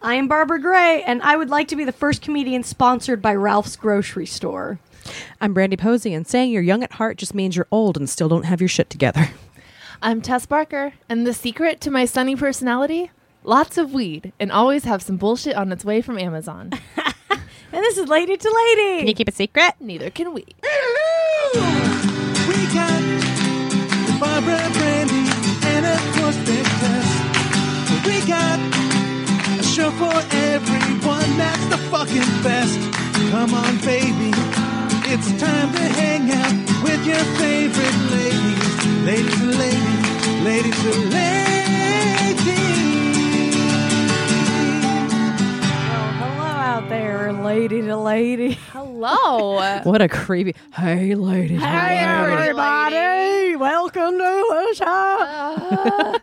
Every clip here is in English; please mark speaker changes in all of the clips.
Speaker 1: I am Barbara Gray, and I would like to be the first comedian sponsored by Ralph's Grocery Store.
Speaker 2: I'm Brandy Posey, and saying you're young at heart just means you're old and still don't have your shit together.
Speaker 3: I'm Tess Barker, and the secret to my sunny personality? Lots of weed, and always have some bullshit on its way from Amazon.
Speaker 1: And this is Lady to Lady.
Speaker 2: keep a secret?
Speaker 3: Neither can we.
Speaker 4: We got Barbara Brandy and of course Big Tess. We got a show for everyone that's the fucking best. Come on, baby. It's time to hang out with your favorite ladies. Ladies and ladies, ladies and ladies.
Speaker 1: Well, Oh, hello out there, Lady to Lady.
Speaker 3: Hello.
Speaker 2: What a creepy. Hey, lady.
Speaker 1: Hey,
Speaker 3: Lady.
Speaker 1: everybody. Welcome to his house.
Speaker 3: Uh,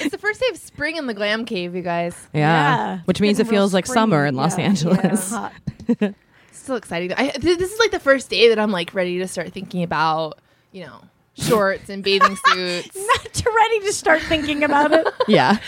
Speaker 3: it's the first day of spring in the glam cave, you guys.
Speaker 2: Yeah. Which means it feels like summer in Los Angeles.
Speaker 3: Still exciting. I, th- this is like the first day that I'm like ready to start thinking about, you know, shorts and bathing suits.
Speaker 1: Not too ready to start thinking about it.
Speaker 2: Yeah.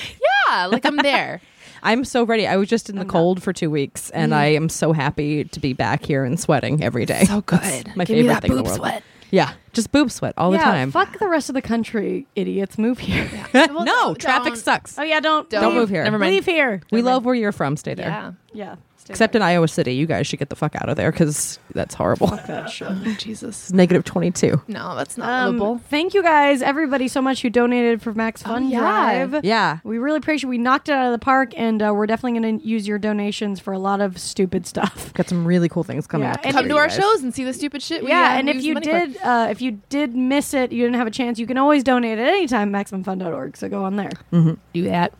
Speaker 3: Yeah, like I'm there.
Speaker 2: I'm so ready. I was just in the cold for two weeks, and I am so happy to be back here and sweating every day.
Speaker 3: So good.
Speaker 2: That's my
Speaker 3: Give
Speaker 2: favorite
Speaker 3: me that
Speaker 2: thing in the
Speaker 3: boob
Speaker 2: world.
Speaker 3: sweat.
Speaker 2: Yeah, just boob sweat all the
Speaker 1: yeah,
Speaker 2: time.
Speaker 1: fuck the rest of the country, idiots. Move here.
Speaker 3: Well,
Speaker 2: no,
Speaker 3: don't-
Speaker 2: traffic
Speaker 3: don't.
Speaker 2: sucks.
Speaker 1: Oh yeah, don't
Speaker 3: Don't
Speaker 1: leave.
Speaker 2: move
Speaker 1: Never
Speaker 2: here. Never
Speaker 1: mind.
Speaker 2: mind.
Speaker 1: Leave here.
Speaker 2: we love where you're from. Stay there.
Speaker 3: Yeah.
Speaker 1: Yeah. Stay
Speaker 2: Except in Iowa City, you guys should get the fuck out of there because that's horrible.
Speaker 1: that shit.
Speaker 3: Jesus.
Speaker 2: It's negative twenty two.
Speaker 3: No, that's not livable.
Speaker 1: Um, thank you guys, everybody, so much who donated for Max Fun
Speaker 3: yeah.
Speaker 1: Drive.
Speaker 2: Yeah.
Speaker 1: We really appreciate. We knocked it out of the park, and uh, we're definitely going to use your donations for a lot of stupid stuff.
Speaker 2: Got some really cool things coming
Speaker 1: Yeah,
Speaker 2: up.
Speaker 1: and
Speaker 3: Come
Speaker 1: you
Speaker 3: to our shows and see the stupid shit. we,
Speaker 1: yeah,
Speaker 3: uh,
Speaker 1: and if
Speaker 3: use
Speaker 1: you
Speaker 3: money for.
Speaker 1: did, uh, if you did miss it, you didn't have a chance. You can always donate at any time. MaximumFun.org. So go on there.
Speaker 3: do that.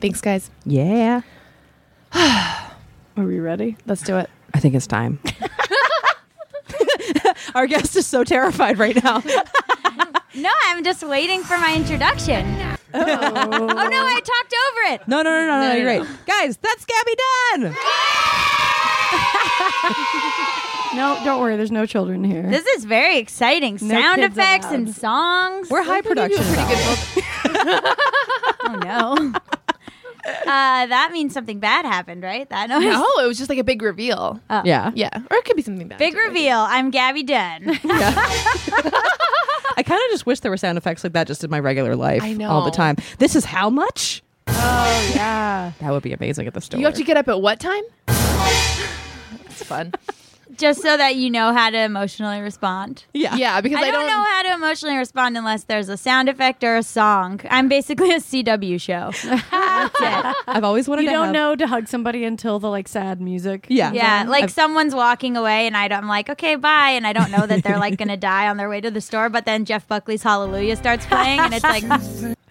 Speaker 3: Thanks, guys.
Speaker 2: Yeah.
Speaker 1: Are we ready?
Speaker 3: Let's do it.
Speaker 2: I think it's time. Our guest is so terrified right now.
Speaker 5: No, I'm just waiting for my introduction. oh no, I talked over it.
Speaker 2: No, no, no, no, no,
Speaker 3: no,
Speaker 2: you're
Speaker 3: no.
Speaker 2: right. Guys, that's Gabby Dunn.
Speaker 1: No, don't worry. There's no children here.
Speaker 5: This is very exciting.
Speaker 1: No
Speaker 5: Sound
Speaker 1: kids
Speaker 5: effects
Speaker 1: allowed.
Speaker 5: and songs.
Speaker 2: We're high production.
Speaker 5: oh no. Uh, that means something bad happened, right? That noise.
Speaker 3: No, Oh, it was just like a big reveal.
Speaker 2: Yeah.
Speaker 3: yeah, Uh, or it could be something bad.
Speaker 5: Big
Speaker 3: too, I guess.
Speaker 5: reveal. I'm Gabby Dunn.
Speaker 2: I kind of just wish there were sound effects like that just in my regular life
Speaker 3: I know.
Speaker 2: all the time. This is how much?
Speaker 1: oh yeah.
Speaker 2: That would be amazing at the store.
Speaker 3: You have to get up at what time? It's fun.
Speaker 5: Just so that you know how to emotionally respond.
Speaker 2: yeah.
Speaker 3: Yeah, because I,
Speaker 5: I don't, know how to emotionally respond unless there's a sound effect or a song. I'm basically a CW show. That's it.
Speaker 2: I've always wanted
Speaker 1: You
Speaker 2: to
Speaker 1: don't
Speaker 2: have-
Speaker 1: know to hug somebody until the like sad music.
Speaker 2: Yeah.
Speaker 5: Yeah, like someone's walking away, and I don't, I'm like, okay, bye, and I don't know that they're like gonna die on their way to the store. But then Jeff Buckley's Hallelujah starts playing, and it's like,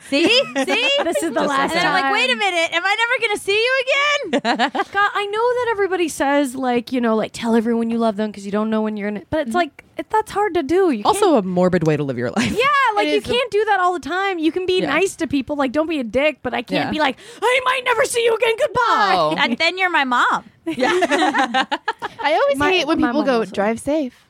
Speaker 5: see, see,
Speaker 1: This is the last
Speaker 5: and then
Speaker 1: time.
Speaker 5: I'm like, wait a minute, am I never gonna see you again?
Speaker 1: God, I know that everybody says like you know like tell everyone you love them because you don't know when you're in it, but it's like it, that's hard to do. You can't-
Speaker 2: Also a morbid way to live your life.
Speaker 1: yeah, like
Speaker 3: It
Speaker 1: you
Speaker 3: is a-
Speaker 1: can't do that all the time. You can be
Speaker 2: Yeah.
Speaker 1: nice to people, like don't be a dick, but I can't
Speaker 2: Yeah.
Speaker 1: be like I might never see you again. Goodbye.
Speaker 3: Oh.
Speaker 5: And then you're my mom.
Speaker 3: I always
Speaker 1: My-
Speaker 3: hate when
Speaker 1: my
Speaker 3: people
Speaker 1: mom
Speaker 3: go
Speaker 1: also.
Speaker 3: drive safe.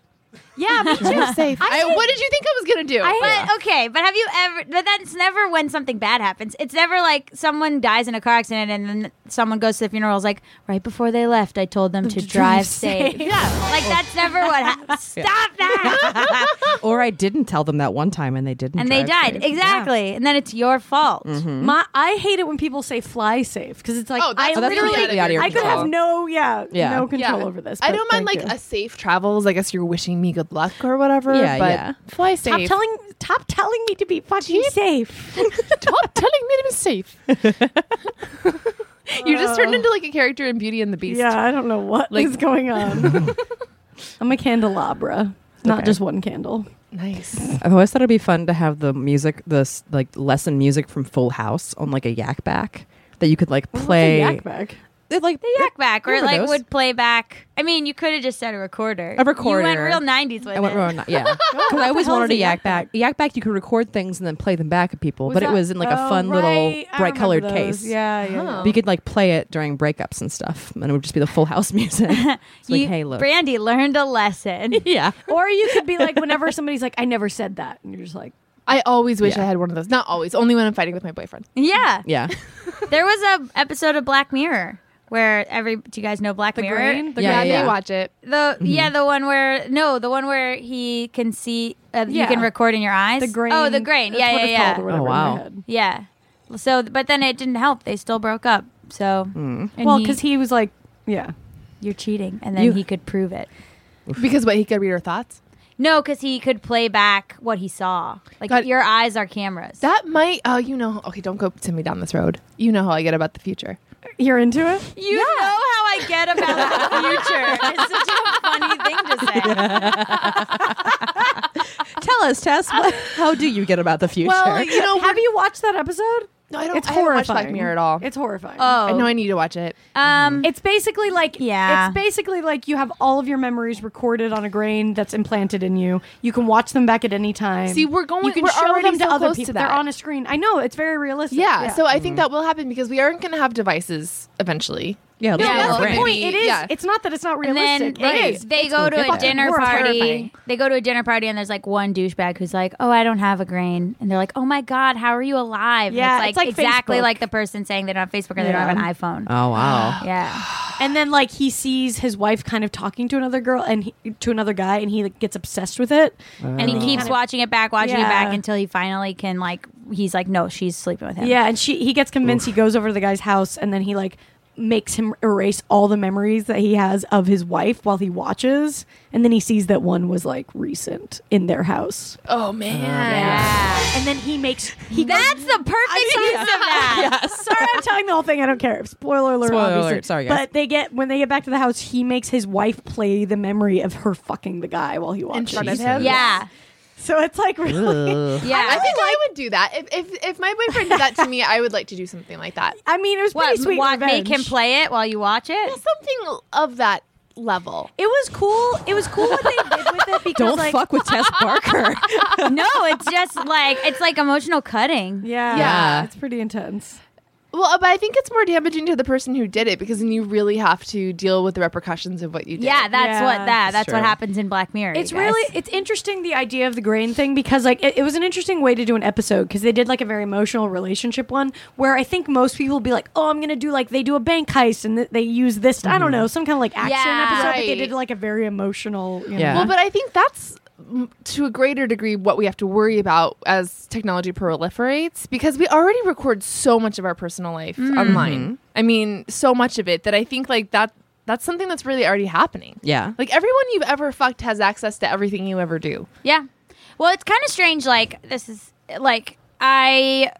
Speaker 5: Yeah, me
Speaker 3: Drive safe. I, what did you think I was gonna do?
Speaker 5: But okay, but have you ever? But that's never when something bad happens. It's never like someone dies in a car accident and then someone goes to the funeral. Is like right before they left, I told them to drive safe. Yeah, like that's never what. hap Stop that!
Speaker 2: or I didn't tell them that one time and they didn't.
Speaker 5: and they
Speaker 2: drive
Speaker 5: died
Speaker 2: safe. Mm-hmm.
Speaker 5: exactly. And then it's your fault.
Speaker 1: My, I hate it when people say fly safe because it's like
Speaker 3: Oh,
Speaker 1: I
Speaker 3: that's really
Speaker 1: literally
Speaker 3: out of your
Speaker 1: I could
Speaker 3: control.
Speaker 1: have no yeah,
Speaker 2: Yeah.
Speaker 1: no control
Speaker 3: Yeah.
Speaker 1: over this.
Speaker 3: I
Speaker 1: but
Speaker 3: don't mind
Speaker 1: thank
Speaker 3: like
Speaker 1: you.
Speaker 3: a safe travels. I guess you're wishing me good luck or whatever.
Speaker 2: Yeah,
Speaker 3: but
Speaker 2: yeah.
Speaker 3: Fly
Speaker 1: Stop
Speaker 3: safe.
Speaker 1: telling, stop telling me to be fucking safe.
Speaker 3: Stop telling me to be safe. Oh. you just turned into like a character in Beauty and the Beast.
Speaker 1: Yeah, I don't know what is going on. I'm a candelabra, not just one candle.
Speaker 3: Nice.
Speaker 2: I've always thought it'd be fun to have the music, this like lesson music from Full House on like a yak back that you could like play.
Speaker 1: yak back.
Speaker 2: It, like
Speaker 5: The yak back, or it,
Speaker 2: remember
Speaker 5: like
Speaker 2: those?
Speaker 5: would play back. I mean, you could have just said a recorder.
Speaker 2: A recorder.
Speaker 5: You went real nineties with
Speaker 2: I went
Speaker 5: it.
Speaker 2: wrong. Yeah, because I always
Speaker 1: hell
Speaker 2: wanted
Speaker 1: is a
Speaker 2: a
Speaker 1: yak
Speaker 2: yak back. Yak back, you could record things and then play them back at people, but
Speaker 1: that-
Speaker 2: it was in like a
Speaker 1: oh,
Speaker 2: fun
Speaker 1: right. I
Speaker 2: little bright colored
Speaker 1: remember those.
Speaker 2: case.
Speaker 1: Yeah, yeah. yeah.
Speaker 2: But you could like play it during breakups and stuff, and it would just be the Full House music. It's like,
Speaker 5: You-
Speaker 2: hey, look,
Speaker 5: Brandy learned a lesson.
Speaker 2: yeah,
Speaker 1: Or you could be like, whenever somebody's like, I never said that. And you're just like,
Speaker 3: I always wish
Speaker 2: Yeah.
Speaker 3: I had one of those. Not always. Only when I'm fighting with my boyfriend.
Speaker 5: yeah.
Speaker 2: yeah.
Speaker 5: There was a episode of Black Mirror where every do you guys know Black Mirror?
Speaker 1: green?
Speaker 2: Yeah,
Speaker 3: yeah,
Speaker 2: yeah, yeah.
Speaker 3: they watch it.
Speaker 5: The
Speaker 2: Mm-hmm.
Speaker 5: yeah, the one where no, the one where he can see uh,
Speaker 1: Yeah.
Speaker 5: you can record in your eyes.
Speaker 1: The grain.
Speaker 5: Oh, the grain.
Speaker 1: That's
Speaker 5: Yeah,
Speaker 1: what
Speaker 5: yeah,
Speaker 1: it's
Speaker 5: yeah.
Speaker 1: Called or whatever
Speaker 2: Oh, wow.
Speaker 1: In my head.
Speaker 5: yeah. So, but then it didn't help. They still broke up. So,
Speaker 2: Mm.
Speaker 5: and
Speaker 1: Well,
Speaker 5: he-
Speaker 1: because he was like, yeah,
Speaker 5: you're cheating, and then
Speaker 2: You-
Speaker 5: he could prove it.
Speaker 3: Because what he could read her thoughts.
Speaker 5: No, because he could play back what he saw. Like
Speaker 3: God.
Speaker 5: your eyes are cameras.
Speaker 3: That might. Oh, you know. Okay, don't go to me down this road. You know how I get about the future.
Speaker 1: you're into it.
Speaker 5: you know how I get about the future. It's such a funny thing to say.
Speaker 2: Tell us, Tess. What, how do you get about the future?
Speaker 3: you know.
Speaker 1: Have you watched that episode?
Speaker 3: No, I don't.
Speaker 1: It's
Speaker 3: I haven't
Speaker 1: horrifying.
Speaker 3: watched Black Mirror at all.
Speaker 1: It's horrifying.
Speaker 5: Oh,
Speaker 3: I know. I need to watch it.
Speaker 5: um,
Speaker 1: It's basically like
Speaker 5: Yeah.
Speaker 1: It's basically like you have all of your memories recorded on a grain that's implanted in you. You can watch them back at any time.
Speaker 3: See, we're going-
Speaker 1: You can
Speaker 3: we're
Speaker 1: show
Speaker 3: already
Speaker 1: them to
Speaker 3: so
Speaker 1: other
Speaker 3: close to
Speaker 1: people.
Speaker 3: that.
Speaker 1: They're on a screen. I know it's very realistic.
Speaker 3: Yeah, Mm-hmm. So I think that will happen because we aren't going to have devices eventually.
Speaker 2: yeah,
Speaker 1: no,
Speaker 2: look at
Speaker 5: Yeah,
Speaker 2: the
Speaker 1: that's
Speaker 2: brain.
Speaker 1: the point. It is.
Speaker 3: Yeah.
Speaker 1: It's not that it's not
Speaker 5: and
Speaker 1: realistic.
Speaker 5: then
Speaker 1: right?
Speaker 5: it is, they go to a
Speaker 2: fucking
Speaker 5: dinner
Speaker 1: horrifying.
Speaker 5: party.
Speaker 1: Terrifying.
Speaker 5: They go to a dinner party, and there's like one douchebag who's like, "Oh, I don't have a grain," and they're like, "Oh my god, how are you alive?" And
Speaker 1: Yeah,
Speaker 5: it's
Speaker 1: it's
Speaker 5: like,
Speaker 1: like
Speaker 5: exactly
Speaker 1: Facebook.
Speaker 5: like the person saying they don't have Facebook or they don't have
Speaker 1: Yeah.
Speaker 5: an iPhone.
Speaker 2: Oh wow.
Speaker 5: yeah,
Speaker 1: And then like he sees his wife kind of talking to another girl and he, to another guy, and he like, gets obsessed with it.
Speaker 5: and he keeps
Speaker 1: Kind of-
Speaker 5: watching it back, watching it back
Speaker 1: Yeah.
Speaker 5: until he finally can like. He's like, "No, she's sleeping with him."
Speaker 1: Yeah, and she he gets convinced. He goes over to the guy's house, and then he like makes him erase all the memories that he has of his wife while he watches, and then he sees that one was like recent in their house,
Speaker 3: Oh man.
Speaker 5: Yeah.
Speaker 1: and then he makes he.
Speaker 5: That's the perfect use of that.
Speaker 1: Sorry, I'm telling the whole thing. I don't care. Spoiler alert.
Speaker 2: Spoiler
Speaker 1: obviously.
Speaker 2: alert. Sorry, guys.
Speaker 1: But they get when they get back to the house, he makes his wife play the memory of her fucking the guy while he watches.
Speaker 3: front of
Speaker 2: Jesus.
Speaker 3: him?
Speaker 5: Yeah.
Speaker 1: So it's like really.
Speaker 5: Yeah.
Speaker 3: I think I would do that. If, if if my boyfriend did that to me, I would like to do something like that.
Speaker 1: I mean, it was
Speaker 5: what,
Speaker 1: pretty sweet.
Speaker 5: what make
Speaker 1: revenge.
Speaker 5: him play it while you watch it?
Speaker 3: Something of that level.
Speaker 1: It was cool. It was cool what they did with it because
Speaker 2: Don't
Speaker 1: like,
Speaker 2: fuck with Tess Barker.
Speaker 5: no, it's just like it's like emotional cutting.
Speaker 1: Yeah,
Speaker 2: Yeah.
Speaker 1: it's pretty intense.
Speaker 3: Well, uh, but I think it's more damaging to the person who did it because then you really have to deal with the repercussions of what you did.
Speaker 5: Yeah, that's
Speaker 1: Yeah.
Speaker 5: what that. That's
Speaker 2: Sure.
Speaker 5: what happens in Black Mirror. you
Speaker 1: It's
Speaker 5: guys.
Speaker 1: really it's interesting the idea of the grain thing because like it, it was an interesting way to do an episode because they did like a very emotional relationship one where I think most people would be like, oh, I'm gonna do like they do a bank heist and th- they use this I don't know some kind of like action
Speaker 5: Yeah.
Speaker 1: episode but they
Speaker 3: Right.
Speaker 1: did like a very emotional you
Speaker 2: Yeah.
Speaker 1: know.
Speaker 3: Well, but I think that's mm, to a greater degree what we have to worry about as technology proliferates because we already record so much of our personal life
Speaker 2: Mm-hmm.
Speaker 3: online. I mean, so much of it that I think like that that's something that's really already happening.
Speaker 2: yeah.
Speaker 3: Like everyone you've ever fucked has access to everything you ever do.
Speaker 5: Yeah. Well, it's kind of strange. Like this is like I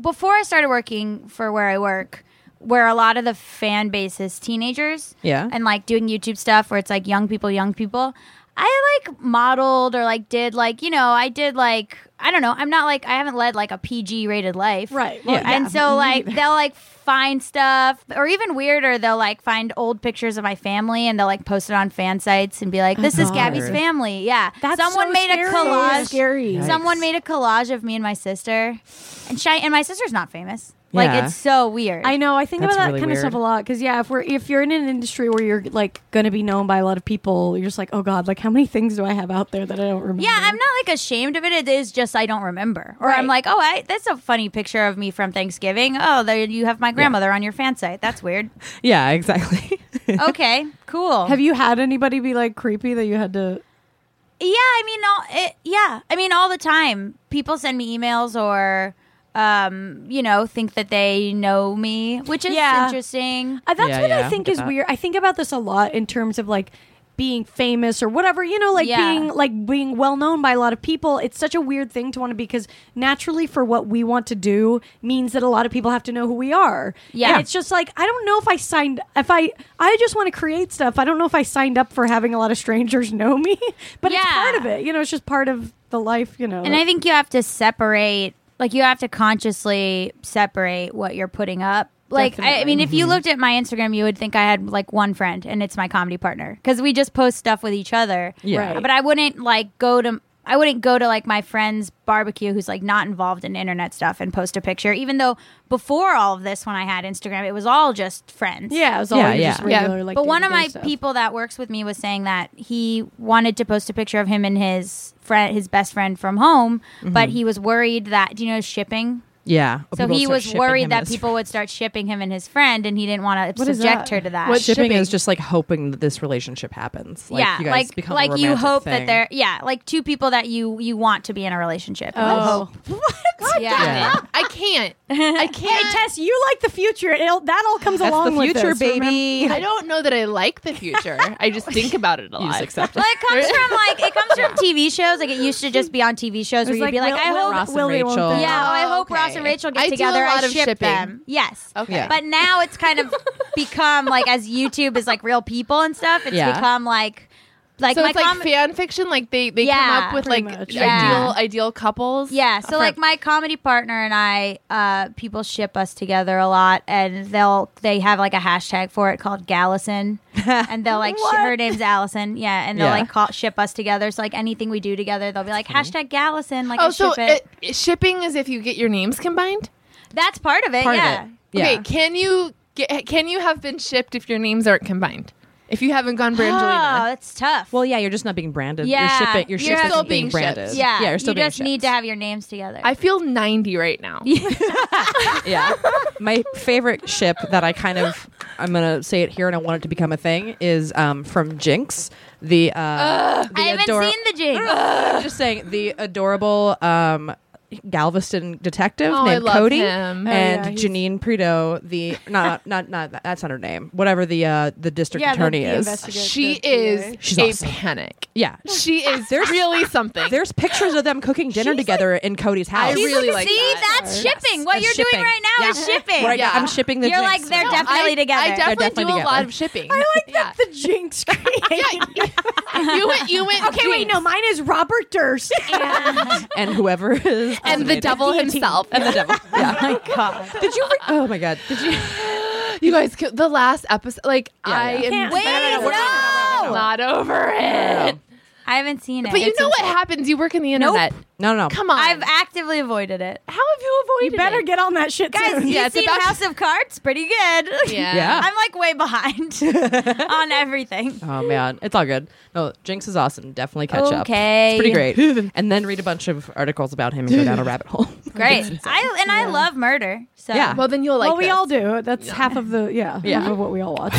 Speaker 5: before I started working for where I work, where a lot of the fan base is teenagers.
Speaker 2: Yeah.
Speaker 5: And like doing YouTube stuff where it's like young people, young people. I like modeled or like did like you know I did like I don't know I'm not like I haven't led like a PG rated life
Speaker 1: Right. Well,
Speaker 2: Yeah.
Speaker 5: and so like they'll like find stuff or even weirder they'll like find old pictures of my family and they'll like post it on fan sites and be like this is Gabby's
Speaker 2: God.
Speaker 5: family yeah
Speaker 1: That's
Speaker 5: someone
Speaker 1: so
Speaker 5: made
Speaker 1: scary.
Speaker 5: a collage
Speaker 1: So scary.
Speaker 2: Yikes.
Speaker 5: someone made a collage of me and my sister and Shy and my sister's not famous like
Speaker 2: Yeah.
Speaker 5: it's so weird
Speaker 1: I know. I think
Speaker 2: That's
Speaker 1: about that
Speaker 2: really
Speaker 1: kind
Speaker 2: weird.
Speaker 1: of stuff a lot because yeah, if we're if you're in an industry where you're like going to be known by a lot of people, you're just like, oh god, like how many things do I have out there that I don't remember?
Speaker 5: yeah, I'm not like ashamed of it. It is just I don't remember, or I'm
Speaker 1: Right.
Speaker 5: like, oh, I, that's a funny picture of me from Thanksgiving. Oh, there you have my grandmother on your fan site. That's weird.
Speaker 2: Yeah. Exactly.
Speaker 5: okay, cool.
Speaker 1: Have you had anybody be like creepy that you had to?
Speaker 5: Yeah, I mean, all, it, yeah, I mean, all the time. People send me emails or, um, you know, think that they know me, which is
Speaker 1: Yeah.
Speaker 5: interesting.
Speaker 1: Uh, that's
Speaker 2: Yeah,
Speaker 1: what
Speaker 2: yeah,
Speaker 1: I
Speaker 2: I
Speaker 1: think
Speaker 2: get
Speaker 1: is
Speaker 2: that.
Speaker 1: weird. I think about this a lot in terms of like being famous or whatever, you know, like
Speaker 5: Yeah.
Speaker 1: being like being well known by a lot of people. It's such a weird thing to want to be because naturally for what we want to do means that a lot of people have to know who we are.
Speaker 5: Yeah.
Speaker 1: And it's just like I don't know if I signed if I I just want to create stuff. I don't know if I signed up for having a lot of strangers know me, but it's
Speaker 5: Yeah.
Speaker 1: part of it. You know, it's just part of the life, you know.
Speaker 5: And I think you have to separate, like, you have to consciously separate what you're putting up. Like, I, I mean, if you looked at my Instagram, you would think I had like one friend, and it's my comedy partner because we just post stuff with each other.
Speaker 2: Yeah.
Speaker 1: Right.
Speaker 5: But I wouldn't like go to. I wouldn't go to like my friend's barbecue who's like not involved in internet stuff and post a picture, even though before all of this, when I had Instagram, it was all just friends.
Speaker 1: yeah, it was all
Speaker 2: Yeah,
Speaker 1: your
Speaker 2: yeah.
Speaker 1: just
Speaker 3: Yeah.
Speaker 1: regular like
Speaker 5: but one of
Speaker 1: day-to-day
Speaker 5: my
Speaker 1: stuff.
Speaker 5: people that works with me was saying that he wanted to post a picture of him and his friend, his best friend from home, but he was worried that, do you know, shipping?
Speaker 2: Yeah. Mm-hmm. Oh,
Speaker 5: So
Speaker 2: people
Speaker 5: he
Speaker 2: start
Speaker 5: was
Speaker 2: shipping him
Speaker 5: worried that
Speaker 2: as
Speaker 5: people would start shipping him and his friend, and he didn't want to
Speaker 1: What is
Speaker 5: subject
Speaker 1: that?
Speaker 5: her to that.
Speaker 3: What
Speaker 2: shipping,
Speaker 3: shipping.
Speaker 2: is just like hoping that this relationship happens. Like,
Speaker 5: yeah,
Speaker 2: you guys
Speaker 5: like
Speaker 2: become a
Speaker 5: like you
Speaker 2: romantic
Speaker 5: hope
Speaker 2: thing.
Speaker 5: that they're yeah, like two people that you you want to be in a relationship.
Speaker 1: Oh.
Speaker 5: What?
Speaker 3: Yeah.
Speaker 2: Yeah.
Speaker 3: I can't. I can't.
Speaker 1: Tess, you like the future. It'll, that all comes
Speaker 2: That's
Speaker 1: along
Speaker 2: the
Speaker 1: with
Speaker 2: future,
Speaker 1: this,
Speaker 2: baby.
Speaker 3: I don't know that I like the future. I just think about it a lot.
Speaker 2: just accept
Speaker 5: Well, it comes from like it comes from TV shows. Like it used to just be on TV shows where
Speaker 1: It's
Speaker 5: you'd be like,
Speaker 1: Will-
Speaker 5: I
Speaker 1: Will-
Speaker 5: hope
Speaker 2: Ross and
Speaker 1: Willie won't
Speaker 2: Rachel.
Speaker 1: be-
Speaker 5: Yeah, oh, I
Speaker 3: Oh,
Speaker 5: hope
Speaker 3: okay.
Speaker 5: Ross and Rachel get
Speaker 3: I do a
Speaker 5: together.
Speaker 3: lot
Speaker 5: I
Speaker 3: of
Speaker 5: ship
Speaker 3: shipping.
Speaker 5: them. Yes.
Speaker 3: Okay.
Speaker 2: Yeah.
Speaker 5: But now it's kind of become like as YouTube is like real people and stuff. It's
Speaker 2: Yeah.
Speaker 5: become like like
Speaker 3: so
Speaker 5: my
Speaker 3: it's like
Speaker 5: com-
Speaker 3: fan fiction. Like they they
Speaker 5: Yeah,
Speaker 3: come up with
Speaker 1: pretty
Speaker 3: like
Speaker 1: much.
Speaker 3: ideal
Speaker 5: Yeah.
Speaker 3: ideal couples.
Speaker 5: yeah. So
Speaker 3: for-
Speaker 5: like my comedy partner and I, uh, people ship us together a lot, and they'll they have like a hashtag for it called Gallison, and they'll like sh- her name's Allison, yeah, and they'll
Speaker 2: Yeah.
Speaker 5: like call ship us together. So like anything we do together, they'll be like hashtag Gallison, like I
Speaker 3: oh,
Speaker 5: ship
Speaker 3: so
Speaker 5: it.
Speaker 3: it- shipping is if you get your names combined.
Speaker 5: That's part of it.
Speaker 2: Part
Speaker 5: yeah.
Speaker 2: of it. Yeah.
Speaker 3: Okay, can you get, can you have been shipped if your names aren't combined? If you haven't gone
Speaker 5: Oh,
Speaker 3: Brangelina.
Speaker 5: that's tough.
Speaker 2: Well, yeah, you're just not being branded.
Speaker 5: Yeah.
Speaker 2: You're shipping. You're,
Speaker 5: You're
Speaker 2: shipping
Speaker 3: still
Speaker 2: being,
Speaker 3: being shipped.
Speaker 2: branded.
Speaker 5: yeah,
Speaker 2: you're still
Speaker 5: you
Speaker 2: being
Speaker 5: just need
Speaker 2: shipped.
Speaker 5: to have your names together.
Speaker 3: I feel 90 right now.
Speaker 2: yeah. My favorite ship that I kind of I'm gonna say it here, and I want it to become a thing is um, from Jinx. The uh, the
Speaker 5: I haven't
Speaker 2: ador-
Speaker 5: seen the jig.
Speaker 2: I'm just saying the adorable um, Galveston detective
Speaker 3: Oh, I
Speaker 2: named
Speaker 3: love
Speaker 2: Cody
Speaker 3: him. Oh,
Speaker 2: and
Speaker 1: yeah, he's-
Speaker 2: Janine Preto. The not not not that- that's not her name. Whatever the uh, the district
Speaker 1: Yeah, the-
Speaker 2: attorney
Speaker 1: the
Speaker 2: is.
Speaker 1: investigator.
Speaker 3: She
Speaker 1: Yeah.
Speaker 3: is
Speaker 2: She's
Speaker 3: a
Speaker 2: awesome.
Speaker 3: panic.
Speaker 2: Yeah.
Speaker 3: She is really something.
Speaker 2: There's pictures of them cooking dinner together in Cody's house.
Speaker 3: I really like
Speaker 5: See,
Speaker 3: that.
Speaker 5: that's shipping. What
Speaker 2: That's
Speaker 5: you're
Speaker 2: shipping.
Speaker 5: doing right now is shipping.
Speaker 2: Right
Speaker 3: Yeah.
Speaker 2: now, I'm shipping the
Speaker 5: You're
Speaker 2: Jinx.
Speaker 5: like, they're
Speaker 3: No,
Speaker 5: definitely
Speaker 3: I,
Speaker 5: together.
Speaker 3: I definitely,
Speaker 2: definitely
Speaker 3: do a lot
Speaker 2: together.
Speaker 3: of shipping.
Speaker 1: I like that the Jinx created.
Speaker 3: you went. You went.
Speaker 1: Okay, wait, no,
Speaker 3: Jinx.
Speaker 1: mine is Robert Durst.
Speaker 2: and whoever is
Speaker 3: And the Oh devil himself.
Speaker 2: and the devil. Yeah.
Speaker 1: my God.
Speaker 2: Did you? Re- oh my god! Did you?
Speaker 3: You guys, c- the last episode, like
Speaker 2: Yeah,
Speaker 3: I
Speaker 2: yeah.
Speaker 3: am
Speaker 1: Can't-
Speaker 5: Wait,
Speaker 1: No, no, no,
Speaker 5: no,
Speaker 1: we're
Speaker 3: not over it.
Speaker 5: I haven't seen it.
Speaker 3: But you
Speaker 5: It's
Speaker 3: know
Speaker 5: in-
Speaker 3: what happens? You work in the
Speaker 5: Nope.
Speaker 3: internet.
Speaker 2: No, no, no.
Speaker 3: Come on,
Speaker 5: I've actively avoided it.
Speaker 3: how have you
Speaker 1: You
Speaker 3: avoided?
Speaker 1: better
Speaker 3: it?
Speaker 1: get on that shit
Speaker 5: Guys,
Speaker 1: soon.
Speaker 5: you
Speaker 3: Yeah,
Speaker 5: have
Speaker 3: it's
Speaker 5: seen
Speaker 3: about-
Speaker 5: House of Cards? Pretty good.
Speaker 3: Yeah.
Speaker 2: Yeah.
Speaker 5: I'm like way behind on everything.
Speaker 2: Oh man, it's all good. No, Jinx is awesome. Definitely catch up.
Speaker 5: Okay.
Speaker 2: it's pretty great. And then read a bunch of articles about him and go down a rabbit hole.
Speaker 5: Great. I and I love murder. So
Speaker 2: Yeah.
Speaker 3: Well, then you'll like.
Speaker 1: well, we
Speaker 3: this.
Speaker 1: all do. That's half of the yeah,
Speaker 2: Yeah.
Speaker 1: half of what we all watch.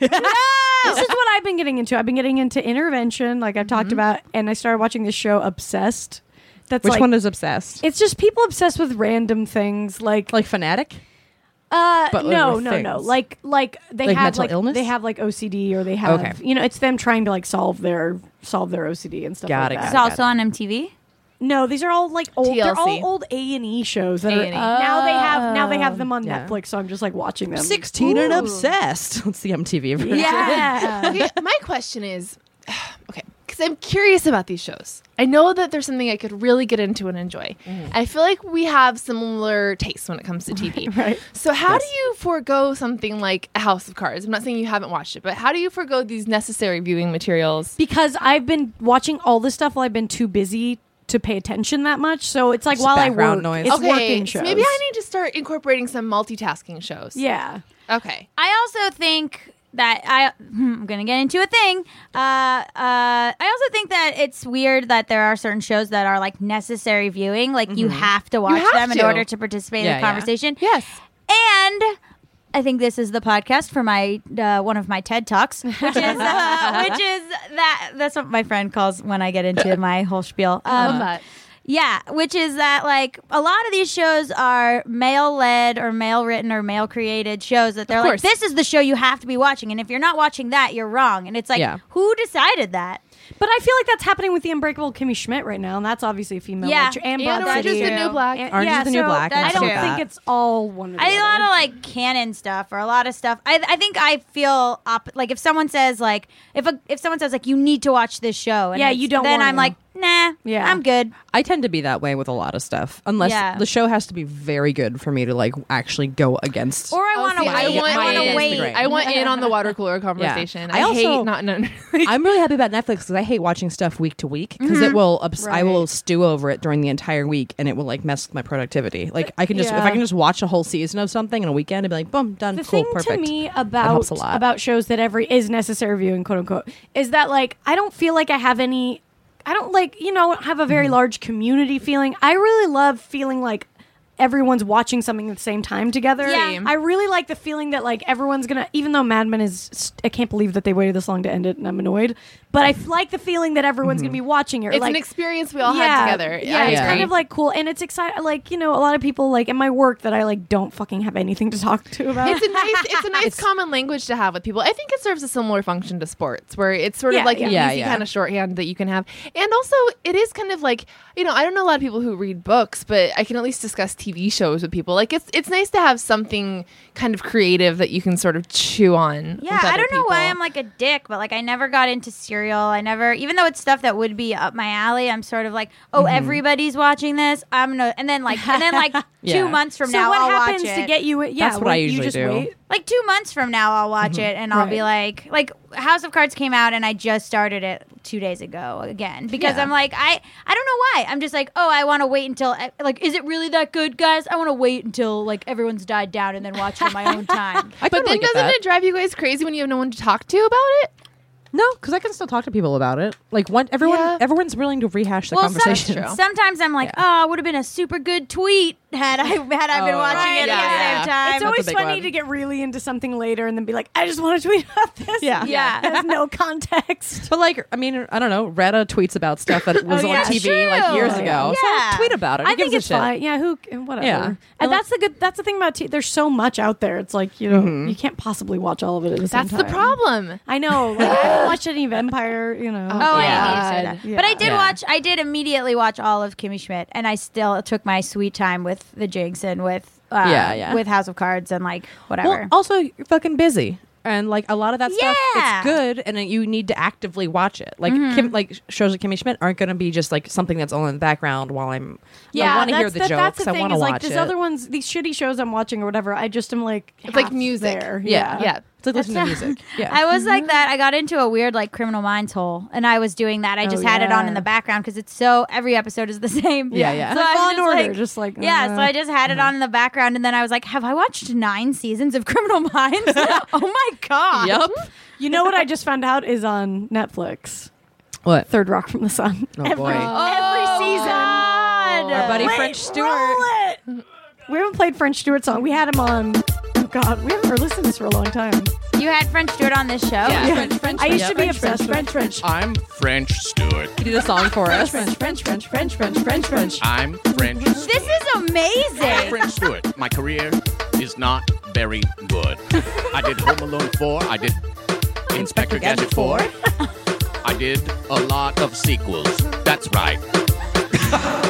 Speaker 1: This is what I've been getting into. I've been getting into intervention, like I've talked about, and I started watching this show, Obsessed. That's
Speaker 2: Which
Speaker 1: like,
Speaker 2: one is obsessed?
Speaker 1: It's just people obsessed with random things, like
Speaker 2: like fanatic.
Speaker 1: uh,
Speaker 2: but
Speaker 1: no,
Speaker 2: over
Speaker 1: no, no,
Speaker 2: things.
Speaker 1: like like they
Speaker 2: Like
Speaker 1: have
Speaker 2: mental
Speaker 1: like
Speaker 2: illness?
Speaker 1: they have like OCD or they have
Speaker 2: Okay.
Speaker 1: you know it's them trying to like solve their solve their OCD and stuff. like
Speaker 2: Got it,
Speaker 1: that.
Speaker 5: It's
Speaker 2: got
Speaker 5: also on MTV.
Speaker 1: No, these are all like old. They're
Speaker 3: TLC.
Speaker 1: all old A and E shows that
Speaker 3: A&E.
Speaker 1: are now they have now they have them on
Speaker 2: Yeah.
Speaker 1: Netflix. So I'm just like watching them.
Speaker 2: Oh. Sixteen and
Speaker 5: Ooh.
Speaker 2: obsessed. Let's see MTV. version.
Speaker 5: Yeah.
Speaker 3: Okay, my question is, okay, because I'm curious about these shows. I know that there's something I could really get into and enjoy.
Speaker 1: Mm.
Speaker 3: I feel like we have similar tastes when it comes to TV.
Speaker 1: Right.
Speaker 3: So how do you forego something like a House of Cards? I'm not saying you haven't watched it, but how do you forego these necessary viewing materials?
Speaker 1: because I've been watching all this stuff while I've been too busy to pay attention that much. So it's like
Speaker 2: Just
Speaker 1: while I
Speaker 2: background
Speaker 1: work,
Speaker 2: noise.
Speaker 1: it's
Speaker 3: okay,
Speaker 1: working
Speaker 3: so
Speaker 1: shows.
Speaker 3: maybe I need to start incorporating some multitasking shows.
Speaker 1: Yeah.
Speaker 3: Okay.
Speaker 5: I also think that I hmm, I'm gonna get into a thing. Uh, uh, I also think that it's weird that there are certain shows that are like necessary viewing, like you have to watch
Speaker 3: have
Speaker 5: them in
Speaker 3: to.
Speaker 5: order to participate
Speaker 2: Yeah, yeah.
Speaker 5: in the conversation.
Speaker 3: Yes.
Speaker 5: And I think this is the podcast for my uh, one of my TED talks, which is uh, which is that that's what my friend calls when I get into my whole spiel. Um,
Speaker 3: but
Speaker 5: yeah, which is that like a lot of these shows are male led or male written or male created shows that they're like,
Speaker 3: course.
Speaker 5: this is the show you have to be watching. And if you're not watching that, you're wrong. And it's like,
Speaker 2: Yeah.
Speaker 5: who decided that?
Speaker 1: But I feel like that's happening with the Unbreakable Kimmy Schmidt right now, and that's obviously a female.
Speaker 5: Yeah.
Speaker 1: lecturer, and,
Speaker 5: And
Speaker 1: Broad
Speaker 5: Orange is
Speaker 1: City.
Speaker 5: the New
Speaker 3: Black.
Speaker 1: And-
Speaker 2: Orange is
Speaker 1: yeah,
Speaker 2: the New
Speaker 1: so
Speaker 2: Black and
Speaker 1: I
Speaker 5: stuff
Speaker 1: don't
Speaker 5: like
Speaker 1: think
Speaker 2: that.
Speaker 1: it's all one. Or the
Speaker 5: I, a lot
Speaker 1: other.
Speaker 5: of like canon stuff or a lot of stuff. I, I think I feel op- like if someone says like if a, if someone says like you need to watch this show, and
Speaker 1: Yeah,
Speaker 5: it's-
Speaker 1: you don't
Speaker 5: Then
Speaker 1: wanna.
Speaker 5: I'm like, nah,
Speaker 1: Yeah.
Speaker 5: I'm good.
Speaker 2: I tend to be that way with a lot of stuff, unless
Speaker 5: Yeah.
Speaker 2: the show has to be very good for me to like actually go against.
Speaker 5: Or I want to
Speaker 3: See,
Speaker 5: wait.
Speaker 3: I want,
Speaker 5: I
Speaker 2: wanna
Speaker 3: in.
Speaker 5: want to
Speaker 2: Instagram.
Speaker 5: wait.
Speaker 3: I want in on the water cooler conversation.
Speaker 2: I
Speaker 3: I,
Speaker 2: also-
Speaker 3: hate not. No, no.
Speaker 2: I'm really happy about Netflix because I hate watching stuff week to week because it will. Obs- I will
Speaker 1: Right.
Speaker 2: stew over it during the entire week and it will like mess with my productivity. Like I can just if I
Speaker 1: Yeah.
Speaker 2: can just watch a whole season of something in a weekend and be like, boom, done,
Speaker 1: the
Speaker 2: cool,
Speaker 1: thing
Speaker 2: perfect.
Speaker 1: to me
Speaker 2: helps
Speaker 1: about
Speaker 2: a lot.
Speaker 1: about shows that every is necessary viewing quote unquote is that like I don't feel like I have any
Speaker 2: Mm-hmm.
Speaker 1: I don't like you know have a very large community feeling I really love feeling like everyone's watching something at the same time together.
Speaker 5: Yeah.
Speaker 1: I really like the feeling that like everyone's gonna. Even though Mad Men is, st- I can't believe that they waited this long to end it, and I'm annoyed. But I f- like the feeling that everyone's
Speaker 2: Mm-hmm.
Speaker 1: gonna be watching it. or,
Speaker 3: It's
Speaker 1: like,
Speaker 3: an experience we all had together.
Speaker 1: Yeah,
Speaker 3: I
Speaker 1: it's
Speaker 2: agree.
Speaker 1: kind of like cool, and it's exciting. Like you know, a lot of people like in my work that I like don't fucking have anything to talk to about.
Speaker 3: it's a nice, it's a nice common language to have with people. I think it serves a similar function to sports, where it's sort
Speaker 1: Yeah,
Speaker 3: of like an
Speaker 2: yeah. Yeah,
Speaker 3: easy
Speaker 2: yeah.
Speaker 3: kind of shorthand that you can have. And also, it is kind of like you know, I don't know a lot of people who read books, but I can at least discuss TV shows with people. Like it's it's nice to have something kind of creative that you can sort of chew on.
Speaker 5: Yeah,
Speaker 3: with
Speaker 5: I
Speaker 3: other
Speaker 5: don't know why
Speaker 3: people.
Speaker 5: I'm like a dick, but like I never got into cereal. I never, even though it's stuff that would be up my alley, I'm sort of like, oh,
Speaker 3: Mm-hmm.
Speaker 5: everybody's watching this. I'm gonna, and then like, and then like
Speaker 2: Yeah.
Speaker 5: two months from
Speaker 1: so
Speaker 5: now,
Speaker 1: what
Speaker 5: I'll
Speaker 1: happens
Speaker 5: watch
Speaker 1: to
Speaker 5: it.
Speaker 1: get you? Yeah,
Speaker 2: That's what I
Speaker 1: you
Speaker 2: usually
Speaker 1: just
Speaker 2: do.
Speaker 1: Wait?
Speaker 5: like two months from now, I'll watch
Speaker 3: Mm-hmm.
Speaker 5: it and I'll be like, like House of Cards came out and I just started it two days ago again because
Speaker 2: Yeah.
Speaker 5: I'm like, I I don't know why. I'm just like, oh, I want to wait until eh, like, is it really that good, guys? I want to wait until like everyone's died down and then watch it on my own time.
Speaker 2: I
Speaker 3: But
Speaker 2: totally
Speaker 3: then
Speaker 2: get
Speaker 3: doesn't
Speaker 2: that.
Speaker 3: it drive you guys crazy when you have no one to talk to about it?
Speaker 2: No, because I can still talk to people about it. Like one, everyone,
Speaker 3: Yeah.
Speaker 2: everyone's willing to rehash the
Speaker 5: some-
Speaker 2: conversation.
Speaker 3: That's true.
Speaker 5: sometimes I'm like, oh, it would have been a super good tweet had I had I been
Speaker 2: Oh,
Speaker 5: watching
Speaker 2: right,
Speaker 5: it
Speaker 3: yeah,
Speaker 5: at the same time.
Speaker 1: It's always
Speaker 2: big
Speaker 1: funny
Speaker 2: one.
Speaker 1: to get really into something later and then be like, I just want to tweet about this.
Speaker 2: Yeah.
Speaker 5: Yeah.
Speaker 1: There's no context.
Speaker 2: But like, I mean, I don't know. Retta tweets about stuff that was
Speaker 1: Oh, yeah,
Speaker 2: on TV
Speaker 5: true.
Speaker 2: like years ago.
Speaker 5: Yeah.
Speaker 2: So tweet about it. Who
Speaker 1: I think
Speaker 2: gives
Speaker 1: it's
Speaker 2: a shit?
Speaker 1: fine. Yeah, who and whatever.
Speaker 2: Yeah.
Speaker 1: And that's the good that's the thing about t- there's so much out there. It's like, you know,
Speaker 2: Mm-hmm.
Speaker 1: you can't possibly watch all of it at the same
Speaker 3: That's
Speaker 1: time.
Speaker 3: the problem.
Speaker 1: I know. Like I haven't watched any of Empire, you know.
Speaker 5: Oh,
Speaker 3: Yeah.
Speaker 5: I hated that. But I did
Speaker 2: Yeah.
Speaker 5: watch. I did immediately watch all of Kimmy Schmidt, and I still took my sweet time with the Jinx and with uh,
Speaker 2: Yeah, yeah.
Speaker 5: with House of Cards and like
Speaker 2: Well,
Speaker 5: whatever.
Speaker 2: also, you're fucking busy. And like a lot of that stuff,
Speaker 5: Yeah.
Speaker 2: it's good, and then you need to actively watch it. Like
Speaker 1: Mm-hmm.
Speaker 2: Kim, like shows like Kimmy Schmidt aren't going to be just like something that's on in the background while I'm. I want to hear
Speaker 1: that's
Speaker 2: the,
Speaker 1: That's
Speaker 2: jokes.
Speaker 1: the
Speaker 2: I
Speaker 1: thing
Speaker 2: want to
Speaker 1: is
Speaker 2: watch
Speaker 1: like these
Speaker 2: it.
Speaker 1: other ones, these shitty shows I'm watching or whatever. I just am like,
Speaker 3: It's like
Speaker 1: half
Speaker 3: music.
Speaker 1: There.
Speaker 2: yeah,
Speaker 3: Yeah.
Speaker 2: It's like listening to music. Yeah, Mm-hmm.
Speaker 5: I was like that. I got into a weird like Criminal Minds hole, and I was doing that. I
Speaker 2: Oh,
Speaker 5: just had it on in
Speaker 1: yeah.
Speaker 5: the background because it's so every episode is the same.
Speaker 2: Yeah, yeah.
Speaker 5: So
Speaker 1: Like
Speaker 5: I
Speaker 1: Law
Speaker 5: was
Speaker 1: and
Speaker 5: just
Speaker 1: Order,
Speaker 5: like-
Speaker 1: just like,
Speaker 5: yeah.
Speaker 1: uh,
Speaker 5: so I just had it on in the background, and then I was like, "Have I watched nine seasons of Criminal Minds? oh my god!
Speaker 2: Yep.
Speaker 1: You know what I just found out is on Netflix.
Speaker 2: What?
Speaker 1: Third Rock from the Sun.
Speaker 2: Oh,
Speaker 1: every,
Speaker 2: boy.
Speaker 1: every season.
Speaker 5: God.
Speaker 2: Our buddy
Speaker 1: Wait,
Speaker 2: French Stewart.
Speaker 1: roll it! We haven't played French Stewart's song. We had him on. Oh God, we haven't listened to this for a long time.
Speaker 5: You had French Stewart on this show.
Speaker 2: Yeah. French, French,
Speaker 1: I used
Speaker 2: yeah,
Speaker 1: to be
Speaker 2: French,
Speaker 1: obsessed. French, French,
Speaker 4: I'm French Stewart.
Speaker 2: He did a song for us.
Speaker 1: French, French, French, French, French, French.
Speaker 4: I'm French Stewart.
Speaker 5: This is amazing.
Speaker 4: French Stewart. My career is not very good. I did Home Alone 4. I did Inspector Gadget 4. I did a lot of sequels. That's right.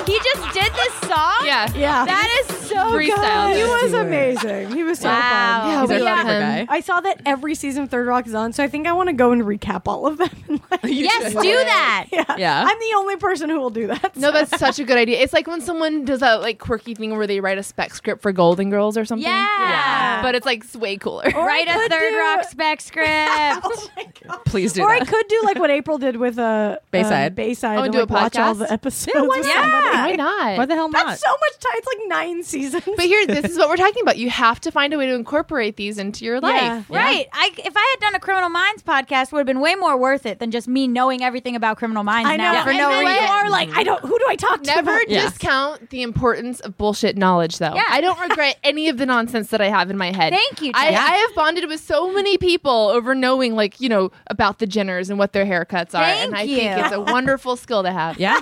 Speaker 5: he just did this song.
Speaker 3: Yeah.
Speaker 1: Yeah,
Speaker 5: That is so
Speaker 3: Freestyle.
Speaker 5: good.
Speaker 1: he was
Speaker 2: Stewart.
Speaker 1: amazing. He was so
Speaker 5: Wow.
Speaker 1: fun.
Speaker 3: Yeah,
Speaker 2: He's
Speaker 3: we
Speaker 2: our
Speaker 3: love
Speaker 2: forever
Speaker 3: him.
Speaker 2: guy.
Speaker 1: I saw that every season of Third Rock is on, so I think I want to go and recap all of them. And like,
Speaker 5: Yes, do that.
Speaker 1: yeah.
Speaker 2: Yeah.
Speaker 1: I'm the only person who will do that.
Speaker 3: No, that's such a good idea. It's like when someone does that like quirky thing where they write a spec script for Golden Girls or something.
Speaker 5: Yeah.
Speaker 3: but it's like way cooler.
Speaker 5: Write a
Speaker 1: could
Speaker 5: third
Speaker 1: do-
Speaker 5: rock spec script.
Speaker 1: oh,
Speaker 2: Please do
Speaker 1: Or I
Speaker 2: that.
Speaker 1: could do like what April did with uh,
Speaker 2: Bayside.
Speaker 1: um, Bayside,
Speaker 3: Oh,
Speaker 1: and
Speaker 3: do a
Speaker 1: like, watch all
Speaker 3: podcast?
Speaker 1: the episodes.
Speaker 2: why
Speaker 1: with
Speaker 5: not?
Speaker 1: somebody.
Speaker 5: Yeah.
Speaker 3: Why not?
Speaker 2: Why the hell not?
Speaker 1: That's so much time. It's like nine seasons.
Speaker 3: but here, this is what we're talking about. You have to find a way to incorporate these into your life.
Speaker 5: Right. I, if I had done a Criminal Minds podcast, would have been way more worth it than just me knowing everything about Criminal Minds
Speaker 1: I know
Speaker 5: now for
Speaker 1: and
Speaker 5: no
Speaker 1: then
Speaker 5: reason.
Speaker 1: You are like, I don't. Who do I talk to?
Speaker 3: Never
Speaker 1: about-
Speaker 2: Yeah.
Speaker 3: discount the importance of bullshit knowledge, though.
Speaker 5: Yeah.
Speaker 3: I don't regret any of the nonsense that I have in my head.
Speaker 5: Thank you,
Speaker 3: I,
Speaker 5: Jen.
Speaker 3: I have bonded with so many people over knowing, like, you know, about the Jenners and what their haircuts are.
Speaker 5: Thank
Speaker 3: and I
Speaker 5: you.
Speaker 3: think it's a wonderful skill to have.
Speaker 2: Yeah.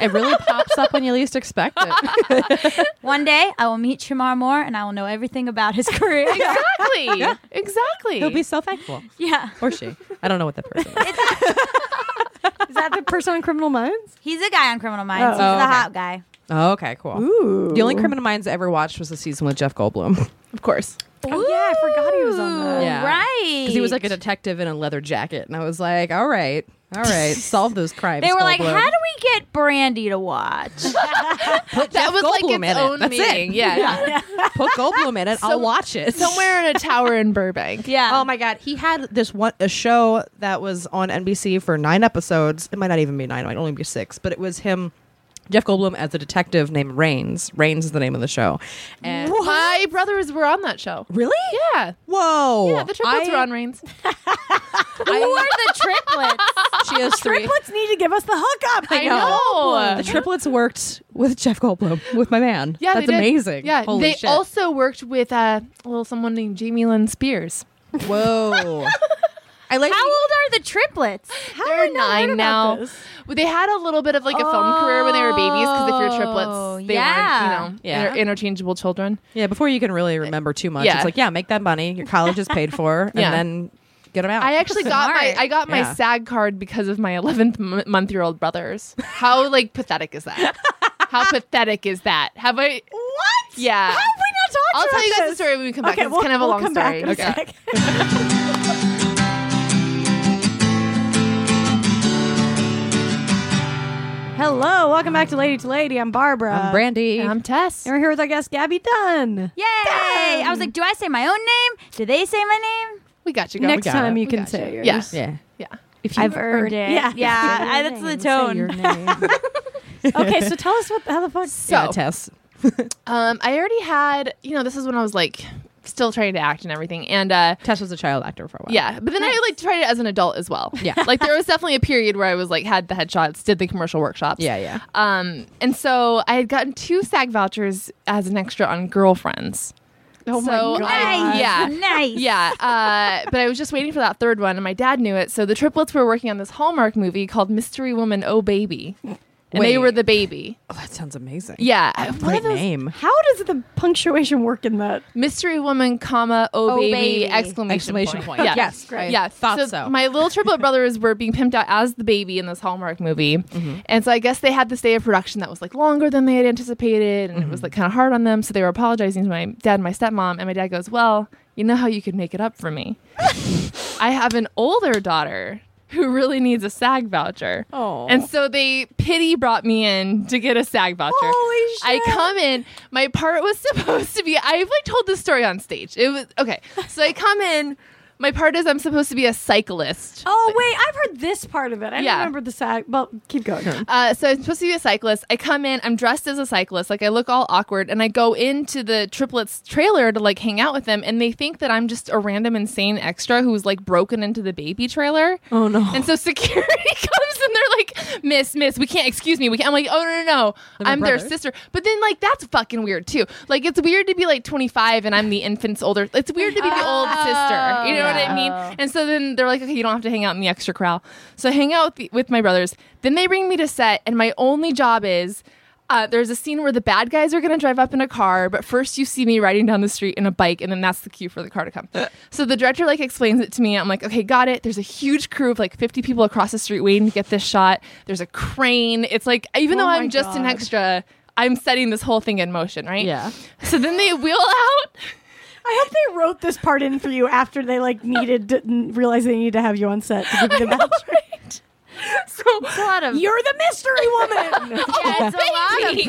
Speaker 2: it really pops up when you least expect it.
Speaker 5: One day, I will meet Shamar Moore and I will know everything about his career.
Speaker 3: Exactly. Exactly.
Speaker 2: He'll be so thankful.
Speaker 5: yeah.
Speaker 2: Or she. I don't know what that person is.
Speaker 1: Is that the person on Criminal Minds?
Speaker 5: He's a guy on Criminal Minds. He's
Speaker 2: Oh,
Speaker 5: the
Speaker 2: okay.
Speaker 5: hot guy.
Speaker 2: Oh, okay, cool.
Speaker 1: Ooh.
Speaker 2: The only Criminal Minds I ever watched was the season with Jeff Goldblum.
Speaker 3: of course.
Speaker 1: Oh, yeah, I forgot he was on that.
Speaker 5: Ooh,
Speaker 2: Yeah.
Speaker 5: Right.
Speaker 2: Because he was like a detective in a leather jacket. And I was like, all right, all right, solve those crimes.
Speaker 5: They were like,
Speaker 2: Goldblum.
Speaker 5: how do we get Brandy to watch?
Speaker 3: that was like
Speaker 2: Goldblum in
Speaker 3: its
Speaker 2: it.
Speaker 3: own
Speaker 2: That's it.
Speaker 3: meeting. Yeah.
Speaker 2: Put Goldblum in it. I'll
Speaker 3: Some-
Speaker 2: watch it.
Speaker 3: Somewhere in a tower in Burbank.
Speaker 5: yeah.
Speaker 2: Oh my god, he had this one a show that was on NBC for nine episodes. It might not even be nine; it might only be six. But it was him, Jeff Goldblum, as a detective named Rains. Rains is the name of the show. And
Speaker 3: My brothers were on that show.
Speaker 2: really?
Speaker 3: Yeah.
Speaker 2: Whoa!
Speaker 3: Yeah, the triplets
Speaker 2: I-
Speaker 3: were on Reigns.
Speaker 5: Who are the triplets?
Speaker 2: She has three.
Speaker 1: Triplets need to give us the hookup.
Speaker 3: I know.
Speaker 2: The triplets worked with Jeff Goldblum with my man.
Speaker 3: Yeah,
Speaker 2: that's
Speaker 3: they did.
Speaker 2: amazing.
Speaker 3: Yeah,
Speaker 2: Holy
Speaker 3: they
Speaker 2: shit.
Speaker 3: also worked with uh, well, someone named Jamie Lynn Spears.
Speaker 2: Whoa. I like.
Speaker 5: How old are the triplets?
Speaker 3: How They're nine now. Well, They had a little bit of like a film career when they were babies because if you're
Speaker 5: Oh,
Speaker 3: triplets, they
Speaker 5: yeah.
Speaker 3: weren't, you know,
Speaker 2: Yeah.
Speaker 3: inter- interchangeable children.
Speaker 2: Yeah, before you can really remember too much,
Speaker 3: Yeah.
Speaker 2: it's like yeah, make that money. Your college is paid for,
Speaker 3: Yeah.
Speaker 2: and then get them out.
Speaker 3: I actually got my
Speaker 5: Smart.
Speaker 3: I got my
Speaker 2: Yeah.
Speaker 3: SAG card because of my 11th m- month year old brothers. How like pathetic is that? How pathetic is that? Have I?
Speaker 1: What?
Speaker 3: Yeah.
Speaker 1: How have we not talked
Speaker 3: I'll
Speaker 1: about
Speaker 3: tell you guys the
Speaker 1: this?
Speaker 3: story when we come back.
Speaker 1: Okay,
Speaker 3: It's
Speaker 1: we'll,
Speaker 3: kind of a
Speaker 1: we'll
Speaker 3: long
Speaker 1: come
Speaker 3: story.
Speaker 1: Back in a
Speaker 3: Okay.
Speaker 1: sec. Hello, welcome back to Lady to Lady. I'm Barbara.
Speaker 2: Uh, I'm Brandy.
Speaker 3: I'm Tess.
Speaker 1: And we're here with our guest Gabby Dunn.
Speaker 5: Yay! I was like, do I say my own name? Do they say my name?
Speaker 3: We got you. Girl.
Speaker 1: Next
Speaker 2: got
Speaker 1: time
Speaker 2: it.
Speaker 1: you
Speaker 3: We
Speaker 1: can
Speaker 3: got
Speaker 1: say yours.
Speaker 3: Yes.
Speaker 2: yeah.
Speaker 3: Yeah.
Speaker 2: If
Speaker 5: I've earned it.
Speaker 1: Yeah.
Speaker 5: yeah. I- that's the tone.
Speaker 1: okay, so tell us what how the fuck.
Speaker 3: So
Speaker 2: yeah, Tess.
Speaker 3: um, I already had you know this is when I was like still trying to act and everything and uh
Speaker 2: Tess was a child actor for a while.
Speaker 3: Yeah, but then I like tried it as an adult as well.
Speaker 2: Yeah.
Speaker 3: like there was definitely a period where I was like had the headshots, did the commercial workshops.
Speaker 2: Yeah, yeah.
Speaker 3: Um, and so I had gotten two SAG vouchers as an extra on Girlfriends. Oh so
Speaker 1: God.
Speaker 3: I-
Speaker 5: Nice.
Speaker 3: yeah.
Speaker 5: Nice.
Speaker 3: Yeah, uh, but I was just waiting for that third one, and my dad knew it. So the triplets were working on this Hallmark movie called Mystery Woman Oh Baby, and
Speaker 2: Wait.
Speaker 3: they were the baby.
Speaker 2: Oh, that sounds amazing.
Speaker 3: Yeah, one
Speaker 2: Great
Speaker 3: of those
Speaker 2: name.
Speaker 1: How does the punctuation work in that?
Speaker 3: Mystery Woman, comma Oh,
Speaker 5: Oh,
Speaker 3: baby,
Speaker 5: baby.
Speaker 3: exclamation
Speaker 2: Exclamation point.
Speaker 3: Yeah.
Speaker 2: Yes, great.
Speaker 3: Yeah,
Speaker 2: Thought so.
Speaker 3: My little triplet brothers were being pimped out as the baby in this Hallmark movie,
Speaker 2: Mm-hmm.
Speaker 3: and so I guess they had this day of production that was like longer than they had anticipated, and it
Speaker 2: Mm-hmm.
Speaker 3: was like kind of hard on them. So they were apologizing to my dad and my stepmom, and my dad goes, "Well, you know how you could make it up for me? I have an older daughter." Who really needs a SAG voucher?
Speaker 2: Aw.
Speaker 3: and so they pity brought me in to get a SAG voucher.
Speaker 1: Holy shit.
Speaker 3: I come in. My part was supposed to be. I've like told this story on stage. It was okay. So I come in. My part is I'm supposed to be a cyclist.
Speaker 1: Oh wait, I've heard this part of it. I don't
Speaker 3: Yeah.
Speaker 1: remember the sag. Well, keep going.
Speaker 3: Uh, so I'm supposed to be a cyclist. I come in. I'm dressed as a cyclist. Like I look all awkward, and I go into the triplets trailer to like hang out with them, and they think that I'm just a random insane extra who's like broken into the baby trailer.
Speaker 2: Oh no.
Speaker 3: And so security comes and they're like, Miss, Miss, we can't excuse me. We can't. I'm like, oh no, no, no.
Speaker 2: my
Speaker 3: I'm
Speaker 2: brother.
Speaker 3: their sister. But then like that's fucking weird too. Like it's weird to be like 25 and I'm the infant's older. It's weird to be the old sister. You know what I mean? And so then they're like, okay, you don't have to hang out in the extra crowd. So I hang out with, the, with my brothers. Then they bring me to set, and my only job is. Uh, there's a scene where the bad guys are going to drive up in a car, but first you see me riding down the street in a bike, and then that's the cue for the car to come. so the director like explains it to me. I'm like, okay, got it. There's a huge crew of like 50 people across the street waiting to get this shot. There's a crane. It's like even
Speaker 1: Oh
Speaker 3: though
Speaker 1: my
Speaker 3: I'm just an
Speaker 1: God.
Speaker 3: extra, I'm setting this whole thing in motion, right?
Speaker 2: Yeah.
Speaker 3: So then they wheel out.
Speaker 1: I hope they wrote this part in for you after they like needed didn't realize they needed to have you on set to give you the voucher.
Speaker 3: So
Speaker 5: It's a lot of.
Speaker 1: You're the mystery woman.
Speaker 5: yeah, it's a lot of
Speaker 3: baby.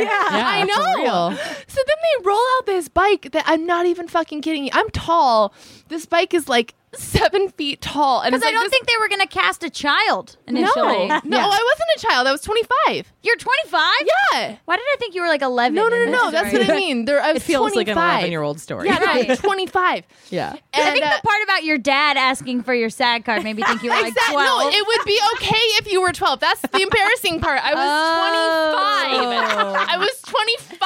Speaker 1: yeah.
Speaker 3: I know.
Speaker 2: for real.
Speaker 3: So then they roll out this bike that I'm not even fucking kidding you. I'm tall. This bike is like seven feet tall, and
Speaker 5: Because
Speaker 3: it's
Speaker 5: I
Speaker 3: like
Speaker 5: don't
Speaker 3: this-
Speaker 5: think they were going to cast a child
Speaker 3: No,
Speaker 5: initially.
Speaker 3: no,
Speaker 2: Yeah.
Speaker 3: I wasn't a child. I was 25.
Speaker 5: You're 25?
Speaker 3: Yeah.
Speaker 5: Why did I think you were like 11?
Speaker 3: No, no, no,
Speaker 5: in this
Speaker 3: no. That's
Speaker 5: story?
Speaker 3: what I mean. There, I
Speaker 2: It
Speaker 3: was
Speaker 2: feels
Speaker 3: 25.
Speaker 2: like an 11 year old story.
Speaker 3: Yeah, no,
Speaker 5: Right.
Speaker 3: 25.
Speaker 2: yeah.
Speaker 5: I
Speaker 3: And,
Speaker 5: think
Speaker 3: uh,
Speaker 5: the part about your dad asking for your SAG card made me think you were like
Speaker 3: Exact-
Speaker 5: 12.
Speaker 3: No, it would be okay if you were 12. That's the embarrassing part. I was
Speaker 5: Oh.
Speaker 3: 25. I was 25.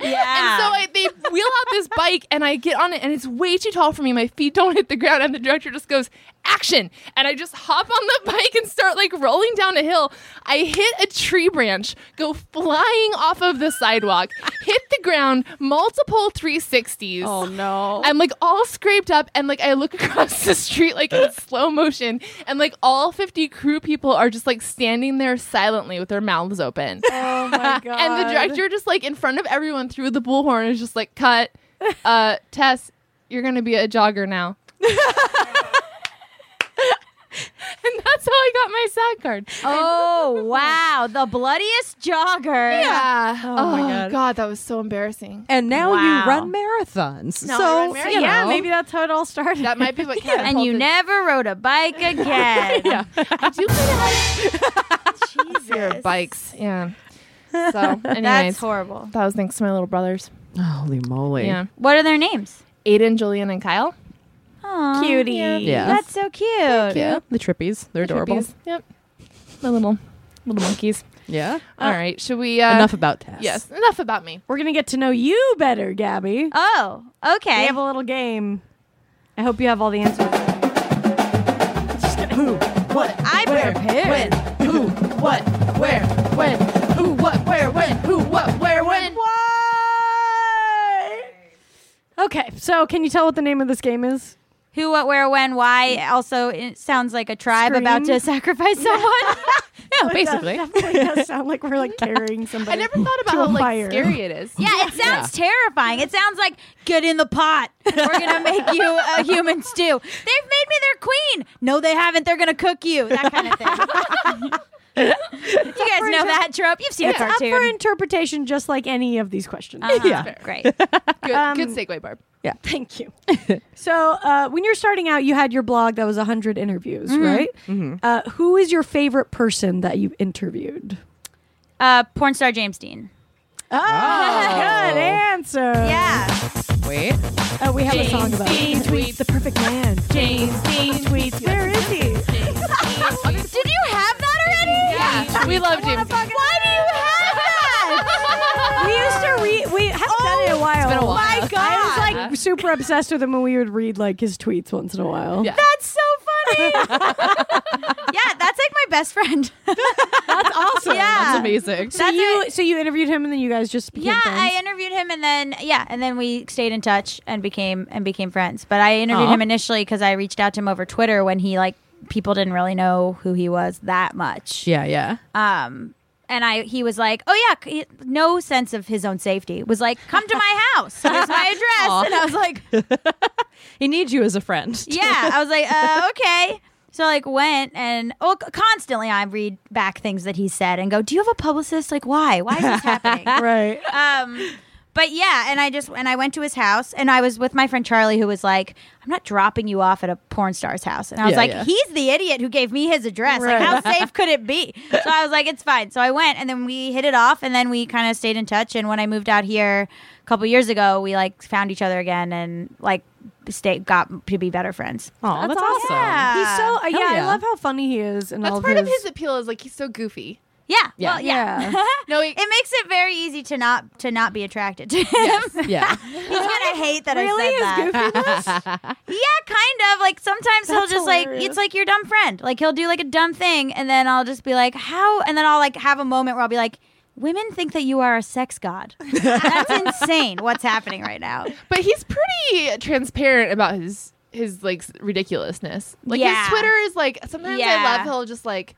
Speaker 5: Yeah.
Speaker 3: And so I, they wheel out this bike and I get on it and it's way too tall for me. My feet don't hit the ground and the director just goes, action. And I just hop on the bike and start like rolling down a hill. I hit a tree branch, go flying off of the sidewalk, hit the ground, multiple 360s.
Speaker 2: Oh no.
Speaker 3: I'm like all scraped up, and like I look across the street like in slow motion, and like all 50 crew people are just like standing there silently with their mouths open.
Speaker 1: Oh my god.
Speaker 3: And the director, just like in front of everyone through the bullhorn, is just like, Cut, uh, Tess, you're gonna be a jogger now. and that's how I got my SAG card.
Speaker 5: oh, wow. The bloodiest jogger.
Speaker 3: Yeah. Oh,
Speaker 2: my
Speaker 3: my
Speaker 2: God.
Speaker 3: God. that was so embarrassing.
Speaker 2: And now
Speaker 5: Wow.
Speaker 2: you run marathons.
Speaker 3: Now
Speaker 2: so
Speaker 3: I run marathons.
Speaker 2: you
Speaker 1: yeah,
Speaker 2: know.
Speaker 1: maybe that's how it all started.
Speaker 3: That might be what
Speaker 5: And you
Speaker 3: catapulted-
Speaker 5: never rode a bike again. yeah.
Speaker 3: I do kind of
Speaker 5: Jesus.
Speaker 3: bikes. Yeah. So,
Speaker 5: That's
Speaker 3: anyways,
Speaker 5: horrible.
Speaker 3: that was thanks to my little brothers.
Speaker 2: Holy moly.
Speaker 3: Yeah.
Speaker 5: What are their names?
Speaker 3: Aiden, Julian, and Kyle.
Speaker 5: Aw,
Speaker 1: Cutie.
Speaker 2: Yeah.
Speaker 5: That's so cute.
Speaker 2: The trippies. They're adorable.
Speaker 3: Yep. The little little monkeys.
Speaker 2: Yeah.
Speaker 3: All right. Should we uh,
Speaker 2: Enough about Tess.
Speaker 3: Yes. Enough about me.
Speaker 1: We're gonna get to know you better, Gabby.
Speaker 5: Oh,
Speaker 1: We
Speaker 5: okay.
Speaker 1: have a little game. I hope you have all the answers.
Speaker 5: I prepared.
Speaker 3: Who? What? Where? When? Who? What? Where? When? Who? What? Where? When?
Speaker 1: Okay, so can you tell what the name of this game is?
Speaker 5: Who, what, where, when, why? Also, it sounds like a tribe about
Speaker 1: Scream.
Speaker 5: to sacrifice someone.
Speaker 2: Yeah, basically.
Speaker 1: That definitely does sound like we're like carrying
Speaker 3: I
Speaker 1: somebody.
Speaker 3: never thought about
Speaker 1: To a
Speaker 3: how like
Speaker 1: fire.
Speaker 3: scary it is.
Speaker 5: yeah, it sounds terrifying. It sounds like get in the pot. We're gonna make you a human stew. They've made me their queen. No, they haven't. They're gonna cook you. That kind of thing. you guys know that trope. You've seen
Speaker 1: it's
Speaker 5: a
Speaker 1: up for
Speaker 5: cartoon.
Speaker 1: interpretation, just like any of these questions.
Speaker 5: Uh-huh.
Speaker 2: Yeah.
Speaker 5: great.
Speaker 3: Good,
Speaker 1: Um,
Speaker 3: good segue, Barb.
Speaker 1: Thank you. so, uh, when you're starting out, you had your blog that was 100 interviews,
Speaker 3: Mm-hmm.
Speaker 1: right? Uh, who is your favorite person that you interviewed?
Speaker 5: Uh, porn star James Dean.
Speaker 1: Oh, good answer.
Speaker 5: Yeah.
Speaker 2: Wait.
Speaker 1: Oh, we have a song about
Speaker 3: Dean
Speaker 1: it. tweets the perfect man.
Speaker 3: James Dean tweets.
Speaker 1: Where is he?
Speaker 5: Did you have that already?
Speaker 3: Yeah, we love James. Dean.
Speaker 5: Why do you have that?
Speaker 1: We used to read. We haven't done it in a while.
Speaker 3: been a while.
Speaker 1: My God, I was
Speaker 3: God.
Speaker 1: like super obsessed with him when we would read like his tweets once in a while.
Speaker 3: Yeah.
Speaker 5: That's so funny. yeah, that's like my best friend.
Speaker 1: That's awesome.
Speaker 5: Yeah.
Speaker 2: That's amazing.
Speaker 1: So
Speaker 5: That's
Speaker 1: you,
Speaker 5: it.
Speaker 1: so you interviewed him, and then you guys just became
Speaker 5: yeah,
Speaker 1: friends.
Speaker 5: I interviewed him and then yeah, and then we stayed in touch and became and became friends. But I interviewed
Speaker 2: Aw.
Speaker 5: him initially cuz I reached out to him over Twitter when he like people didn't really know who he was that much.
Speaker 2: Yeah, yeah.
Speaker 5: Um and I, he was like, "Oh yeah, c- he- no sense of his own safety." Was like, "Come to my house. Here's my address."
Speaker 2: Aw.
Speaker 5: And I was like,
Speaker 2: He needs you as a friend.
Speaker 5: yeah i was like uh, okay so like went and oh c- constantly i read back things that he said and go do you have a publicist like why why is this happening
Speaker 1: right.
Speaker 5: um but yeah and i just and i went to his house and i was with my friend charlie who was like i'm not dropping you off at a porn star's house and i was
Speaker 2: Yeah,
Speaker 5: like
Speaker 2: yeah.
Speaker 5: he's the idiot who gave me his address
Speaker 1: Right.
Speaker 5: like how safe could it be so i was like it's fine so i went and then we hit it off and then we kind of stayed in touch and when i moved out here a couple years ago we like found each other again and like stayed got to be better friends
Speaker 2: Aw,
Speaker 1: That's
Speaker 2: that's,
Speaker 1: awesome.
Speaker 2: awesome.
Speaker 5: Yeah.
Speaker 1: He's so uh, yeah,
Speaker 2: yeah.
Speaker 1: I love how funny he is, and all
Speaker 3: That's
Speaker 1: of
Speaker 3: part
Speaker 1: his,
Speaker 3: of his appeal is like he's so goofy.
Speaker 5: yeah,
Speaker 2: Yeah.
Speaker 5: well yeah,
Speaker 3: No, he,
Speaker 5: it makes it very easy to not to not be attracted to him
Speaker 2: Yeah.
Speaker 5: he's gonna hate that
Speaker 1: really
Speaker 5: i said
Speaker 1: his
Speaker 5: that
Speaker 1: goofiness.
Speaker 5: Yeah, kind of. Like sometimes he'll
Speaker 1: That's
Speaker 5: just like
Speaker 1: hilarious.
Speaker 5: it's like your dumb friend. Like he'll do like a dumb thing, and then I'll just be like, "How?" And then I'll like have a moment where I'll be like, "Women think that you are a sex god. That's insane. What's happening right now?"
Speaker 3: but he's pretty transparent about his his like s- ridiculousness. Like
Speaker 5: Yeah.
Speaker 3: his Twitter is like sometimes
Speaker 5: Yeah.
Speaker 3: I love he'll just like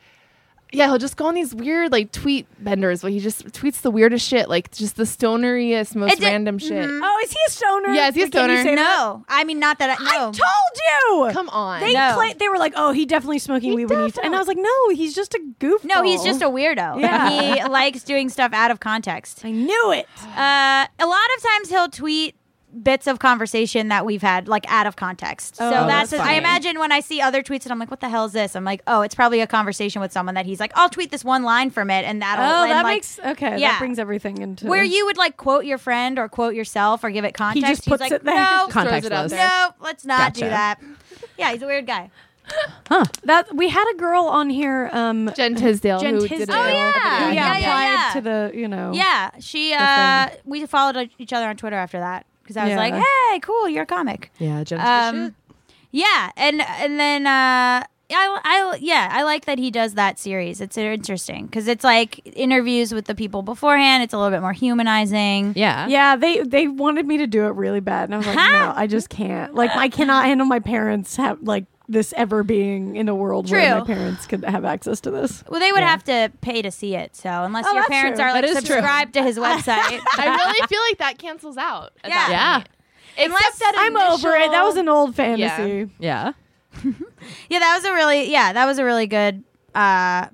Speaker 3: yeah he'll just go on these weird like tweet benders where he just tweets the weirdest shit like just the stoneriest most
Speaker 5: It did-
Speaker 3: random shit.
Speaker 5: mhm.
Speaker 1: oh, is he a stoner?
Speaker 3: Yeah, is he a
Speaker 1: Like, can you
Speaker 3: stoner?
Speaker 1: say that?
Speaker 5: No, I mean not that. I,
Speaker 1: I
Speaker 5: no,
Speaker 1: told you.
Speaker 3: Come on,
Speaker 1: They
Speaker 5: No.
Speaker 1: cla- they were like, oh, he definitely smoking
Speaker 3: He
Speaker 1: weed when he's, and I was like, no, he's just a goof.
Speaker 5: no, he's just a weirdo.
Speaker 1: Yeah.
Speaker 5: He likes doing stuff out of context.
Speaker 1: I knew it.
Speaker 5: Uh, a lot of times he'll tweet bits of conversation that we've had like out of context. so
Speaker 1: Oh,
Speaker 5: that's,
Speaker 2: that's
Speaker 5: I
Speaker 2: funny.
Speaker 5: imagine when I see other tweets and I'm like, what the hell is this? I'm like, oh, it's probably a conversation with someone that he's like, I'll tweet this one line from it, and that'll.
Speaker 1: Oh,
Speaker 5: and,
Speaker 1: that
Speaker 5: like,
Speaker 1: makes okay.
Speaker 5: yeah.
Speaker 1: That brings everything into
Speaker 5: where you would like quote your friend or quote yourself or give it context.
Speaker 1: just
Speaker 5: he's
Speaker 1: puts
Speaker 5: like,
Speaker 1: it there.
Speaker 5: no,
Speaker 3: throws
Speaker 2: Context
Speaker 3: it out
Speaker 2: list.
Speaker 3: there.
Speaker 5: no, let's not do
Speaker 2: Gotcha.
Speaker 5: that. Yeah, he's a weird guy.
Speaker 1: that we had a girl on here. Um,
Speaker 3: Jen Tisdale
Speaker 1: Jen
Speaker 3: who did
Speaker 1: Tisdale.
Speaker 3: it.
Speaker 5: Oh, yeah.
Speaker 1: who, yeah,
Speaker 5: Yeah, yeah, yeah.
Speaker 1: applied to the you know.
Speaker 5: Yeah, she. uh We followed each other on Twitter after that because I was
Speaker 1: Yeah.
Speaker 5: like, hey, cool, you're a comic.
Speaker 2: Yeah, Jen's
Speaker 5: Um, Yeah, and and then uh, I I yeah I like that he does that series. It's interesting because it's like interviews with the people beforehand. It's a little bit more humanizing.
Speaker 2: Yeah.
Speaker 1: Yeah, they they wanted me to do it really bad, and I was like, no, I just can't. Like, I cannot handle my parents have like this ever being in a world where
Speaker 5: True.
Speaker 1: my parents could have access to this.
Speaker 5: Well, they would have to pay to see it. So unless
Speaker 1: Oh,
Speaker 5: your
Speaker 1: that's
Speaker 5: parents
Speaker 1: true.
Speaker 5: are like
Speaker 2: That is true.
Speaker 5: subscribed to his website,
Speaker 3: I really feel like that cancels out. at
Speaker 5: Yeah.
Speaker 3: that
Speaker 2: Yeah.
Speaker 3: point. Except that
Speaker 1: I'm over it. That was an old fantasy.
Speaker 2: Yeah.
Speaker 5: yeah, that was a really yeah that was a really good uh,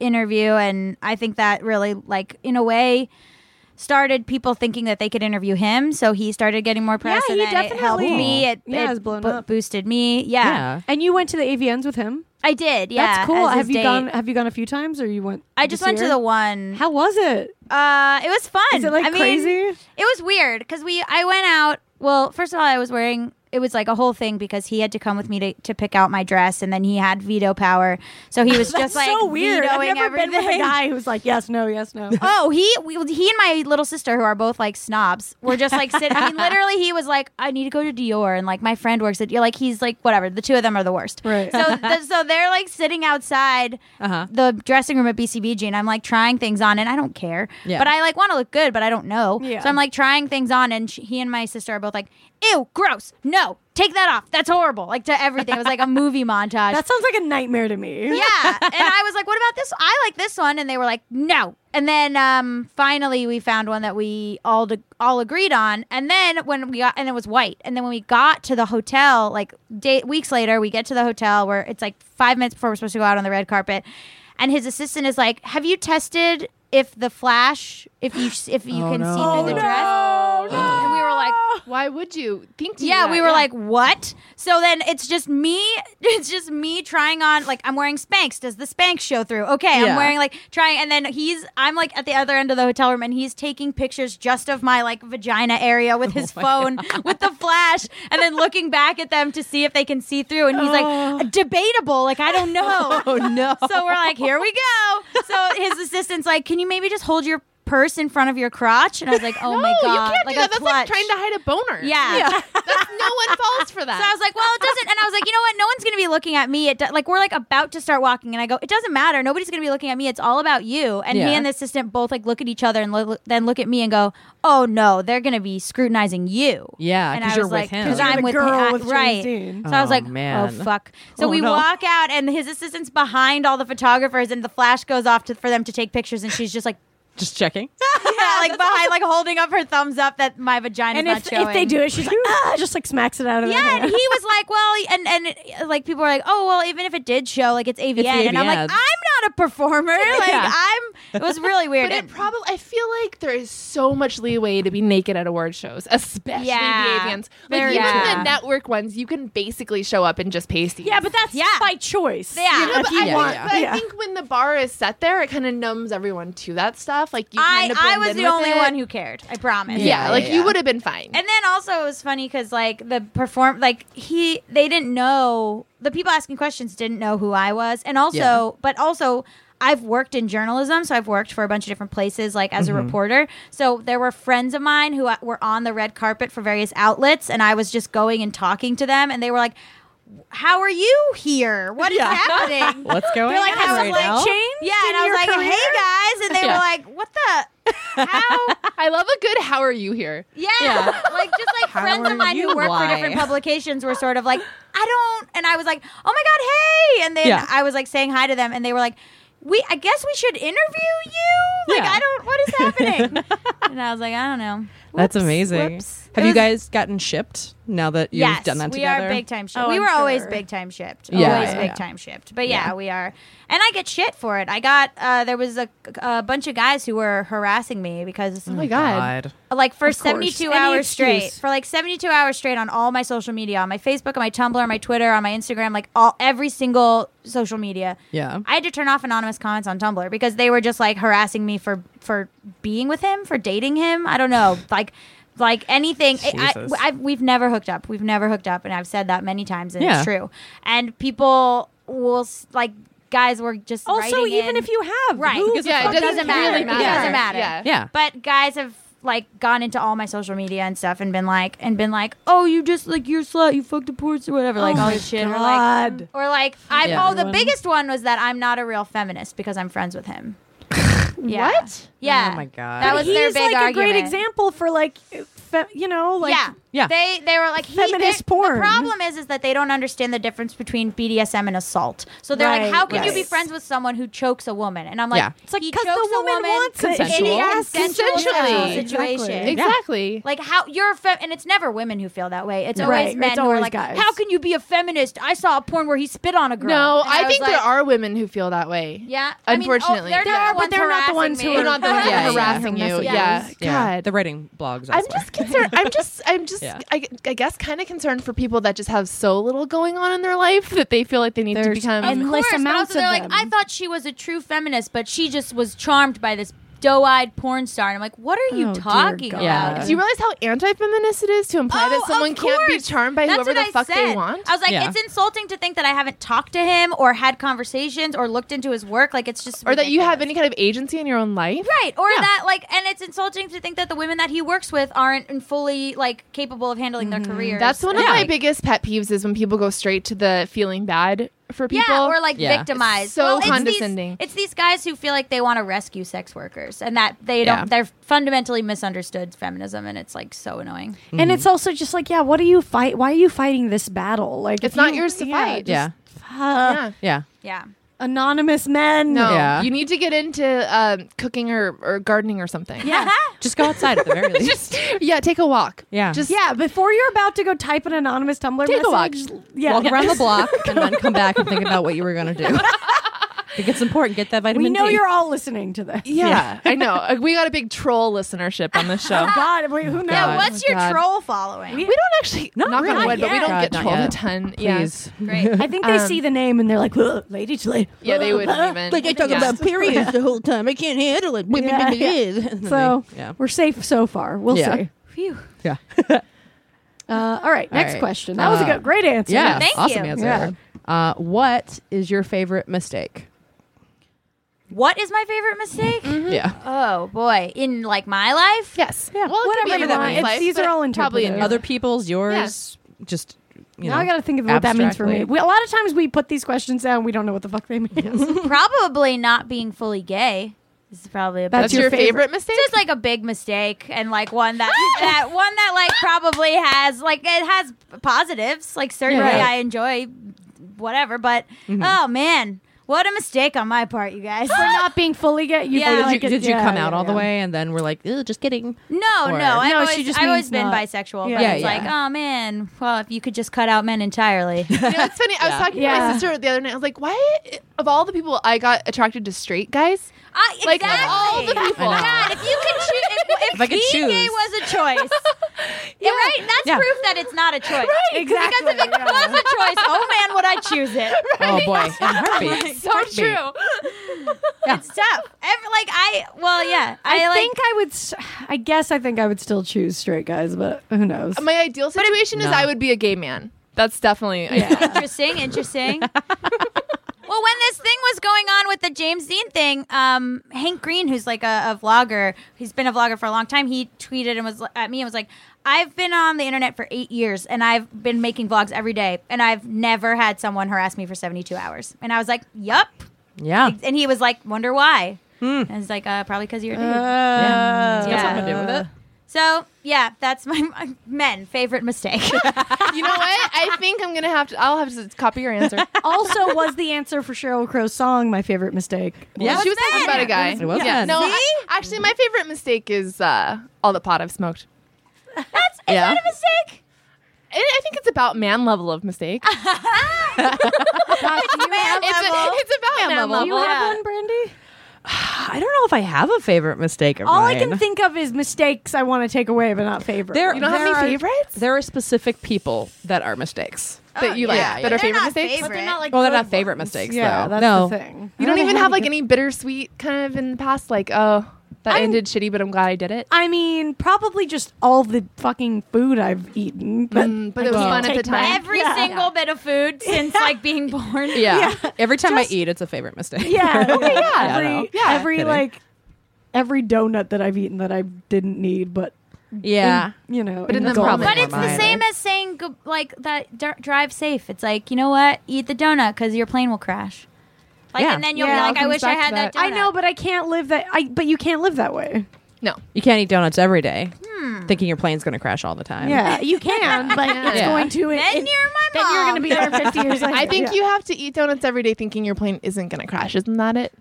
Speaker 5: interview, and I think that really like in a way started people thinking that they could interview him. So he started getting more press.
Speaker 1: Yeah,
Speaker 5: and
Speaker 1: he
Speaker 5: then it helped
Speaker 1: definitely-
Speaker 5: me. It,
Speaker 1: Yeah, it was blown
Speaker 5: bo-
Speaker 1: up.
Speaker 5: boosted me.
Speaker 2: Yeah.
Speaker 1: And you went to the AVNs with him.
Speaker 5: I did. Yeah,
Speaker 1: That's cool.
Speaker 5: as his
Speaker 1: Have you
Speaker 5: date.
Speaker 1: gone? Have you gone a few times, or you went?
Speaker 5: I
Speaker 1: this
Speaker 5: just went to
Speaker 1: year?
Speaker 5: the one.
Speaker 1: How was it?
Speaker 5: uh, it was fun.
Speaker 1: Is it like
Speaker 5: I mean,
Speaker 1: crazy?
Speaker 5: It was weird because we. I went out. Well, first of all, I was wearing. it was like a whole thing because he had to come with me to, to pick out my dress, and then he had veto power, so he was
Speaker 1: That's
Speaker 5: just like
Speaker 1: so weird. I've
Speaker 5: vetoing
Speaker 1: never been with a
Speaker 5: everything.
Speaker 1: guy who's like, yes, no, yes, no.
Speaker 5: Oh, he we, he and my little sister, who are both like snobs, were just like sitting. I mean, literally, he was like, "I need to go to Dior," and like my friend works at Dior. Like he's like whatever. The two of them are the worst.
Speaker 1: Right.
Speaker 5: So th- so they're like sitting outside
Speaker 2: Uh-huh.
Speaker 5: the dressing room at BCBG, and I'm like trying things on, and I don't care.
Speaker 2: Yeah.
Speaker 5: But I like want to look good, but I don't know.
Speaker 1: Yeah.
Speaker 5: So I'm like trying things on, and she, he and my sister are both like, "Ew, gross! No, take that off. That's horrible!" Like to everything. It was like a movie montage
Speaker 1: That sounds like a nightmare to me.
Speaker 5: yeah. And I was like, what about this? I like this one. And they were like, no. And then um, finally, we found one that we all de- all agreed on. And then when we got, and it was white. And then when we got to the hotel, like day- weeks later, we get to the hotel where it's like five minutes before we're supposed to go out on the red carpet. And his assistant is like, have you tested if the flash, if you if you
Speaker 2: Oh,
Speaker 5: can
Speaker 2: no.
Speaker 5: see through
Speaker 2: Oh,
Speaker 5: the
Speaker 2: no.
Speaker 5: dress?
Speaker 3: Oh,
Speaker 5: And we were like,
Speaker 3: Why would you think? To
Speaker 5: yeah,
Speaker 3: do
Speaker 5: we
Speaker 3: that?
Speaker 5: were like, what? So then it's just me. It's just me trying on. Like I'm wearing Spanx. Does the Spanx show through? Okay, I'm
Speaker 2: Yeah.
Speaker 5: wearing like trying. And then he's. I'm like at the other end of the hotel room, and he's taking pictures just of my like vagina area
Speaker 3: Oh
Speaker 5: with his phone with the flash, and then looking back at them to see if they can see through. And he's
Speaker 3: Oh.
Speaker 5: like, debatable. Like I don't know.
Speaker 2: Oh no!
Speaker 5: So we're like, here we go. So his assistant's like, can you maybe just hold your purse in front of your crotch? And I was like, oh
Speaker 3: no,
Speaker 5: my god,
Speaker 3: you can't
Speaker 5: like
Speaker 3: do that.
Speaker 5: a
Speaker 3: That's like
Speaker 5: clutch.
Speaker 3: trying to hide a boner.
Speaker 5: yeah.
Speaker 3: That's, no one falls for that.
Speaker 5: So I was like, well, it doesn't. And I was like, you know what? No one's going to be looking at me. It do- like we're like about to start walking, and I go, it doesn't matter. Nobody's going to be looking at me. It's all about you. And
Speaker 2: Yeah.
Speaker 5: he and the assistant both like look at each other and lo- then look at me and go, oh no, they're going to be scrutinizing you.
Speaker 2: Yeah,
Speaker 5: and
Speaker 2: 'cause
Speaker 5: I
Speaker 2: you're
Speaker 5: was
Speaker 2: with
Speaker 5: like,
Speaker 2: him.
Speaker 5: because
Speaker 2: You're
Speaker 5: I'm
Speaker 1: the
Speaker 5: with
Speaker 1: girl
Speaker 5: him,
Speaker 1: with James
Speaker 5: right?
Speaker 1: Dean.
Speaker 5: So I was
Speaker 2: Oh,
Speaker 5: like,
Speaker 2: man.
Speaker 5: oh fuck. So
Speaker 2: Oh,
Speaker 5: we
Speaker 2: no.
Speaker 5: walk out, and his assistant's behind all the photographers, and the flash goes off to, for them to take pictures, and she's just like.
Speaker 2: Just checking.
Speaker 5: like behind, like holding up her thumbs up that my vagina's
Speaker 1: And
Speaker 5: not
Speaker 1: if,
Speaker 5: showing.
Speaker 1: if they do it, she's like, ah, just like smacks it out of
Speaker 5: Yeah,
Speaker 1: their
Speaker 5: and he
Speaker 1: hair.
Speaker 5: was like, well, and and uh, like people were like, oh, well, even if it did show, like it's AVN, and I'm like,
Speaker 2: AVN.
Speaker 5: I'm not a performer. Like
Speaker 2: Yeah.
Speaker 5: I'm. It was really weird.
Speaker 3: but it
Speaker 5: And-
Speaker 3: probably. I feel like there is so much leeway to be naked at award shows, especially
Speaker 5: Yeah.
Speaker 3: the avians. Like
Speaker 5: Very-
Speaker 3: even
Speaker 5: Yeah.
Speaker 3: the network ones, you can basically show up in just pasties.
Speaker 1: Yeah, but that's
Speaker 5: Yeah.
Speaker 1: by choice.
Speaker 5: Yeah.
Speaker 1: You know,
Speaker 3: No,
Speaker 1: if
Speaker 3: but
Speaker 1: you
Speaker 3: I,
Speaker 1: want.
Speaker 3: think, but
Speaker 1: yeah.
Speaker 3: I think when the bar is set there, it kind of numbs everyone to that stuff. Like you, kind
Speaker 5: I
Speaker 3: of
Speaker 5: I was the only
Speaker 3: it.
Speaker 5: one who cared. I promise.
Speaker 3: Yeah,
Speaker 2: Yeah,
Speaker 3: like
Speaker 2: yeah,
Speaker 3: you
Speaker 2: yeah.
Speaker 3: would have been fine.
Speaker 5: And then also it was funny because like the perform like he they didn't know the people asking questions didn't know who I was and also
Speaker 2: Yeah.
Speaker 5: but also I've worked in journalism so I've worked for a bunch of different places like as a reporter so there were friends of mine who uh, were on the red carpet for various outlets and I was just going and talking to them and they were like how are you here what is happening
Speaker 2: What's going
Speaker 5: They're like,
Speaker 2: on
Speaker 5: "Has
Speaker 2: right
Speaker 5: something
Speaker 2: now?
Speaker 1: changed
Speaker 5: yeah
Speaker 1: in
Speaker 5: and I was
Speaker 1: your
Speaker 5: like
Speaker 1: career?
Speaker 5: hey guys and they
Speaker 2: Yeah.
Speaker 5: were like what the how
Speaker 3: I love a good "How are you here?"
Speaker 5: yeah. Like just like
Speaker 2: How
Speaker 5: friends
Speaker 2: are
Speaker 5: of mine who
Speaker 2: you?
Speaker 5: work for
Speaker 2: Why?
Speaker 5: different publications were sort of like, I don't and I was like, Oh my god, hey and then
Speaker 2: Yeah.
Speaker 5: I was like saying hi to them and they were like, We I guess we should interview you. Like
Speaker 2: Yeah.
Speaker 5: I don't what is happening? and I was like, I don't know.
Speaker 2: That's
Speaker 5: Whoops,
Speaker 2: amazing.
Speaker 5: whoops.
Speaker 2: Have
Speaker 5: It
Speaker 2: you
Speaker 5: was-
Speaker 2: guys gotten shipped now that you've
Speaker 5: yes,
Speaker 2: done that
Speaker 5: we
Speaker 2: together?
Speaker 5: are big time shipped.
Speaker 1: Oh,
Speaker 5: we
Speaker 1: I'm
Speaker 5: were always
Speaker 1: sure.
Speaker 5: big time shipped.
Speaker 2: Yeah,
Speaker 5: always
Speaker 2: yeah,
Speaker 5: big
Speaker 2: yeah.
Speaker 5: time shipped. But yeah, we are. And I get shit for it. I got uh, there was a, a bunch of guys who were harassing me because
Speaker 3: Oh my god.
Speaker 5: like for
Speaker 1: course.
Speaker 5: 72
Speaker 1: Any
Speaker 5: hours straight
Speaker 1: excuse.
Speaker 5: for like 72 hours straight on all my social media on my facebook on my tumblr on my twitter on my instagram like all every single social media
Speaker 2: Yeah.
Speaker 5: i had to turn off anonymous comments on tumblr because they were just like harassing me for for being with him for dating him i don't know like like anything I,
Speaker 2: Jesus.
Speaker 5: I, have we've never hooked up we've never hooked up and i've said that many times and
Speaker 2: Yeah.
Speaker 5: it's true and people will s- like guys were just
Speaker 1: Also,
Speaker 5: writing
Speaker 1: even
Speaker 5: in-
Speaker 1: if you have,
Speaker 5: Right.
Speaker 1: who gives a
Speaker 3: Yeah,
Speaker 1: fuck?
Speaker 3: it doesn't,
Speaker 5: doesn't matter.
Speaker 3: really
Speaker 5: It
Speaker 3: matter.
Speaker 5: doesn't matter.
Speaker 3: Yeah.
Speaker 2: Yeah.
Speaker 5: But guys have like gone into all my social media and stuff and been like and been like, oh, you just like you're a slut, you fucked a ports or whatever, like
Speaker 1: Oh
Speaker 5: all
Speaker 1: my
Speaker 5: this shit, or like,
Speaker 1: God.
Speaker 5: or like, I'm
Speaker 2: Yeah.
Speaker 5: oh, the biggest one was that I'm not a real feminist because I'm friends with him. yeah.
Speaker 3: What?
Speaker 5: Yeah.
Speaker 2: Oh my God.
Speaker 5: That was
Speaker 1: he's
Speaker 5: their big
Speaker 1: like
Speaker 5: argument.
Speaker 1: a great example for like, fe- you know, like
Speaker 5: yeah,
Speaker 2: Yeah.
Speaker 5: They they were like he,
Speaker 1: Feminist
Speaker 5: they-
Speaker 1: porn.
Speaker 5: The problem is is that they don't understand the difference between BDSM and assault. So they're
Speaker 1: Right,
Speaker 5: like, how can you be
Speaker 1: right.
Speaker 5: friends with someone who chokes a woman? And I'm like,
Speaker 2: Yeah.
Speaker 5: he
Speaker 1: It's like
Speaker 5: chokes
Speaker 1: because the
Speaker 5: a
Speaker 1: woman,
Speaker 5: woman
Speaker 1: wants it.
Speaker 2: Consensual.
Speaker 1: She
Speaker 2: Yeah,
Speaker 1: asks
Speaker 5: consensual
Speaker 3: consensually.
Speaker 5: sexual
Speaker 1: Exactly.
Speaker 5: situation.
Speaker 3: Exactly.
Speaker 5: Like how you're a fe- and it's never women who feel that way. It's
Speaker 1: No.
Speaker 5: always
Speaker 1: Right,
Speaker 5: men
Speaker 1: it's
Speaker 5: who are
Speaker 1: always
Speaker 5: like,
Speaker 1: guys.
Speaker 5: "How can you be a feminist? I saw a porn where he spit on a girl."
Speaker 3: No,
Speaker 5: And
Speaker 3: I,
Speaker 5: was
Speaker 3: think
Speaker 5: like,
Speaker 3: there are women who feel that way.
Speaker 5: Yeah, I mean, oh,
Speaker 3: Unfortunately.
Speaker 5: they're
Speaker 1: There
Speaker 5: not
Speaker 1: are,
Speaker 5: the
Speaker 1: but they're not the ones who
Speaker 5: harassing
Speaker 1: are
Speaker 5: me.
Speaker 3: They're not the ones
Speaker 2: Yeah, yeah.
Speaker 3: harassing you.
Speaker 1: Messages.
Speaker 3: Yeah.
Speaker 2: Yeah.
Speaker 3: God.
Speaker 2: The writing blogs.
Speaker 3: I'm
Speaker 2: elsewhere.
Speaker 3: just concerned. I'm just, I'm just,
Speaker 2: Yeah.
Speaker 3: I, I guess, kind of concerned for people that just have so little going on in their life that they feel like they need to
Speaker 1: There's
Speaker 3: become.
Speaker 1: endless
Speaker 5: course, but
Speaker 1: amounts
Speaker 5: also they're
Speaker 1: of
Speaker 5: like,
Speaker 1: them.
Speaker 5: I thought she was a true feminist, but she just was charmed by this doe-eyed porn star, and I'm like, what are you
Speaker 1: Oh, dear
Speaker 5: talking
Speaker 1: God.
Speaker 5: about?
Speaker 2: Yeah.
Speaker 3: Do you realize how anti-feminist it is to imply that
Speaker 5: Oh,
Speaker 3: someone
Speaker 5: of
Speaker 3: can't be
Speaker 5: course.
Speaker 3: charmed by
Speaker 5: That's
Speaker 3: whoever
Speaker 5: what
Speaker 3: the
Speaker 5: I
Speaker 3: fuck
Speaker 5: said.
Speaker 3: they want?
Speaker 5: I was like,
Speaker 2: Yeah.
Speaker 5: it's insulting to think that I haven't talked to him or had conversations or looked into his work. Like, it's just
Speaker 3: Or that you have
Speaker 5: ridiculous.
Speaker 3: any kind of agency in your own life?
Speaker 5: Right, or that like, and it's insulting to think that the women that he works with aren't in fully like capable of handling their careers.
Speaker 3: That's one of
Speaker 2: Yeah.
Speaker 3: my biggest pet peeves is when people go straight to the feeling bad for people.
Speaker 5: yeah, or like
Speaker 2: Yeah.
Speaker 5: victimized.
Speaker 3: So
Speaker 5: well, it's
Speaker 3: condescending.
Speaker 5: These, it's these guys who feel like they want to rescue sex workers, and that they
Speaker 2: Yeah.
Speaker 5: don't. They're fundamentally misunderstood feminism, and it's like so annoying.
Speaker 1: And it's also just like, yeah, what are you fight? Why are you fighting this battle? Like,
Speaker 3: It's
Speaker 1: if
Speaker 3: not
Speaker 1: you-
Speaker 3: yours to fight.
Speaker 2: yeah,
Speaker 1: uh,
Speaker 2: yeah.
Speaker 3: yeah.
Speaker 5: Yeah,
Speaker 1: anonymous men.
Speaker 3: No,
Speaker 2: Yeah.
Speaker 3: you need to get into um, cooking or, or gardening or something.
Speaker 1: Yeah.
Speaker 2: Just go outside at the very least.
Speaker 3: just yeah, take a walk.
Speaker 2: Yeah.
Speaker 3: just
Speaker 1: Yeah, before you're about to go type an anonymous Tumblr
Speaker 3: Take a walk.
Speaker 1: message, yeah,
Speaker 2: Walk around the block and then come back and think about what you were going to do. I think it's important. Get that vitamin
Speaker 1: we know
Speaker 2: D.
Speaker 1: you're all listening to this.
Speaker 3: yeah. I know. Uh, We got a big troll listenership on this show.
Speaker 1: Oh God, wait, who knows?
Speaker 5: yeah.
Speaker 2: God.
Speaker 5: What's
Speaker 2: Oh,
Speaker 5: your
Speaker 2: God.
Speaker 5: troll following?
Speaker 3: We don't actually
Speaker 2: Not
Speaker 3: knock
Speaker 2: really.
Speaker 3: on wood, but we
Speaker 1: Not
Speaker 3: don't
Speaker 2: yet.
Speaker 3: get
Speaker 2: God, not
Speaker 3: trolled a
Speaker 2: yet.
Speaker 3: ton. Yeah.
Speaker 2: Please.
Speaker 5: Great.
Speaker 1: I think they
Speaker 3: Um,
Speaker 1: see the name and they're like, "Ugh, lady to lady.
Speaker 3: Yeah, they wouldn't even.
Speaker 6: Like I talk
Speaker 3: Yeah.
Speaker 6: about periods the whole time. I can't handle it.
Speaker 1: Yeah, So
Speaker 2: yeah.
Speaker 1: we're safe so far. We'll
Speaker 2: Yeah.
Speaker 1: see.
Speaker 5: Phew.
Speaker 2: Yeah.
Speaker 1: Uh, all right,
Speaker 2: All
Speaker 1: next
Speaker 2: right.
Speaker 1: question. That was a
Speaker 2: Uh,
Speaker 1: good, great answer.
Speaker 2: Yeah.
Speaker 5: Thank
Speaker 2: awesome
Speaker 5: you.
Speaker 2: answer.
Speaker 1: Yeah.
Speaker 2: Uh, what is your favorite mistake?
Speaker 5: What is my favorite mistake?
Speaker 3: Mm-hmm.
Speaker 2: Yeah.
Speaker 5: Oh boy, in like my life.
Speaker 3: Yes. Yeah. Well,
Speaker 1: Whatever you want. It's- these are all
Speaker 3: probably in
Speaker 1: interpretive.
Speaker 3: your
Speaker 2: Other people's, yours,
Speaker 3: Yes.
Speaker 2: just, you
Speaker 1: now
Speaker 2: know.
Speaker 1: I got to think of what that means for me.
Speaker 2: abstractly.
Speaker 1: We, a lot of times we put these questions down, we don't know what the fuck they mean.
Speaker 5: Probably not being fully gay. This is probably about
Speaker 1: That's
Speaker 3: That's your,
Speaker 1: your
Speaker 3: favorite,
Speaker 1: favorite.
Speaker 3: mistake.
Speaker 5: just like a big mistake and like one that that one that like probably has like it has positives like certainly
Speaker 1: Yeah.
Speaker 5: i enjoy whatever but oh man what a mistake on my part you guys
Speaker 1: For not being fully gay. You
Speaker 5: Yeah,
Speaker 1: feel
Speaker 5: did
Speaker 2: Did,
Speaker 5: I
Speaker 1: like
Speaker 2: you,
Speaker 1: it-
Speaker 2: did you
Speaker 1: yeah,
Speaker 2: come
Speaker 1: yeah,
Speaker 2: out all the
Speaker 1: yeah.
Speaker 2: way and then we're like, "Ew, just kidding?
Speaker 5: no
Speaker 2: Or-
Speaker 5: no
Speaker 1: No,
Speaker 5: i've
Speaker 1: she
Speaker 5: always,
Speaker 1: just
Speaker 5: I've always
Speaker 1: means
Speaker 5: been
Speaker 1: not-
Speaker 5: bisexual
Speaker 1: Yeah.
Speaker 5: but
Speaker 1: Yeah,
Speaker 5: it's like
Speaker 2: yeah.
Speaker 5: oh man well if you could just cut out men entirely
Speaker 3: You know, it's funny. I was
Speaker 2: Yeah.
Speaker 3: talking to
Speaker 1: Yeah.
Speaker 3: my sister the other night. I was like, why, of all the people, I got attracted to straight guys?
Speaker 5: I,
Speaker 3: Like, of
Speaker 5: exactly Oh,
Speaker 3: all the people. I know.
Speaker 5: God, if you could choose if, if,
Speaker 2: If I could
Speaker 5: being gay
Speaker 2: choose.
Speaker 5: was a choice yeah. right that's
Speaker 2: Yeah.
Speaker 5: proof that it's not a choice
Speaker 1: Exactly.
Speaker 5: because if it was a choice oh man would i choose it
Speaker 2: Oh boy, in a heartbeat.
Speaker 3: So true.
Speaker 5: It's tough. Every, like I, well, yeah, I,
Speaker 1: I,
Speaker 5: like.
Speaker 1: think I would. s- I guess I think I would still choose straight guys, but who knows?
Speaker 3: My ideal situation is
Speaker 2: No.
Speaker 3: I would be a gay man. That's definitely.
Speaker 5: interesting, interesting. well, when this thing was going on with the James Dean thing, um, Hank Green, who's like a, a vlogger, he's been a vlogger for a long time. He tweeted and was li- at me and was like, "I've been on the internet for eight years and I've been making vlogs every day, and I've never had someone harass me for seventy-two hours." And I was like, "Yup."
Speaker 2: Yeah.
Speaker 5: And he was like, "Wonder why?" And it's like, uh, "Probably because you're a dude."
Speaker 2: yeah.
Speaker 5: Yeah.
Speaker 2: Something to do with it.
Speaker 5: so yeah, that's my, my men favorite mistake.
Speaker 3: You know what? I think I'm gonna have to. I'll have to copy your answer.
Speaker 1: also, was the answer for Cheryl Crow's song my favorite mistake?
Speaker 2: Yeah.
Speaker 3: she was talking about a guy.
Speaker 2: It was
Speaker 3: yeah.
Speaker 2: bad.
Speaker 3: No,
Speaker 5: See?
Speaker 3: I- actually, my favorite mistake is uh, all the pot I've smoked.
Speaker 5: That's is
Speaker 2: Yeah.
Speaker 5: that a mistake?
Speaker 3: And I think it's about man level of mistake.
Speaker 1: Gosh, do you have,
Speaker 3: It's, it's about man, level.
Speaker 1: do you have
Speaker 5: yeah.
Speaker 1: one, Brandy?
Speaker 2: I don't know if I have a favorite mistake of
Speaker 1: All
Speaker 2: mine.
Speaker 1: I can think of is mistakes I want to take away, but not favorite.
Speaker 2: There,
Speaker 3: You don't have
Speaker 2: there
Speaker 3: any
Speaker 2: are-
Speaker 3: favorites?
Speaker 2: There are specific people that are mistakes.
Speaker 3: that you like
Speaker 5: yeah,
Speaker 3: that
Speaker 5: yeah.
Speaker 3: are favorite
Speaker 5: They're not
Speaker 3: mistakes.
Speaker 5: favorite.
Speaker 1: like.
Speaker 2: Well, they're
Speaker 1: good
Speaker 2: not favorite
Speaker 1: ones.
Speaker 2: mistakes,
Speaker 1: Yeah,
Speaker 2: though.
Speaker 1: that's
Speaker 2: No.
Speaker 1: the thing.
Speaker 3: You don't even have like any bittersweet kind of in the past, like oh that
Speaker 1: I'm-
Speaker 3: ended shitty, but I'm glad I did it.
Speaker 1: I mean, probably just all the fucking food I've eaten. But
Speaker 3: Mm, but it was
Speaker 1: can't
Speaker 3: fun at
Speaker 1: take
Speaker 3: the time.
Speaker 1: back.
Speaker 5: Every
Speaker 1: Yeah.
Speaker 5: single bit of food since like being born.
Speaker 2: Yeah. Every time
Speaker 1: Just-
Speaker 2: I eat, it's a favorite mistake.
Speaker 1: Yeah, okay, yeah.
Speaker 2: I don't know.
Speaker 1: Every, yeah, every
Speaker 2: Kidding.
Speaker 1: like every donut that I've eaten that I didn't need, but
Speaker 2: yeah.
Speaker 1: you know,
Speaker 3: But in the
Speaker 1: indulged.
Speaker 3: moment.
Speaker 5: But it's the
Speaker 2: Minor.
Speaker 5: same as saying go- like that d- drive safe. It's like, you know what? Eat the donut cuz your plane will crash. Like
Speaker 2: Yeah.
Speaker 5: and then you'll
Speaker 3: Yeah,
Speaker 5: be
Speaker 3: it
Speaker 5: like I
Speaker 3: comes
Speaker 5: wish I
Speaker 3: back to
Speaker 5: had that.
Speaker 3: that.
Speaker 1: I
Speaker 5: donut."
Speaker 1: know, but I can't live that. I but you can't live that way.
Speaker 3: No,
Speaker 2: You can't eat donuts every day, thinking your plane's going to crash all the time.
Speaker 1: Yeah, you can, but it's
Speaker 2: Yeah.
Speaker 1: going to. it-
Speaker 5: Then you're
Speaker 1: it-
Speaker 5: my mom.
Speaker 1: then you're going to be there 50 years later.
Speaker 3: I think
Speaker 1: Yeah.
Speaker 3: you have to eat donuts every day, thinking your plane isn't gonna crash. Isn't that it?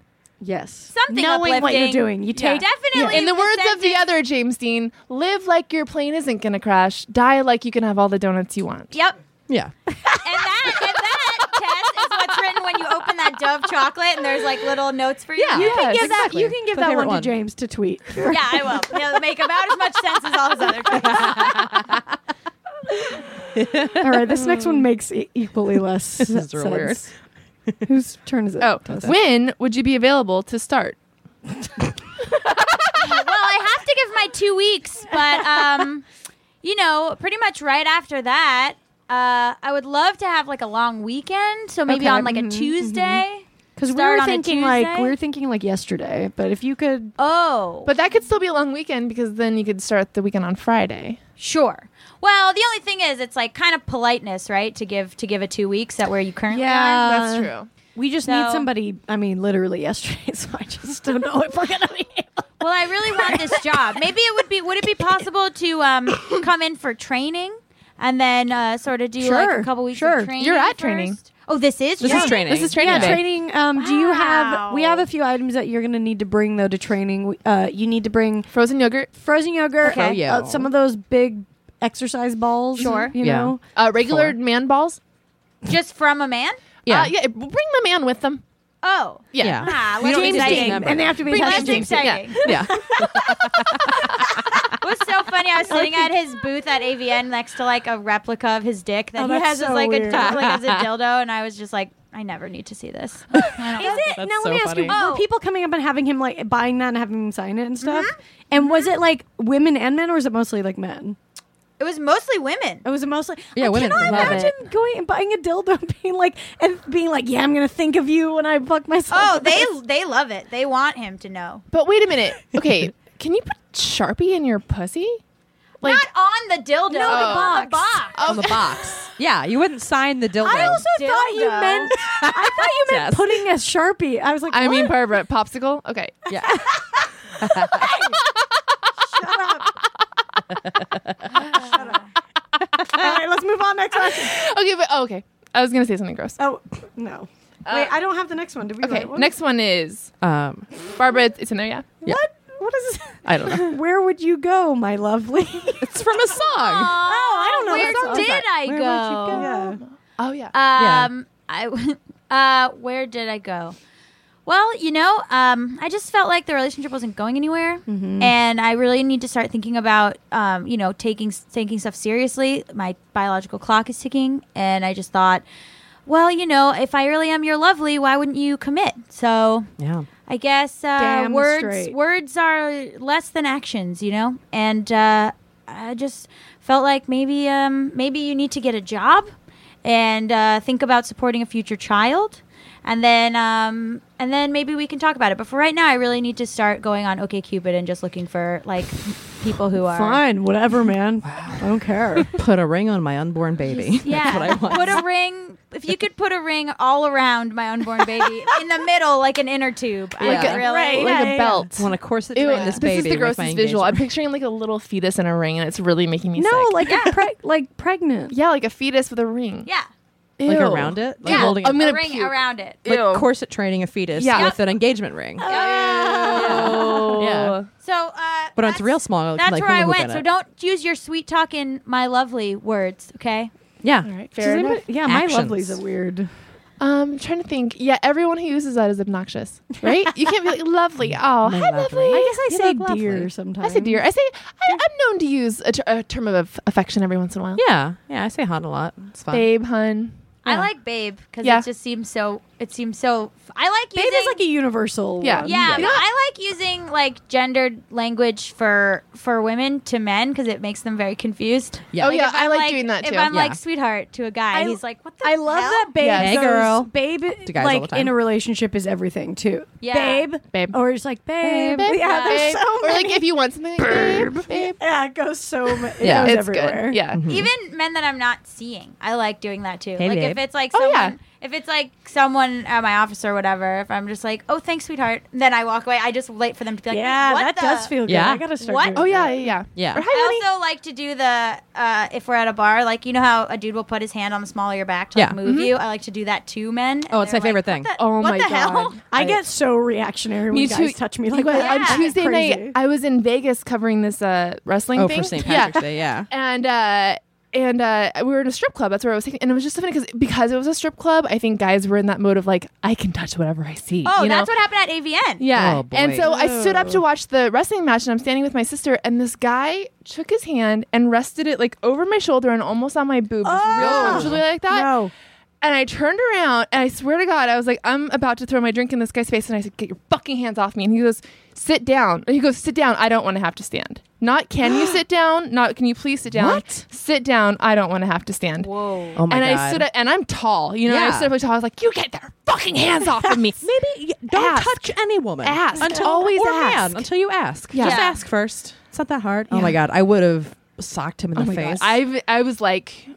Speaker 1: yes
Speaker 5: Something
Speaker 1: knowing what you're
Speaker 5: uplifting.
Speaker 1: doing. You take
Speaker 5: Definitely.
Speaker 3: In the words of the
Speaker 5: sentence-
Speaker 3: other James Dean, live like your plane isn't gonna crash. Die like you can have all the donuts you want.
Speaker 5: Yep.
Speaker 2: Yeah.
Speaker 5: And that and that test is what's written when you open that Dove chocolate and there's like little notes for you.
Speaker 3: Yeah.
Speaker 1: You can
Speaker 3: Yes,
Speaker 1: give
Speaker 2: exactly.
Speaker 1: that. You can give
Speaker 2: It's my
Speaker 1: that one
Speaker 2: favorite
Speaker 1: to
Speaker 2: one.
Speaker 1: James to tweet.
Speaker 5: Yeah, I will. It'll make about as much sense as all his other
Speaker 1: All right, this next one makes e- equally less. this
Speaker 2: is real weird.
Speaker 1: Whose turn is it?
Speaker 3: Oh,
Speaker 1: Tessa.
Speaker 3: when would you be available to start?
Speaker 5: by two weeks, but um, you know, pretty much right after that, uh, I would love to have like a long weekend. So maybe
Speaker 1: Okay,
Speaker 5: on like
Speaker 1: mhm,
Speaker 5: a Tuesday.
Speaker 1: Because we
Speaker 5: Start
Speaker 1: were
Speaker 5: on a
Speaker 1: thinking like
Speaker 5: Tuesday?
Speaker 1: we were thinking like yesterday, but if you could,
Speaker 5: Oh,
Speaker 3: But that could still be a long weekend because then you could start the weekend on Friday.
Speaker 5: sure. Well, the only thing is, it's like kind of politeness, right? To give to give it two weeks at where you currently
Speaker 1: Yeah.
Speaker 5: are.
Speaker 3: That's
Speaker 1: Uh,
Speaker 3: true.
Speaker 1: we just
Speaker 5: So-
Speaker 1: need somebody. I mean, literally yesterday, so I just don't know if we're gonna be. Able.
Speaker 5: Well, I really want this job. Maybe it would be. Would it be possible to um, come in for training and then uh, sort of do like
Speaker 1: Sure,
Speaker 5: a couple weeks
Speaker 1: sure.
Speaker 5: of training?
Speaker 3: You're at
Speaker 5: first?
Speaker 3: training.
Speaker 5: Oh, this is
Speaker 2: This is training.
Speaker 3: This is training
Speaker 1: yeah,
Speaker 3: day.
Speaker 1: training. Um, Do you have? We
Speaker 5: Wow.
Speaker 1: have a few items that you're gonna need to bring though to training. We- Uh, you need to bring
Speaker 3: Frozen yogurt,
Speaker 1: frozen yogurt.
Speaker 5: Okay.
Speaker 2: Froyo.
Speaker 1: uh, some of those big exercise balls.
Speaker 5: Sure.
Speaker 1: You
Speaker 2: Yeah.
Speaker 1: know.
Speaker 3: uh, regular
Speaker 2: Four.
Speaker 3: man balls.
Speaker 5: just from a man.
Speaker 2: Yeah.
Speaker 3: Uh, yeah. Bring my man with them.
Speaker 5: Oh,
Speaker 2: Yeah.
Speaker 5: ah,
Speaker 2: We
Speaker 5: less
Speaker 2: don't need to
Speaker 5: exciting.
Speaker 2: name them.
Speaker 1: and they have to be
Speaker 5: Less
Speaker 1: attached to James.
Speaker 5: exciting.
Speaker 2: Yeah.
Speaker 5: It was so funny. I was sitting at his booth at AVN next to like a replica of his dick that
Speaker 1: Oh,
Speaker 5: he
Speaker 1: that's
Speaker 5: has as
Speaker 1: so
Speaker 5: like
Speaker 1: weird.
Speaker 5: a like as a dildo, and I was just like, I never need to see this.
Speaker 1: Is it
Speaker 2: That's
Speaker 1: now?
Speaker 2: so
Speaker 1: let me ask
Speaker 2: funny.
Speaker 1: you: Were
Speaker 5: Oh.
Speaker 1: people coming up and having him like buying that and having him sign it and stuff?
Speaker 5: Mm-hmm.
Speaker 1: And was it like women and men, or was it mostly like men?
Speaker 5: It was mostly women.
Speaker 1: It was a mostly
Speaker 2: Yeah,
Speaker 1: I
Speaker 2: women
Speaker 1: cannot
Speaker 2: love
Speaker 1: imagine going and buying a dildo, being like and being like, yeah, I'm gonna think of you when I fuck myself.
Speaker 5: Oh,
Speaker 1: with
Speaker 5: they
Speaker 1: this."
Speaker 5: they love it. They want him to know.
Speaker 3: But wait a minute. Okay. can you put Sharpie in your pussy? Like,
Speaker 5: Not on the dildo.
Speaker 1: No, the
Speaker 5: on the
Speaker 1: box.
Speaker 5: box.
Speaker 2: On the box. Yeah. You wouldn't sign the dildo.
Speaker 1: I also thought you
Speaker 5: Dildo.
Speaker 1: meant I thought you meant
Speaker 2: Yes.
Speaker 1: putting a sharpie. I was like,
Speaker 3: I mean,
Speaker 1: what?
Speaker 3: Barbara, popsicle. Okay.
Speaker 2: Yeah.
Speaker 1: all right, let's move on next question.
Speaker 3: Okay. But oh, okay. I was gonna say something gross.
Speaker 1: Oh no, wait, I don't have the next one. Did we?
Speaker 3: Okay.
Speaker 1: write one?
Speaker 3: Next one is
Speaker 2: Um,
Speaker 3: Barbara. It's, it's in there. Yeah.
Speaker 1: What? What is?
Speaker 2: I don't know.
Speaker 1: Where would you go, my lovely?
Speaker 2: It's from a song.
Speaker 5: oh,
Speaker 1: I don't know
Speaker 5: Where
Speaker 1: what song is
Speaker 5: did
Speaker 1: that.
Speaker 5: I
Speaker 1: Where would you
Speaker 5: go?
Speaker 1: Yeah.
Speaker 3: Oh yeah.
Speaker 2: Uh,
Speaker 5: Um, I w- uh, where did I go? Well, you know, um, I just felt like the relationship wasn't going anywhere, and I really need to start thinking about, um, you know, taking taking stuff seriously. My biological clock is ticking, and I just thought, well, you know, if I really am your lovely, why wouldn't you commit? So
Speaker 2: Yeah.
Speaker 5: I guess uh,
Speaker 1: Damn
Speaker 5: words
Speaker 1: straight.
Speaker 5: words are less than actions, you know. And uh, I just felt like maybe um, maybe you need to get a job and uh, think about supporting a future child, and then um, and then maybe we can talk about it. But for right now, I really need to start going on OkCupid and just looking for like people who are
Speaker 1: Fine, whatever, man. I don't care.
Speaker 2: Put a ring on my unborn baby.
Speaker 5: Yeah,
Speaker 2: That's what I want.
Speaker 5: put a ring. If you could put a ring all around my unborn baby, in the middle, like an inner tube, I
Speaker 2: Like
Speaker 5: would
Speaker 2: a-
Speaker 5: really
Speaker 1: right,
Speaker 3: like
Speaker 1: yeah,
Speaker 3: a
Speaker 1: yeah.
Speaker 3: belt.
Speaker 2: want to corset
Speaker 3: Ew,
Speaker 2: train this baby.
Speaker 3: is the
Speaker 2: with my
Speaker 3: grossest visual. I'm
Speaker 2: engagement.
Speaker 3: picturing like a little fetus in a ring, and it's really making me
Speaker 1: No,
Speaker 3: sick.
Speaker 1: like a preg- like pregnant.
Speaker 3: yeah, like a fetus with a ring.
Speaker 5: yeah.
Speaker 2: Like
Speaker 3: Ew.
Speaker 2: around it. Like
Speaker 5: Yeah. Um,
Speaker 2: holding it.
Speaker 3: I'm gonna
Speaker 5: a ring
Speaker 3: puke.
Speaker 5: around it.
Speaker 2: like
Speaker 3: Ew.
Speaker 2: corset training a fetus
Speaker 3: Yeah.
Speaker 2: with an engagement ring.
Speaker 5: Oh,
Speaker 2: Yeah.
Speaker 1: Oh,
Speaker 5: So, uh,
Speaker 2: But it's
Speaker 5: that's-
Speaker 2: real small. it can,
Speaker 5: That's
Speaker 2: like,
Speaker 5: where I
Speaker 2: hula hoop
Speaker 5: went.
Speaker 2: in
Speaker 5: So
Speaker 2: it.
Speaker 5: don't use your sweet talking, my lovely words. Okay.
Speaker 2: Yeah.
Speaker 3: All right.
Speaker 1: Does
Speaker 3: Fair
Speaker 1: anybody-
Speaker 3: enough.
Speaker 1: yeah, my
Speaker 2: Actions.
Speaker 1: lovely's a weird.
Speaker 3: Um, I'm trying to think. Yeah, everyone who uses that is obnoxious, right? you can't be like lovely. Oh,
Speaker 2: My
Speaker 3: hi,
Speaker 2: lovely.
Speaker 3: lovely.
Speaker 1: I guess I
Speaker 2: You
Speaker 1: say
Speaker 2: look lovely.
Speaker 1: dear sometimes.
Speaker 3: I say dear. I say I, I'm known to use a, ter- a term of aff- affection every once in a while.
Speaker 2: Yeah. Yeah. I say hot a lot. It's fun.
Speaker 3: Babe, hun.
Speaker 5: I like babe because
Speaker 3: Yeah.
Speaker 5: it just seems so. It seems so. I like
Speaker 1: Babe
Speaker 5: using.
Speaker 1: is like a universal.
Speaker 3: Yeah.
Speaker 1: one.
Speaker 5: yeah,
Speaker 3: You
Speaker 5: but
Speaker 3: know-
Speaker 5: I like using like gendered language for for women to men because it makes them very confused.
Speaker 2: Yeah.
Speaker 3: Oh yeah,
Speaker 5: if
Speaker 3: I
Speaker 5: I'm
Speaker 3: like, doing that
Speaker 5: If
Speaker 3: too.
Speaker 5: I'm
Speaker 2: Yeah.
Speaker 5: like sweetheart to a guy,
Speaker 1: I-
Speaker 5: he's like, "What the
Speaker 1: I love
Speaker 5: hell?
Speaker 1: that babe.
Speaker 3: Yeah.
Speaker 2: Hey,
Speaker 1: goes-
Speaker 2: girl.
Speaker 1: Babe,
Speaker 2: To guys all
Speaker 1: like
Speaker 2: the time.
Speaker 1: in a relationship, is everything too.
Speaker 5: Yeah.
Speaker 1: Babe,
Speaker 3: Babe.
Speaker 1: or just like babe.
Speaker 3: Babe,
Speaker 1: yeah, there's
Speaker 3: babe.
Speaker 1: so
Speaker 3: Or
Speaker 1: many.
Speaker 3: like if you want something, like, babe, babe.
Speaker 1: yeah, it goes so. Ma- it
Speaker 2: Yeah.
Speaker 1: goes
Speaker 3: It's
Speaker 1: everywhere. Mm-hmm.
Speaker 3: good. Yeah.
Speaker 5: Even men that I'm not seeing, I like doing that too.
Speaker 2: Hey,
Speaker 5: like
Speaker 2: babe.
Speaker 5: if it's like
Speaker 3: Oh,
Speaker 5: someone,
Speaker 3: yeah.
Speaker 5: if it's like someone at my office or whatever, if I'm just like, oh, thanks, sweetheart, then I walk away. I just wait for them to be like,
Speaker 1: yeah,
Speaker 5: what
Speaker 1: that
Speaker 5: the-
Speaker 1: does feel good.
Speaker 2: Yeah.
Speaker 1: I gotta start.
Speaker 5: What?
Speaker 1: doing
Speaker 3: Oh yeah,
Speaker 1: that.
Speaker 3: yeah, yeah.
Speaker 2: Yeah.
Speaker 3: Or hi, honey.
Speaker 5: I also like to do the uh, if we're at a bar, like you know how a dude will put his hand on the small of your back to like,
Speaker 2: Yeah.
Speaker 5: move you. I like to do that to men. and
Speaker 2: Oh, it's
Speaker 5: they're
Speaker 2: my favorite
Speaker 5: like,
Speaker 2: thing.
Speaker 5: What the,
Speaker 3: Oh
Speaker 5: what
Speaker 3: my
Speaker 5: the
Speaker 3: God.
Speaker 5: hell?
Speaker 1: I get so reactionary when
Speaker 3: Me
Speaker 1: guys
Speaker 3: too.
Speaker 1: touch me like
Speaker 3: Well,
Speaker 1: that.
Speaker 5: Yeah.
Speaker 3: on Tuesday
Speaker 1: Crazy.
Speaker 3: night, I was in Vegas covering this uh, wrestling
Speaker 2: Oh,
Speaker 3: thing.
Speaker 2: for St.
Speaker 3: Yeah.
Speaker 2: Patrick's Day. Yeah.
Speaker 3: and uh and uh, we were in a strip club. That's where I was taking, and it was just so funny because because it was a strip club. I think guys were in that mode of like, I can touch whatever I see.
Speaker 5: Oh,
Speaker 3: you know?
Speaker 5: that's what happened at AVN.
Speaker 3: Yeah.
Speaker 2: Oh, boy.
Speaker 3: And so I stood up to
Speaker 1: Ew.
Speaker 3: watch the wrestling match, and I'm standing with my sister, and this guy took his hand and rested it like over my shoulder and almost on my boobs, just real
Speaker 1: Oh.
Speaker 3: comfortably like that.
Speaker 1: no.
Speaker 3: And I turned around and I swear to God, I was like, I'm about to throw my drink in this guy's face. And I said, Get your fucking hands off me. And he goes, Sit down. And he goes, Sit down. I don't want to have to stand. Not can you sit down? Not can you please sit down?
Speaker 2: What?
Speaker 3: Sit down. I don't want to have to stand.
Speaker 5: Whoa.
Speaker 2: Oh my
Speaker 3: and
Speaker 2: god!
Speaker 3: I stood up and I'm tall. You know, I
Speaker 2: Yeah.
Speaker 3: stood up really tall. I was like, You get their fucking hands off of me. Oh
Speaker 2: Maybe y- don't
Speaker 3: Ask.
Speaker 2: touch any woman.
Speaker 3: Ask.
Speaker 2: until
Speaker 3: Always
Speaker 2: or
Speaker 3: ask.
Speaker 2: man, until you ask.
Speaker 3: Yeah.
Speaker 2: Just
Speaker 5: Yeah.
Speaker 2: ask first. It's not that hard. Oh
Speaker 3: Yeah.
Speaker 2: my god! I would have socked him in the
Speaker 3: my
Speaker 2: face.
Speaker 3: God. I've I was like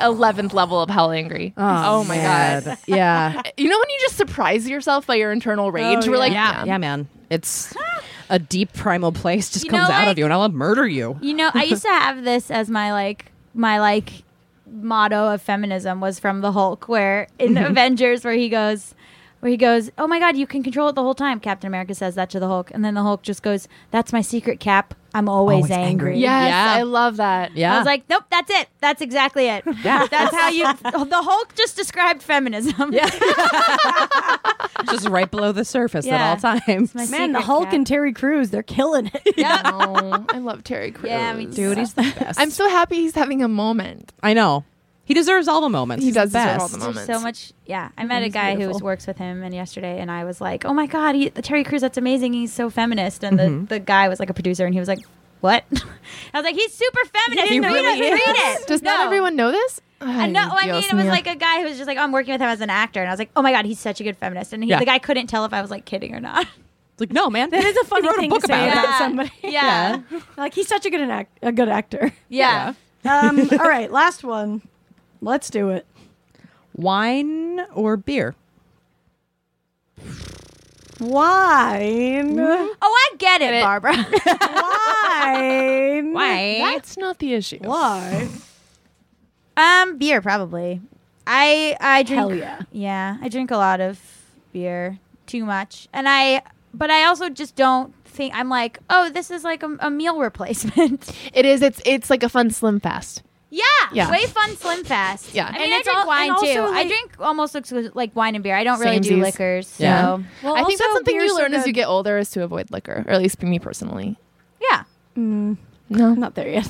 Speaker 3: eleventh level of hell angry. Oh, my god.
Speaker 2: man. Yeah.
Speaker 3: You know when you just surprise yourself by your internal rage?
Speaker 1: Oh,
Speaker 3: We're like,
Speaker 2: yeah. Yeah, man. It's a deep primal place just
Speaker 5: You
Speaker 2: comes
Speaker 5: know
Speaker 2: out
Speaker 5: what?
Speaker 2: of you, and I'll murder you.
Speaker 5: You know, I used to have this as my like my like motto of feminism was from the Hulk, where in Avengers, where he goes, where he goes, "Oh my God, you can control it the whole time." Captain America says that to the Hulk, and then the Hulk just goes, "That's my secret, Cap. I'm always,
Speaker 2: Always
Speaker 5: angry."
Speaker 2: angry.
Speaker 3: Yes,
Speaker 2: Yeah.
Speaker 3: I love that.
Speaker 2: Yeah.
Speaker 5: I was like, nope, that's it. That's exactly it.
Speaker 2: Yeah.
Speaker 5: That's how you. The Hulk just described feminism. Yeah.
Speaker 2: just right below the surface
Speaker 5: Yeah.
Speaker 2: at all times.
Speaker 5: my
Speaker 1: Man, the
Speaker 5: secret
Speaker 1: Hulk
Speaker 5: cat.
Speaker 1: and Terry Crews, they're killing it.
Speaker 5: Yep.
Speaker 3: Oh, I love Terry Crews.
Speaker 5: Yeah, me too.
Speaker 2: Dude, he's the best.
Speaker 3: I'm so happy he's having a moment.
Speaker 2: I know. He deserves all the moments.
Speaker 3: He
Speaker 2: He's the
Speaker 3: does deserve
Speaker 2: best.
Speaker 3: all the moments.
Speaker 5: so much yeah i met a
Speaker 3: He's
Speaker 5: guy who
Speaker 3: beautiful.
Speaker 5: who works with him and yesterday and i was like oh my god he, terry crews that's amazing he's so feminist and the, the guy was like a producer and he was like what i was like he's super feminist
Speaker 2: He
Speaker 5: no, you
Speaker 2: really
Speaker 5: don't
Speaker 2: is.
Speaker 5: read it
Speaker 3: Does
Speaker 5: no.
Speaker 3: not everyone know this?
Speaker 5: I know. I mean,
Speaker 3: Dios
Speaker 5: it was
Speaker 3: mío.
Speaker 5: like a guy who was just like, oh, I'm working with him as an actor, and I was like, oh my god, he's such a good feminist, and he,
Speaker 2: Yeah.
Speaker 5: the guy couldn't tell if I was like kidding or not.
Speaker 2: It's Like, no, man.
Speaker 1: That is a funny
Speaker 2: wrote a
Speaker 1: thing
Speaker 2: book
Speaker 1: to say
Speaker 2: about
Speaker 1: about
Speaker 5: it.
Speaker 1: somebody.
Speaker 5: Yeah,
Speaker 1: Like he's such a good an act- a good actor.
Speaker 5: yeah.
Speaker 1: Um, all right, last one. Let's do it.
Speaker 2: Wine or beer?
Speaker 1: Wine.
Speaker 5: Oh, I get it, Barbara.
Speaker 1: Wine.
Speaker 3: That's not the issue.
Speaker 1: Why?
Speaker 5: um, beer probably. I I drink
Speaker 1: Hell yeah.
Speaker 5: Yeah, I drink a lot of beer, too much, and I. But I also just don't think I'm like, oh, this is like a, a meal replacement.
Speaker 3: It is. It's it's like a fun slim fast.
Speaker 5: yeah,
Speaker 3: Yeah.
Speaker 5: way fun, slim fast.
Speaker 3: Yeah.
Speaker 5: I
Speaker 3: I
Speaker 1: mean,
Speaker 5: mean, I,
Speaker 1: I
Speaker 5: drink
Speaker 1: drink-
Speaker 5: wine
Speaker 1: and
Speaker 5: too.
Speaker 1: also,
Speaker 5: I
Speaker 1: like-
Speaker 5: drink almost exclu- like wine and beer. I don't really do
Speaker 3: Samesies.
Speaker 5: liquors, so yeah.
Speaker 2: Yeah.
Speaker 1: Well,
Speaker 3: I think that's
Speaker 1: also,
Speaker 3: something
Speaker 1: beer's
Speaker 3: you
Speaker 1: so
Speaker 3: learn as
Speaker 1: good.
Speaker 3: you get older is to avoid liquor, or at least me personally.
Speaker 1: Mm,
Speaker 3: No,
Speaker 1: I'm not there yet.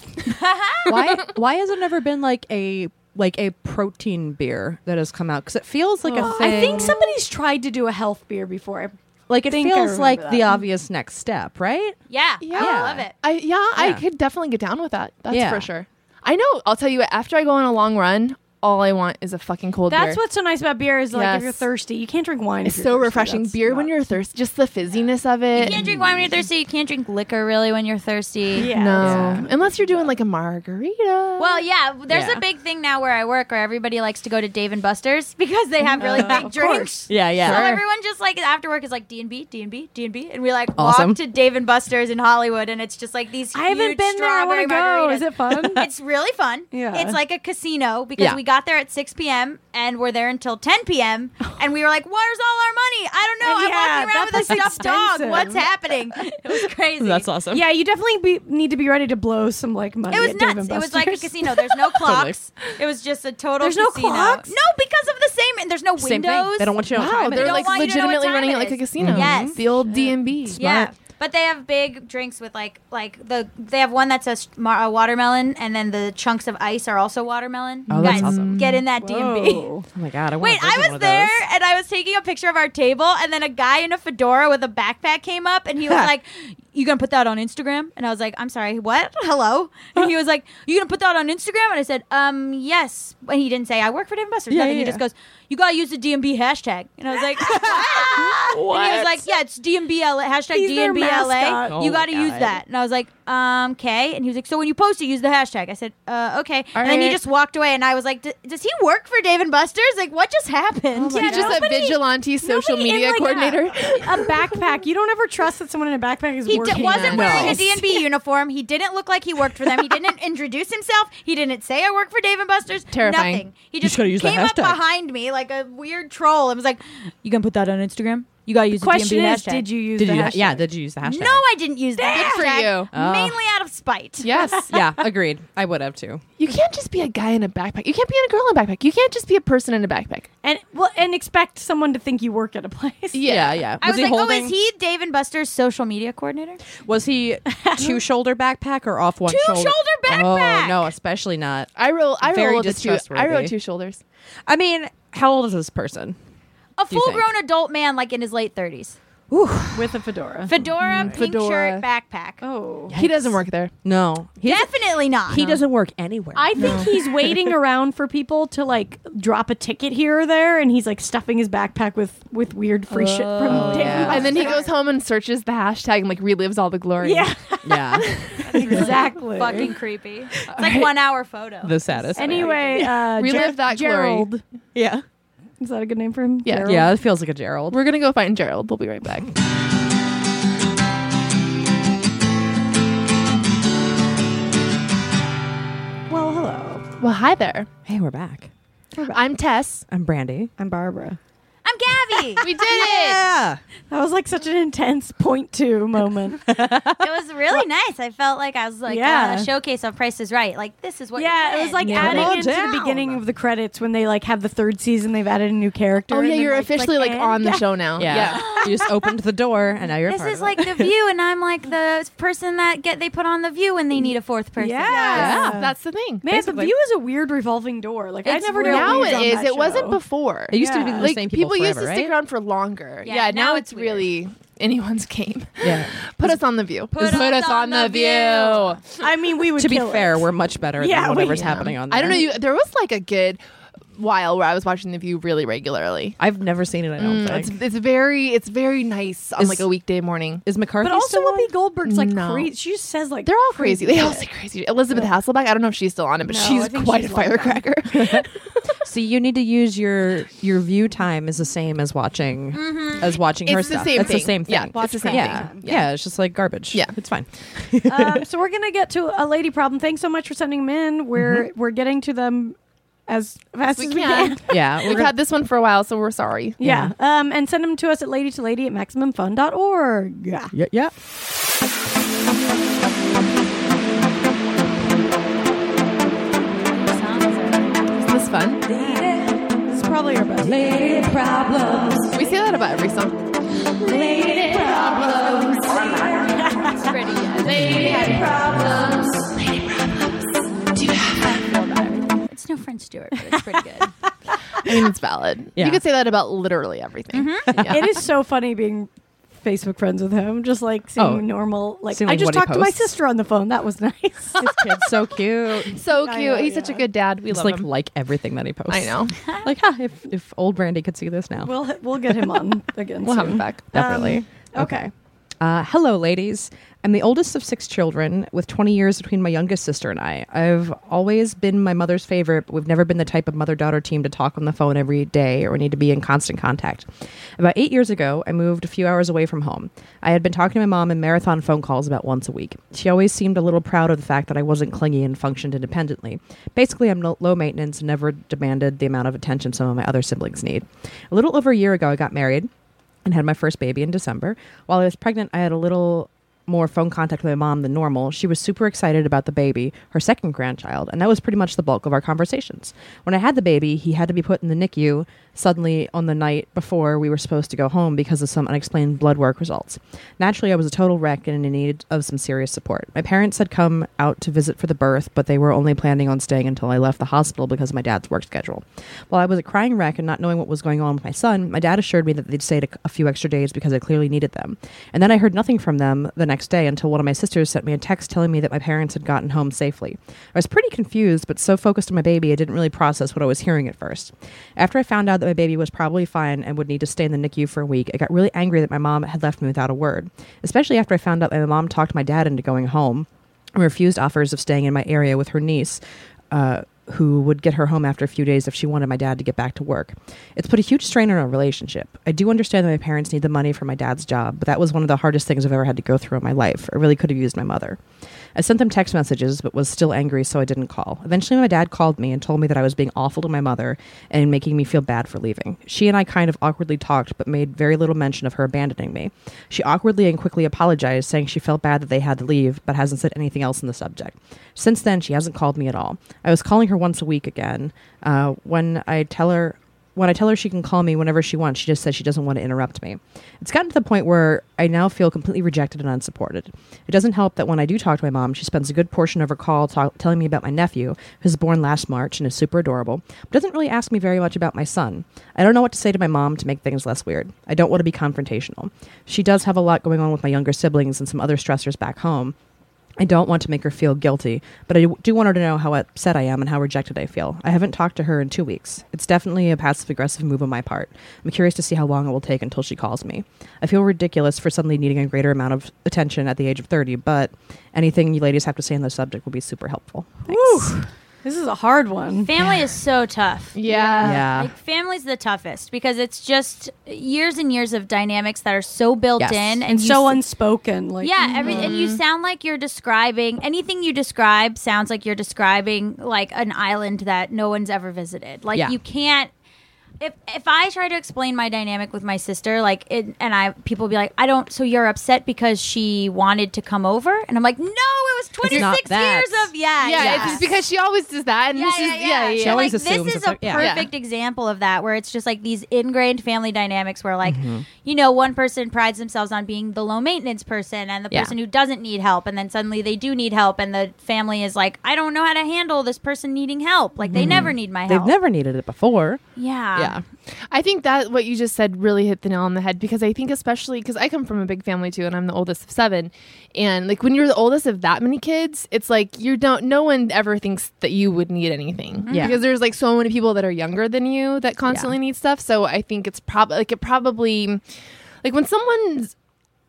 Speaker 2: why why has it never been like a like a protein beer that has come out because it feels like a thing
Speaker 1: Oh, I think somebody's tried to do a health beer before.
Speaker 2: like it
Speaker 1: think I
Speaker 2: feels like
Speaker 1: remember
Speaker 2: the
Speaker 1: that.
Speaker 2: obvious next step right
Speaker 5: yeah,
Speaker 3: Yeah.
Speaker 5: I love it.
Speaker 3: I yeah, I
Speaker 2: Yeah.
Speaker 3: could definitely get down with that. That's
Speaker 2: Yeah.
Speaker 3: for sure. I know. I'll tell you. what, After I go on a long run, all I want is a fucking cold beer.
Speaker 1: That's what's so nice about beer is like if
Speaker 3: Yes.
Speaker 1: you're thirsty, you can't drink wine.
Speaker 3: It's
Speaker 1: if
Speaker 3: so
Speaker 1: you're thirsty.
Speaker 3: refreshing.
Speaker 1: That's
Speaker 3: Beer when
Speaker 1: not-
Speaker 3: you're thirsty, just the fizziness of it.
Speaker 5: You can't drink wine when you're thirsty. You can't drink liquor really when you're thirsty.
Speaker 1: Yeah.
Speaker 3: No,
Speaker 2: Yeah.
Speaker 3: unless you're doing like a margarita.
Speaker 5: Well, yeah, there's
Speaker 2: Yeah.
Speaker 5: a big thing now where I work where everybody likes to go to Dave and Buster's because they have
Speaker 1: Oh,
Speaker 5: really big drinks.
Speaker 2: yeah
Speaker 5: So
Speaker 2: yeah
Speaker 5: everyone just like after work is like D and B, D and B, D and B, and we like
Speaker 2: Awesome.
Speaker 5: walk to Dave and Buster's in Hollywood, and it's just like these.
Speaker 1: I haven't
Speaker 5: huge
Speaker 1: been there. I want to
Speaker 5: strawberry
Speaker 1: go.
Speaker 5: margaritas.
Speaker 1: Is it fun?
Speaker 5: It's really fun.
Speaker 1: Yeah.
Speaker 5: It's like a casino because
Speaker 2: Yeah.
Speaker 5: we got there at 6 p.m. and we're there until 10 p.m. and we were like, "Where's all our money? I don't know.
Speaker 1: And
Speaker 5: I'm
Speaker 1: yeah,
Speaker 5: walking
Speaker 1: that
Speaker 5: around with a
Speaker 1: was
Speaker 5: stuffed dog.
Speaker 1: expensive.
Speaker 5: What's happening?" It was crazy.
Speaker 2: that's awesome
Speaker 1: yeah, you definitely be, need to be ready to blow some like money.
Speaker 5: It was
Speaker 1: at Dave
Speaker 5: nuts.
Speaker 1: and
Speaker 5: It was like a
Speaker 1: Buster's.
Speaker 5: casino. There's no clocks. It was just a total.
Speaker 1: There's no
Speaker 5: casino.
Speaker 1: clocks?
Speaker 5: No, because of the same. And there's no
Speaker 2: same
Speaker 5: windows.
Speaker 2: thing they don't want you to know
Speaker 3: wow,
Speaker 2: time it
Speaker 3: they're
Speaker 2: is.
Speaker 5: don't
Speaker 3: like
Speaker 5: want you to know what
Speaker 3: legitimately
Speaker 5: time
Speaker 3: running
Speaker 5: it
Speaker 3: it like a
Speaker 5: is.
Speaker 3: casino.
Speaker 5: Yes.
Speaker 3: the old D and B.
Speaker 5: Yeah, but they have big drinks with like like the they have one that's a, s- mar- a watermelon, and then the chunks of ice are also watermelon.
Speaker 2: Oh, that's
Speaker 5: Guys,
Speaker 2: awesome.
Speaker 5: Get in that D and B.
Speaker 1: Whoa.
Speaker 2: oh my god I wanna
Speaker 5: Wait,
Speaker 2: visit
Speaker 5: I
Speaker 2: one
Speaker 5: was
Speaker 2: of
Speaker 5: there
Speaker 2: those.
Speaker 5: and I was taking a picture of our table, and then a guy in a fedora with a backpack came up and he was like, You gonna put that on Instagram? And I was like, I'm sorry, what? Hello? And he was like, You gonna put that on Instagram? And I said, Um, yes. And he didn't say, I work for Dave and Buster's.
Speaker 2: Yeah,
Speaker 5: nothing.
Speaker 2: yeah,
Speaker 5: he
Speaker 2: yeah.
Speaker 5: just goes, You gotta use the DMB hashtag. And I was like, what? And he was like, Yeah, it's DMBLA, hashtag
Speaker 1: He's their
Speaker 5: DMBLA.
Speaker 1: mascot.
Speaker 5: you
Speaker 2: Oh my
Speaker 5: gotta use
Speaker 2: God.
Speaker 5: that. Uh, And I was like, Um, okay. And he was like, So when you post it, use the hashtag. I said, Uh, okay. and then he
Speaker 3: right.
Speaker 5: just walked away, and I was like, "D- Does he work for Dave and Buster's? Like, what just happened?
Speaker 3: He's just a vigilante social
Speaker 1: nobody in,
Speaker 3: media
Speaker 1: like,
Speaker 3: coordinator.
Speaker 1: a backpack. You don't ever trust that someone in a backpack is
Speaker 5: He
Speaker 1: working.
Speaker 5: d- wasn't
Speaker 3: No.
Speaker 5: wearing a D&B uniform. He didn't look like he worked for them. He didn't introduce himself. He didn't say I work for Dave and Buster's.
Speaker 3: Terrifying.
Speaker 5: Nothing. He just
Speaker 2: should've used the
Speaker 5: came up
Speaker 2: hashtag.
Speaker 5: behind me like a weird troll and was like, "You gonna put that on Instagram? You gotta use the,
Speaker 1: Question
Speaker 5: D&B
Speaker 1: is,
Speaker 5: hashtag."
Speaker 1: did you use
Speaker 2: did
Speaker 1: the
Speaker 2: you
Speaker 1: hashtag?
Speaker 2: yeah did you use the hashtag
Speaker 5: No, I didn't use that.
Speaker 3: Good for
Speaker 5: hashtag,
Speaker 3: you.
Speaker 2: Oh.
Speaker 5: Mainly out of spite.
Speaker 3: Yes.
Speaker 2: yeah agreed I would have too
Speaker 3: You can't just be a guy in a backpack. You can't be a girl in a backpack. You can't just be a person in a backpack.
Speaker 1: and well, and expect someone to think you work at a place.
Speaker 2: yeah yeah
Speaker 5: I was,
Speaker 2: he
Speaker 5: like,
Speaker 2: holding
Speaker 5: "Oh, is he Dave and Buster's social media coordinator?"
Speaker 2: was he two shoulder backpack or off one
Speaker 5: Two
Speaker 2: shoulder
Speaker 5: shoulder backpack!
Speaker 2: oh no especially not
Speaker 3: I roll. I
Speaker 2: Very
Speaker 3: roll with the two. I
Speaker 2: distrustworthy.
Speaker 3: roll two shoulders.
Speaker 2: I mean, How old is this person?
Speaker 5: A
Speaker 2: Do you
Speaker 5: full
Speaker 2: think?
Speaker 5: grown adult man, like in his late 30s.
Speaker 1: with a fedora.
Speaker 5: Fedora,
Speaker 1: Mm.
Speaker 5: pink
Speaker 3: Fedora.
Speaker 5: shirt, backpack.
Speaker 1: oh.
Speaker 3: He doesn't work there.
Speaker 2: No, he
Speaker 5: Definitely not.
Speaker 2: he doesn't work anywhere.
Speaker 1: I think he's waiting around for people to like drop a ticket here or there, and he's like stuffing his backpack with with weird free shit from taking
Speaker 2: yeah.
Speaker 3: Oh, And then he goes home and searches the hashtag and like relives all the glory.
Speaker 1: yeah,
Speaker 2: yeah,
Speaker 1: exactly.
Speaker 5: Fucking creepy. It's like one hour photo.
Speaker 2: the saddest.
Speaker 1: Anyway, uh,
Speaker 3: Relive
Speaker 1: Ger-
Speaker 3: that glory.
Speaker 1: Gerald.
Speaker 2: yeah,
Speaker 1: Is that a good name for him?
Speaker 3: Yeah.
Speaker 1: Gerald?
Speaker 2: yeah. It feels like a Gerald.
Speaker 3: We're gonna go find Gerald. We'll be right back.
Speaker 1: Well, hello.
Speaker 3: Well, hi there.
Speaker 2: Hey, we're back.
Speaker 3: I'm Tess.
Speaker 2: I'm Brandy.
Speaker 1: I'm Barbara.
Speaker 5: I'm Gabby.
Speaker 3: We did it.
Speaker 1: That was like such an intense point two moment.
Speaker 5: it was really nice. I felt like I was like
Speaker 1: Yeah.
Speaker 5: on a showcase of Price is Right. Like this is what.
Speaker 1: yeah,
Speaker 5: you
Speaker 1: it was like
Speaker 5: win.
Speaker 2: Yeah. Come on
Speaker 1: adding into
Speaker 2: down.
Speaker 1: the beginning of the credits when they like have the third season. They've added a new character.
Speaker 3: Oh
Speaker 1: and
Speaker 3: yeah,
Speaker 1: then,
Speaker 3: you're
Speaker 1: like, it's
Speaker 3: officially like,
Speaker 1: and-
Speaker 3: on the
Speaker 1: Yeah.
Speaker 3: show now.
Speaker 2: Yeah, you just opened the door, and now you're. a
Speaker 5: This
Speaker 2: part
Speaker 5: is
Speaker 2: of it.
Speaker 5: like the View, and I'm like the person that get they put on the View when they need a fourth person.
Speaker 1: Yeah.
Speaker 3: Yeah. That's the thing.
Speaker 1: Man,
Speaker 2: Basically.
Speaker 1: the view is a weird revolving door. Like I
Speaker 3: It's-
Speaker 1: never knew
Speaker 3: now
Speaker 1: who was
Speaker 3: it
Speaker 1: on
Speaker 3: is.
Speaker 1: that
Speaker 3: It wasn't
Speaker 1: show.
Speaker 3: before.
Speaker 2: It used to
Speaker 1: Yeah.
Speaker 2: be the
Speaker 3: like
Speaker 2: same people,
Speaker 3: people, used
Speaker 2: forever,
Speaker 3: to
Speaker 2: right?
Speaker 3: stick around for longer. Yeah,
Speaker 5: Yeah,
Speaker 3: now,
Speaker 5: now
Speaker 3: it's
Speaker 5: it's weird.
Speaker 3: really anyone's game.
Speaker 2: Yeah.
Speaker 3: Put us on the view.
Speaker 5: Put us on the view.
Speaker 1: I mean, we would.
Speaker 2: To be
Speaker 1: kill it.
Speaker 2: fair, we're much better
Speaker 1: Yeah,
Speaker 2: than
Speaker 1: we-
Speaker 2: whatever's
Speaker 1: yeah.
Speaker 2: happening on. There.
Speaker 3: I don't know. You, there was like a good while where I was watching the view really regularly.
Speaker 2: I've never seen it. I don't think.
Speaker 3: Mm, It's, it's very it's very nice on
Speaker 2: Is-
Speaker 3: like a weekday morning.
Speaker 2: Is McCarthy
Speaker 1: But also,
Speaker 2: still on?
Speaker 1: Whoopi Goldberg's like
Speaker 3: No.
Speaker 1: crazy. She just says like
Speaker 3: They're all crazy. They all
Speaker 1: shit.
Speaker 3: say crazy. Elizabeth Hasselbeck. I don't know if she's still on it, but
Speaker 1: No,
Speaker 3: she's
Speaker 1: I think
Speaker 3: quite
Speaker 1: she's
Speaker 3: a
Speaker 1: long
Speaker 3: firecracker.
Speaker 2: See, you need to use your your view time is the same as watching as watching her
Speaker 3: It's the
Speaker 2: stuff.
Speaker 3: same
Speaker 2: it's the
Speaker 3: thing.
Speaker 2: same thing.
Speaker 3: Yeah, it's the same
Speaker 2: yeah.
Speaker 3: thing.
Speaker 2: Yeah. it's just like garbage.
Speaker 3: Yeah.
Speaker 2: it's fine.
Speaker 1: um, so we're gonna get to a lady problem. Thanks so much for sending them in. We're we're getting to them as fast
Speaker 3: We
Speaker 1: as we can.
Speaker 3: can't.
Speaker 2: Yeah, we're
Speaker 3: We've
Speaker 2: gonna-
Speaker 3: had this one for a while, so we're sorry.
Speaker 1: Yeah. Um, and send them to us at lady to lady at maximumfun.org. Yeah.
Speaker 2: yeah, yeah.
Speaker 5: Yeah.
Speaker 3: Isn't this fun?
Speaker 1: This is probably our best.
Speaker 3: We say that about every song.
Speaker 5: It's no French Stewart, but it's pretty good.
Speaker 3: I mean, it's valid.
Speaker 2: Yeah.
Speaker 3: You could say that about literally everything. Yeah.
Speaker 1: It is so funny being Facebook friends with him. Just like seeing
Speaker 2: Oh.
Speaker 1: normal. Like
Speaker 2: Seeing,
Speaker 1: I
Speaker 2: like,
Speaker 1: just
Speaker 2: what he
Speaker 1: talked to my
Speaker 2: posts.
Speaker 1: sister on the phone. That was nice.
Speaker 2: This kid's so cute. He's
Speaker 3: so
Speaker 1: I
Speaker 3: cute.
Speaker 1: know,
Speaker 3: He's such a
Speaker 1: yeah.
Speaker 3: good dad. We love
Speaker 2: like
Speaker 3: him.
Speaker 2: like everything that he posts.
Speaker 3: I know.
Speaker 2: Like, huh, if if old Brandy could see this now,
Speaker 1: we'll we'll get him on again.
Speaker 3: We'll have
Speaker 1: soon.
Speaker 3: him back.
Speaker 2: definitely.
Speaker 1: Um,
Speaker 2: okay. Uh, hello, ladies. I'm the oldest of six children, with 20 years between my youngest sister and I. I've always been my mother's favorite, but we've never been the type of mother daughter team to talk on the phone every day or need to be in constant contact. About eight years ago, I moved a few hours away from home. I had been talking to my mom in marathon phone calls about once a week. She always seemed a little proud of the fact that I wasn't clingy and functioned independently. Basically, I'm no- low maintenance and never demanded the amount of attention some of my other siblings need. A little over a year ago, I got married and had my first baby in December. While I was pregnant, I had a little more phone contact with my mom than normal. She was super excited about the baby, her second grandchild, and that was pretty much the bulk of our conversations. When I had the baby, he had to be put in the NICU suddenly on the night before we were supposed to go home because of some unexplained blood work results. Naturally, I was a total wreck and in need of some serious support. My parents had come out to visit for the birth, but they were only planning on staying until I left the hospital because of my dad's work schedule. While I was a crying wreck and not knowing what was going on with my son, my dad assured me that they'd stayed a, a few extra days because I clearly needed them. And then I heard nothing from them the next day until one of my sisters sent me a text telling me that my parents had gotten home safely. I was pretty confused, but so focused on my baby, I didn't really process what I was hearing at first. After I found out that my baby was probably fine and would need to stay in the NICU for a week, I got really angry that my mom had left me without a word, especially after I found out that my mom talked my dad into going home and refused offers of staying in my area with her niece, uh, who would get her home after a few days if she wanted my dad to get back to work. It's put a huge strain on our relationship. I do understand that my parents need the money for my dad's job, but that was one of the hardest things I've ever had to go through in my life. I really could have used my mother. I sent them text messages, but was still angry, so I didn't call. Eventually, my dad called me and told me that I was being awful to my mother and making me feel bad for leaving. She and I kind of awkwardly talked, but made very little mention of her abandoning me. She awkwardly and quickly apologized, saying she felt bad that they had to leave, but hasn't said anything else on the subject. Since then, she hasn't called me at all. I was calling her once a week again. Uh, when I tell her when I tell her she can call me whenever she wants, she just says she doesn't want to interrupt me. It's gotten to the point where I now feel completely rejected and unsupported. It doesn't help that when I do talk to my mom, she spends a good portion of her call talk- telling me about my nephew, who's born last March and is super adorable, but doesn't really ask me very much about my son. I don't know what to say to my mom to make things less weird. I don't want to be confrontational. She does have a lot going on with my younger siblings and some other stressors back home. I don't want to make her feel guilty, but I do want her to know how upset I am and how rejected I feel. I haven't talked to her in two weeks. It's definitely a passive aggressive move on my part. I'm curious to see how long it will take until she calls me. I feel ridiculous for suddenly needing a greater amount of attention at the age of 30, but anything you ladies have to say on the subject will be super helpful. Thanks.
Speaker 1: This is a hard one.
Speaker 5: Family is so tough.
Speaker 3: Yeah.
Speaker 2: Yeah.
Speaker 5: Like family's the toughest because it's just years and years of dynamics that are so built
Speaker 2: Yes.
Speaker 5: in and,
Speaker 1: And
Speaker 5: you
Speaker 1: so
Speaker 5: s-
Speaker 1: unspoken. Like
Speaker 5: yeah, every, and you sound like you're describing anything you describe sounds like you're describing like an island that no one's ever visited. Like
Speaker 2: Yeah.
Speaker 5: you can't if if I try to explain my dynamic with my sister, like it, and I people be like, I don't. So you're upset because she wanted to come over, and I'm like, no, it was
Speaker 2: It's
Speaker 5: 26
Speaker 2: not that.
Speaker 5: years of yeah,
Speaker 3: Yeah,
Speaker 5: yeah.
Speaker 3: it's because she always does that, and
Speaker 5: Yeah,
Speaker 3: this
Speaker 5: yeah,
Speaker 3: is
Speaker 5: yeah.
Speaker 3: yeah,
Speaker 5: She
Speaker 3: yeah.
Speaker 2: She always
Speaker 5: like,
Speaker 2: assumes
Speaker 5: this is
Speaker 2: it's
Speaker 5: a
Speaker 2: like- yeah.
Speaker 5: perfect example of that, where it's just like these ingrained family dynamics, where like
Speaker 2: Mm-hmm.
Speaker 5: you know one person prides themselves on being the low maintenance person and the
Speaker 2: Yeah.
Speaker 5: person who doesn't need help, and then suddenly they do need help, and the family is like, I don't know how to handle this person needing help. Like they never need my help.
Speaker 2: Mm-hmm. They've never needed it before.
Speaker 5: yeah,
Speaker 2: Yeah.
Speaker 3: I think that what you just said really hit the nail on the head because I think especially because I come from a big family too, and I'm the oldest of seven, and like when you're the oldest of that many kids, it's like you don't. No one ever thinks that you would need anything,
Speaker 5: Mm-hmm.
Speaker 2: Yeah.
Speaker 3: Because there's like so many people that are younger than you that constantly need stuff. So I think it's probably like it probably like when someone's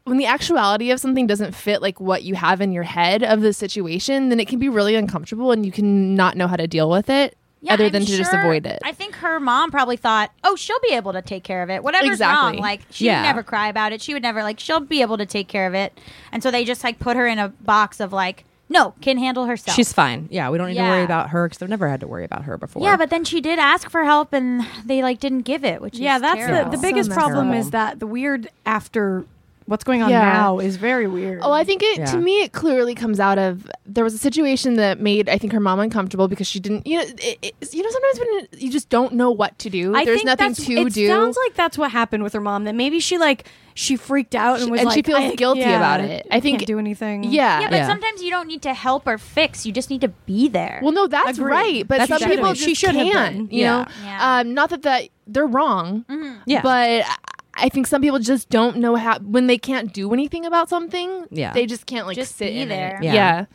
Speaker 3: when the actuality of something doesn't fit like what you have in your head of the situation, then it can be really uncomfortable, and you can not know how to deal with it.
Speaker 5: Yeah,
Speaker 3: other
Speaker 5: I'm
Speaker 3: than to just
Speaker 5: sure-
Speaker 3: avoid it.
Speaker 5: I think her mom probably thought, "Oh, she'll be able to take care of it. Whatever's
Speaker 3: Exactly.
Speaker 5: wrong, like she
Speaker 2: Yeah.
Speaker 5: would never cry about it. She would never like she'll be able to take care of it." And so they just like put her in a box of like, "No, can handle herself."
Speaker 2: She's fine. Yeah, we don't need to worry
Speaker 5: Yeah.
Speaker 2: about her because they've never had to worry about her before.
Speaker 5: yeah, but then she did ask for help, and they like didn't give it, which
Speaker 1: yeah,
Speaker 5: is
Speaker 1: that's
Speaker 5: terrible.
Speaker 1: the, the
Speaker 2: So
Speaker 1: biggest
Speaker 2: messed
Speaker 1: problem
Speaker 2: up.
Speaker 1: is that the weird after what's going on
Speaker 3: Yeah.
Speaker 1: now is very weird.
Speaker 3: Oh, I think it
Speaker 2: Yeah.
Speaker 3: to me it clearly comes out of there was a situation that made I think her mom uncomfortable because she didn't you know it, it, you know sometimes when you just don't know what to do
Speaker 1: I
Speaker 3: there's
Speaker 1: think
Speaker 3: nothing
Speaker 1: that's-
Speaker 3: to
Speaker 1: it
Speaker 3: do
Speaker 1: sounds like that's what happened with her mom. That maybe she like she freaked out and was
Speaker 3: and she
Speaker 1: like,
Speaker 3: feels
Speaker 1: I-
Speaker 3: guilty
Speaker 1: yeah,
Speaker 3: about it. I think-
Speaker 1: can't do anything.
Speaker 3: yeah.
Speaker 5: yeah, but
Speaker 2: Mm-hmm. Yeah.
Speaker 5: sometimes you don't need to help or fix. You just need to be there.
Speaker 3: well no that's
Speaker 1: Agreed.
Speaker 3: right but
Speaker 2: That's
Speaker 3: some
Speaker 2: exactly
Speaker 3: people
Speaker 2: what
Speaker 3: just
Speaker 1: she should have
Speaker 3: can't
Speaker 2: been.
Speaker 3: you
Speaker 2: Yeah.
Speaker 3: know
Speaker 5: Yeah.
Speaker 3: um not that that they're wrong
Speaker 2: yeah.
Speaker 3: but I- I think some people just don't know how when they can't do anything about something
Speaker 2: Yeah.
Speaker 3: they just can't like
Speaker 5: Just
Speaker 3: sit
Speaker 5: be
Speaker 3: in
Speaker 5: there.
Speaker 3: it.
Speaker 2: Yeah.
Speaker 3: yeah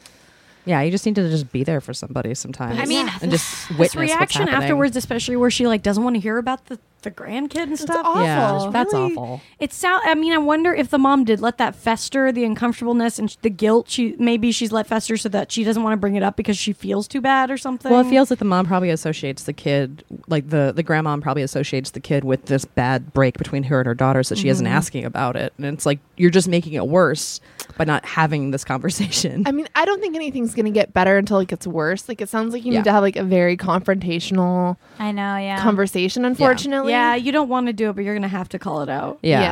Speaker 2: yeah, you just need to just be there for somebody sometimes.
Speaker 5: I mean,
Speaker 2: and just witness
Speaker 1: this
Speaker 2: what's
Speaker 1: reaction
Speaker 2: happening.
Speaker 1: afterwards, especially where she like doesn't want to hear about the the grandkid and stuff.
Speaker 3: awful.
Speaker 2: Yeah,
Speaker 3: Awful.
Speaker 2: that's
Speaker 1: Really-
Speaker 2: awful.
Speaker 1: It sound. I mean, I wonder if the mom did let that fester, the uncomfortableness and sh- the guilt. She maybe she's let fester so that she doesn't want to bring it up because she feels too bad or something.
Speaker 2: Well, it feels like the mom probably associates the kid, like the the grandma probably associates the kid with this bad break between her and her daughter, so she isn't
Speaker 3: Mm-hmm.
Speaker 2: asking about it, and it's like you're just making it worse by not having this conversation.
Speaker 3: I mean, I don't think anything's gonna get better until it gets worse. Like it sounds like you
Speaker 2: Yeah.
Speaker 3: need to have like a very confrontational
Speaker 5: I know, yeah.
Speaker 3: conversation. Unfortunately,
Speaker 1: yeah, you don't want to do it, but you're gonna have to call it out.
Speaker 2: yeah.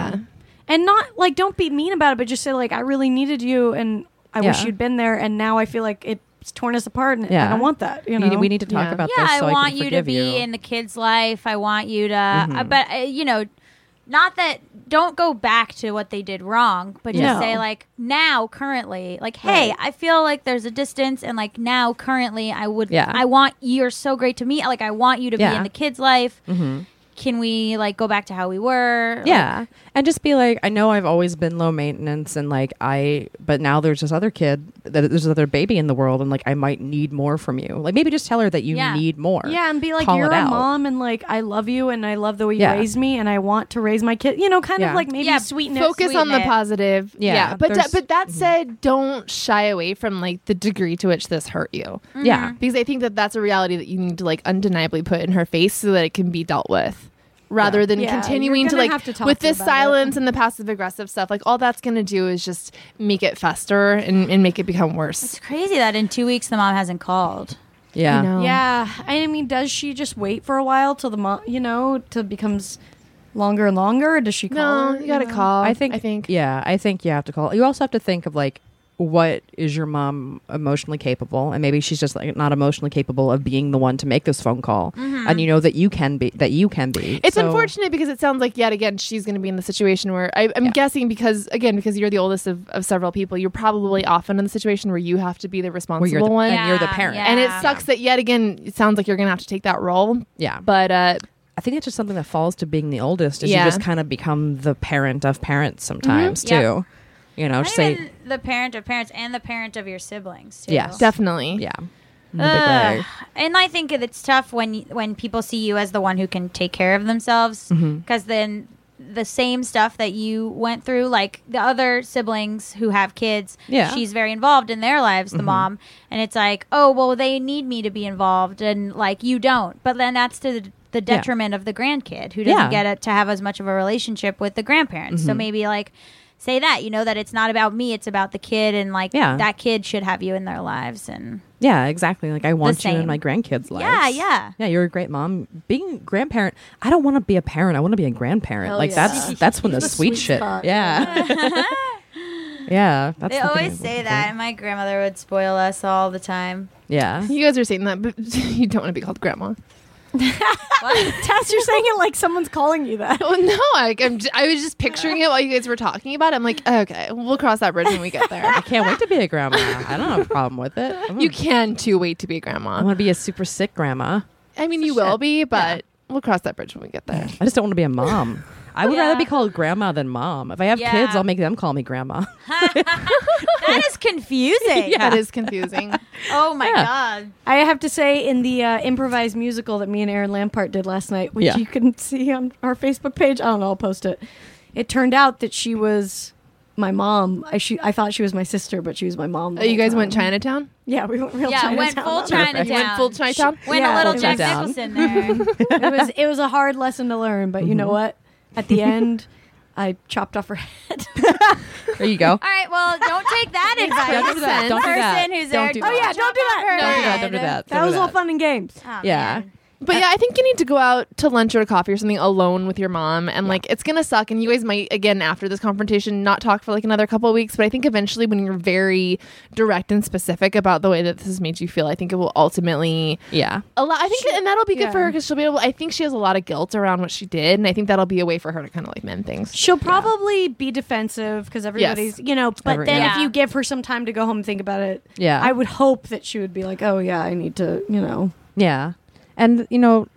Speaker 1: and not like don't be mean about it, but just say like I really needed you and I wish
Speaker 2: Yeah.
Speaker 1: you'd been there, and now I feel like it's torn us apart, and
Speaker 2: Yeah.
Speaker 1: I don't want that. You know,
Speaker 2: You need- we need to talk
Speaker 3: Yeah.
Speaker 2: about
Speaker 5: yeah,
Speaker 2: this.
Speaker 5: I
Speaker 2: so
Speaker 5: want
Speaker 2: can
Speaker 5: you to
Speaker 2: forgive
Speaker 5: be
Speaker 2: you. Mm-hmm.
Speaker 5: in the kid's life. I want you to, uh, but uh, you know, not that. Don't go back to what they did wrong, but just
Speaker 1: Yeah. No.
Speaker 5: say like now, currently, like, hey, I feel like there's a distance, and like now, currently, I would,
Speaker 2: Yeah.
Speaker 5: I want you're so great to me. Like, I want you to be
Speaker 2: Yeah. Mm-hmm.
Speaker 5: in the kid's life. Can we like go back to how we were? Like,
Speaker 2: Yeah. and just be like, I know I've always been low maintenance and like I, but now there's this other kid, that there's this other baby in the world and like I might need more from you. Like maybe just tell her that you
Speaker 5: Yeah.
Speaker 2: need more.
Speaker 1: Yeah, and be like,
Speaker 2: Call
Speaker 1: you're
Speaker 2: it
Speaker 1: a
Speaker 2: out.
Speaker 1: mom, and like, I love you, and I love the way you
Speaker 2: Yeah.
Speaker 1: raised me, and I want to raise my kid. You know, kind
Speaker 2: Yeah.
Speaker 1: of like maybe
Speaker 5: Yeah,
Speaker 1: sweeten it. mm-hmm.
Speaker 3: Focus on the
Speaker 5: Sweeten it.
Speaker 3: positive.
Speaker 2: Yeah,
Speaker 3: but
Speaker 2: there's-
Speaker 3: that- but that said, don't shy away from like the degree to which this hurt you,
Speaker 1: Mm-hmm.
Speaker 2: Yeah.
Speaker 3: because I think that that's a reality that you need to like undeniably put in her face so that it can be dealt with. Rather than
Speaker 1: Yeah, you're
Speaker 3: continuing to
Speaker 1: gonna
Speaker 3: like
Speaker 1: have to talk
Speaker 3: with
Speaker 1: to
Speaker 3: this
Speaker 1: about it.
Speaker 3: silence and the passive aggressive stuff, like all that's going to do is just make it fester and, and make it become worse.
Speaker 5: it's crazy that in two weeks the mom hasn't called.
Speaker 2: Yeah.
Speaker 3: You know?
Speaker 1: Yeah, I mean, does she just wait for a while till the mom, you know, till it becomes longer and longer? Or does she call?
Speaker 3: No,
Speaker 1: her,
Speaker 3: you got to
Speaker 1: know?
Speaker 3: call.
Speaker 2: I think,
Speaker 3: I think.
Speaker 2: Yeah, I think you have to call. You also have to think of like what is your mom emotionally capable and maybe she's just like not emotionally capable of being the one to make this phone call and you know that you can be that you can be
Speaker 3: It's
Speaker 2: So-
Speaker 3: unfortunate because it sounds like yet again she's going to be in the situation where I, I'm guessing because again because you're the oldest of, of several people you're probably often in the situation where you have to be the responsible
Speaker 2: where you're the,
Speaker 3: one
Speaker 2: and you're the
Speaker 5: Yeah,
Speaker 2: parent
Speaker 5: yeah.
Speaker 3: and it sucks that yet again it sounds like you're going to have to take that role
Speaker 2: yeah but
Speaker 3: but uh,
Speaker 2: i think it's just something that falls to being the oldest is
Speaker 3: Yeah.
Speaker 2: you just kind of become the parent of parents sometimes
Speaker 5: Yep.
Speaker 2: too you know
Speaker 5: Not
Speaker 2: just
Speaker 5: even
Speaker 2: say
Speaker 5: the parent of parents and the parent of your siblings. Too.
Speaker 2: Yes.
Speaker 3: definitely
Speaker 2: yeah In a big
Speaker 5: Ugh.
Speaker 2: way.
Speaker 5: And I think it's tough when y- when people see you as the one who can take care of themselves, because
Speaker 2: Mm-hmm.
Speaker 5: then the same stuff that you went through, like the other siblings who have kids,
Speaker 2: Yeah. Mm-hmm.
Speaker 5: she's very involved in their lives, the mom, and it's like, oh well, they need me to be involved, and like you don't, but then that's to the the
Speaker 2: Yeah.
Speaker 5: detriment of the grandkid who doesn't
Speaker 2: Yeah. Mm-hmm.
Speaker 5: get it to have as much of a relationship with the grandparents. So maybe like say that, you know, that it's not about me, it's about the kid and like
Speaker 2: Yeah.
Speaker 5: that kid should have you in their lives and
Speaker 2: Yeah, exactly. Like I want you in
Speaker 5: same.
Speaker 2: my grandkids' lives.
Speaker 5: Yeah, yeah.
Speaker 2: Yeah, you're a great mom. Being a grandparent, I don't want to be a parent. I want to be a grandparent.
Speaker 1: Hell
Speaker 2: like
Speaker 1: yeah.
Speaker 2: that's that's when the,
Speaker 1: The
Speaker 2: sweet,
Speaker 1: sweet
Speaker 2: shit.
Speaker 1: spot.
Speaker 2: Yeah. yeah, that's the
Speaker 5: They
Speaker 2: thing
Speaker 5: always
Speaker 2: I'm looking
Speaker 5: say
Speaker 2: for.
Speaker 5: that, and my grandmother would spoil us all the time.
Speaker 2: Yeah.
Speaker 3: you guys are saying that but you don't want to be called grandma
Speaker 1: Tess, you're saying it like someone's calling you that.
Speaker 3: oh no I, I'm j- I was just picturing it while you guys were talking about it I'm like okay we'll cross that bridge when we get there
Speaker 2: I can't wait to be a grandma. I don't have a problem with it. I'm
Speaker 3: you
Speaker 2: gonna-
Speaker 3: can too wait to be a
Speaker 2: I
Speaker 3: grandma
Speaker 2: want to be a super sick grandma.
Speaker 3: I mean you will be but we'll cross that bridge when we get there
Speaker 2: I just don't want to be a mom. I would
Speaker 5: Yeah.
Speaker 2: rather be called grandma than mom. If I have
Speaker 5: Yeah.
Speaker 2: kids, I'll make them call me grandma.
Speaker 5: That is confusing.
Speaker 2: Yeah.
Speaker 3: that is confusing
Speaker 5: Oh my
Speaker 2: Yeah.
Speaker 5: god.
Speaker 1: I have to say, in the uh, improvised musical that me and Aaron Lampart did last night, which
Speaker 2: Yeah.
Speaker 1: you can see on our Facebook page, I don't know, I'll post it. It turned out that she was my mom. I she I thought she was my sister, but she was my mom. the
Speaker 3: Oh, you
Speaker 1: whole
Speaker 3: guys
Speaker 1: time.
Speaker 3: went Chinatown
Speaker 1: Yeah, we went real
Speaker 5: Yeah,
Speaker 1: Chinatown.
Speaker 5: went full
Speaker 1: on that.
Speaker 5: Chinatown.
Speaker 3: You went full Chinatown
Speaker 5: Went
Speaker 1: Yeah,
Speaker 5: a little
Speaker 1: it
Speaker 5: Jack
Speaker 1: was down.
Speaker 5: Nicholson there.
Speaker 1: it was it was a hard lesson to learn, but you
Speaker 2: Mm-hmm.
Speaker 1: know what? At the end, I chopped off her head.
Speaker 2: There you go.
Speaker 5: All right, well, don't take that advice.
Speaker 2: Don't do that. Don't do
Speaker 5: person
Speaker 2: that.
Speaker 5: who's
Speaker 2: Don't
Speaker 5: there.
Speaker 2: do that. Oh,
Speaker 1: yeah, don't do that.
Speaker 5: Her
Speaker 1: Don't
Speaker 2: Don't do that. Don't do
Speaker 5: head.
Speaker 2: that.
Speaker 1: That
Speaker 2: don't
Speaker 1: was
Speaker 2: do
Speaker 1: all
Speaker 2: that.
Speaker 1: fun and games.
Speaker 5: Oh,
Speaker 2: Yeah.
Speaker 5: man.
Speaker 3: But yeah, I think you need to go out to lunch or to coffee or something alone with your mom, and like it's gonna suck. And you guys might again after this confrontation not talk for like another couple of weeks. But I think eventually, when you're very direct and specific about the way that this has made you feel, I think it will ultimately
Speaker 2: Yeah.
Speaker 3: allow. I think, and that'll be good for
Speaker 1: yeah.
Speaker 3: her because she'll be able. I think she has a lot of guilt around what she did, and I think that'll be a way for her to kind of like mend things.
Speaker 1: She'll probably be defensive because everybody's, you know, but
Speaker 2: Every-
Speaker 1: then
Speaker 5: yeah.
Speaker 1: if you give her some time to go home and think about it,
Speaker 2: Yeah.
Speaker 1: I would hope that she would be like, oh, yeah, I need to, you know.
Speaker 2: Yeah. And, you know,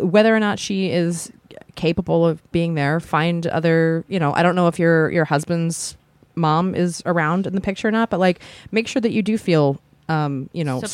Speaker 2: whether or not she is capable of being there, find other, you know, I don't know if your your husband's mom is around in the picture or not, but like make sure that you do feel um, you know, supported,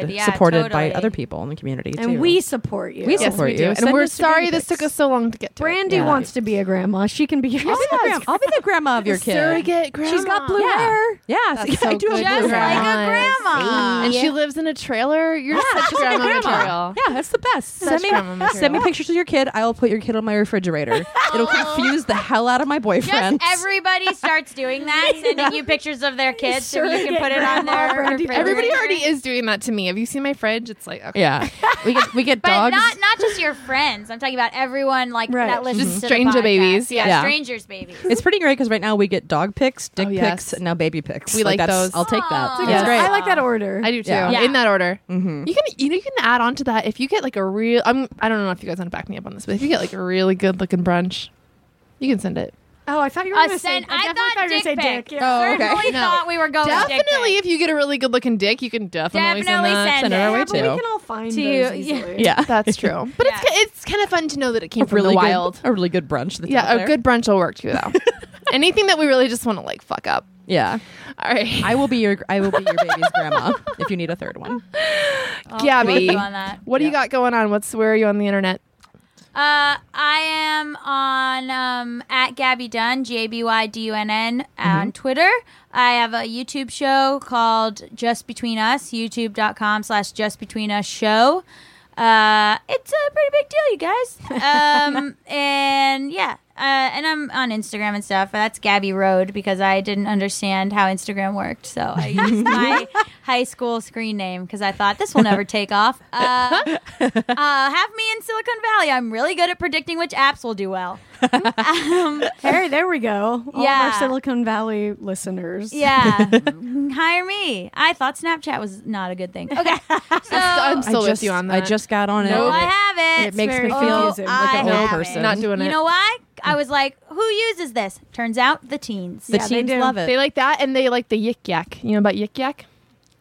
Speaker 5: Supported.
Speaker 2: supported, by
Speaker 5: Yeah, totally.
Speaker 2: other people people in the community
Speaker 1: And
Speaker 2: too.
Speaker 1: we support you.
Speaker 2: We
Speaker 3: Yes,
Speaker 2: support
Speaker 3: we
Speaker 2: you.
Speaker 3: do,
Speaker 2: Send
Speaker 3: and we're
Speaker 2: us your
Speaker 3: sorry
Speaker 2: baby
Speaker 3: this
Speaker 2: pics.
Speaker 3: took us so long to get to. it.
Speaker 1: Brandy
Speaker 2: Yeah.
Speaker 1: wants to be a grandma. She can be your
Speaker 2: I'll be, the
Speaker 1: grandma.
Speaker 2: grandma, I'll be the grandma of your kid.
Speaker 3: Surrogate grandma.
Speaker 1: She's got blue
Speaker 2: Yeah.
Speaker 1: hair.
Speaker 2: Yeah,
Speaker 3: That's so
Speaker 2: I do have
Speaker 3: good
Speaker 2: blue
Speaker 5: Just
Speaker 3: for
Speaker 2: hair.
Speaker 5: like a
Speaker 3: grandmas.
Speaker 5: grandma.
Speaker 3: and she lives in a trailer. You're such grandma, material.
Speaker 2: Yeah, that's the best.
Speaker 3: Such
Speaker 2: Send me,
Speaker 3: grandma material.
Speaker 2: send me pictures of your kid. I will put your kid on my refrigerator. It'll confuse the hell out of my boyfriend.
Speaker 5: Just everybody starts doing that, sending you pictures of their kids so you can put it on
Speaker 1: grandma,
Speaker 5: their
Speaker 1: Brandy.
Speaker 3: Everybody
Speaker 5: refrigerator.
Speaker 3: already is doing that to me. Have you seen my fridge? It's like okay.
Speaker 2: Yeah, we get we get
Speaker 5: But
Speaker 2: dogs.
Speaker 5: not not just your friends. I'm talking about everyone like
Speaker 1: Right.
Speaker 5: that listens
Speaker 3: Just
Speaker 5: to the
Speaker 3: stranger
Speaker 5: podcast.
Speaker 3: babies, yeah.
Speaker 2: Yeah.
Speaker 5: strangers babies.
Speaker 2: it's pretty great because right now we get dog pics, dick
Speaker 3: Oh,
Speaker 2: pics,
Speaker 3: yes.
Speaker 2: and now baby pics.
Speaker 3: We like
Speaker 2: that's-
Speaker 3: those.
Speaker 2: I'll take that.
Speaker 5: Aw.
Speaker 2: That's
Speaker 3: Yeah.
Speaker 1: I
Speaker 2: great.
Speaker 1: like that order.
Speaker 3: I do too.
Speaker 2: Yeah.
Speaker 5: Yeah.
Speaker 3: In that order.
Speaker 2: Mhm.
Speaker 3: You can you know you can add on to that if you get like a real I'm I don't know if you guys want to back me up on this, but if you get like a really good looking brunch, you can send it.
Speaker 1: oh, I thought you were
Speaker 5: A
Speaker 1: going to say
Speaker 5: sen-
Speaker 1: dick.
Speaker 5: I,
Speaker 1: definitely
Speaker 5: thought,
Speaker 1: you were
Speaker 5: dick
Speaker 1: gonna say
Speaker 5: pic.
Speaker 1: dick. Yeah.
Speaker 2: Oh, okay.
Speaker 5: Certainly
Speaker 3: No.
Speaker 5: thought we were going
Speaker 3: Definitely
Speaker 5: dick pic.
Speaker 3: if you get a really good looking dick, you can definitely,
Speaker 5: Definitely
Speaker 3: send, that.
Speaker 5: send
Speaker 2: Send it
Speaker 5: it.
Speaker 2: our
Speaker 1: Yeah,
Speaker 2: way
Speaker 1: but we
Speaker 2: too.
Speaker 1: can all find
Speaker 5: To-
Speaker 1: those
Speaker 5: yeah.
Speaker 1: easily.
Speaker 2: Yeah,
Speaker 3: That's true. But it's
Speaker 5: Yeah.
Speaker 3: ki- it's kind of fun to know that it
Speaker 2: a
Speaker 3: came from
Speaker 2: really
Speaker 3: the
Speaker 2: good,
Speaker 3: wild.
Speaker 2: a really good brunch. That's out
Speaker 3: yeah, a
Speaker 2: there.
Speaker 3: good brunch will work too though. Anything that we really just want to like fuck up.
Speaker 2: Yeah,
Speaker 3: All right.
Speaker 2: I will be your I will be your baby's grandma if you need a third one.
Speaker 5: I'll
Speaker 3: Gabby.
Speaker 5: quote you on that.
Speaker 3: What do you
Speaker 2: Yeah.
Speaker 3: got going on? What's where are you on the internet?
Speaker 5: Uh, I am on um, at Gabby Dunn, G A B Y D U N N, on Twitter. I have a YouTube show called Just Between Us, youtube.com slash Just Between Us Show. Uh, it's a pretty big deal, you guys. Um, and yeah, uh, and I'm on Instagram and stuff. That's Gabby Road because I didn't understand how Instagram worked, so I used my high school screen name because I thought this will never take off. Uh, uh, have me in Silicon Valley. I'm really good at predicting which apps will do well. Um,
Speaker 1: Harry, there we go. All of
Speaker 5: Yeah.
Speaker 1: our Silicon Valley listeners.
Speaker 5: Yeah, hire me. I thought Snapchat was not a good thing. Okay, so
Speaker 3: I'm still
Speaker 2: I
Speaker 3: with
Speaker 2: just,
Speaker 3: you on that.
Speaker 2: I just got on
Speaker 5: Oh,
Speaker 3: Nope.
Speaker 5: Uh, I
Speaker 2: it.
Speaker 5: have it.
Speaker 2: It makes
Speaker 1: very
Speaker 2: me feel
Speaker 1: confusing.
Speaker 5: I
Speaker 2: like an
Speaker 5: have
Speaker 2: old
Speaker 5: it.
Speaker 2: person.
Speaker 3: not doing
Speaker 5: You
Speaker 3: it.
Speaker 5: know why? I was like, who uses this? Turns out the teens.
Speaker 2: the
Speaker 1: Yeah, they
Speaker 2: teens
Speaker 1: do.
Speaker 2: love it.
Speaker 3: They like that, and they like the yik yak. You know about yik yak?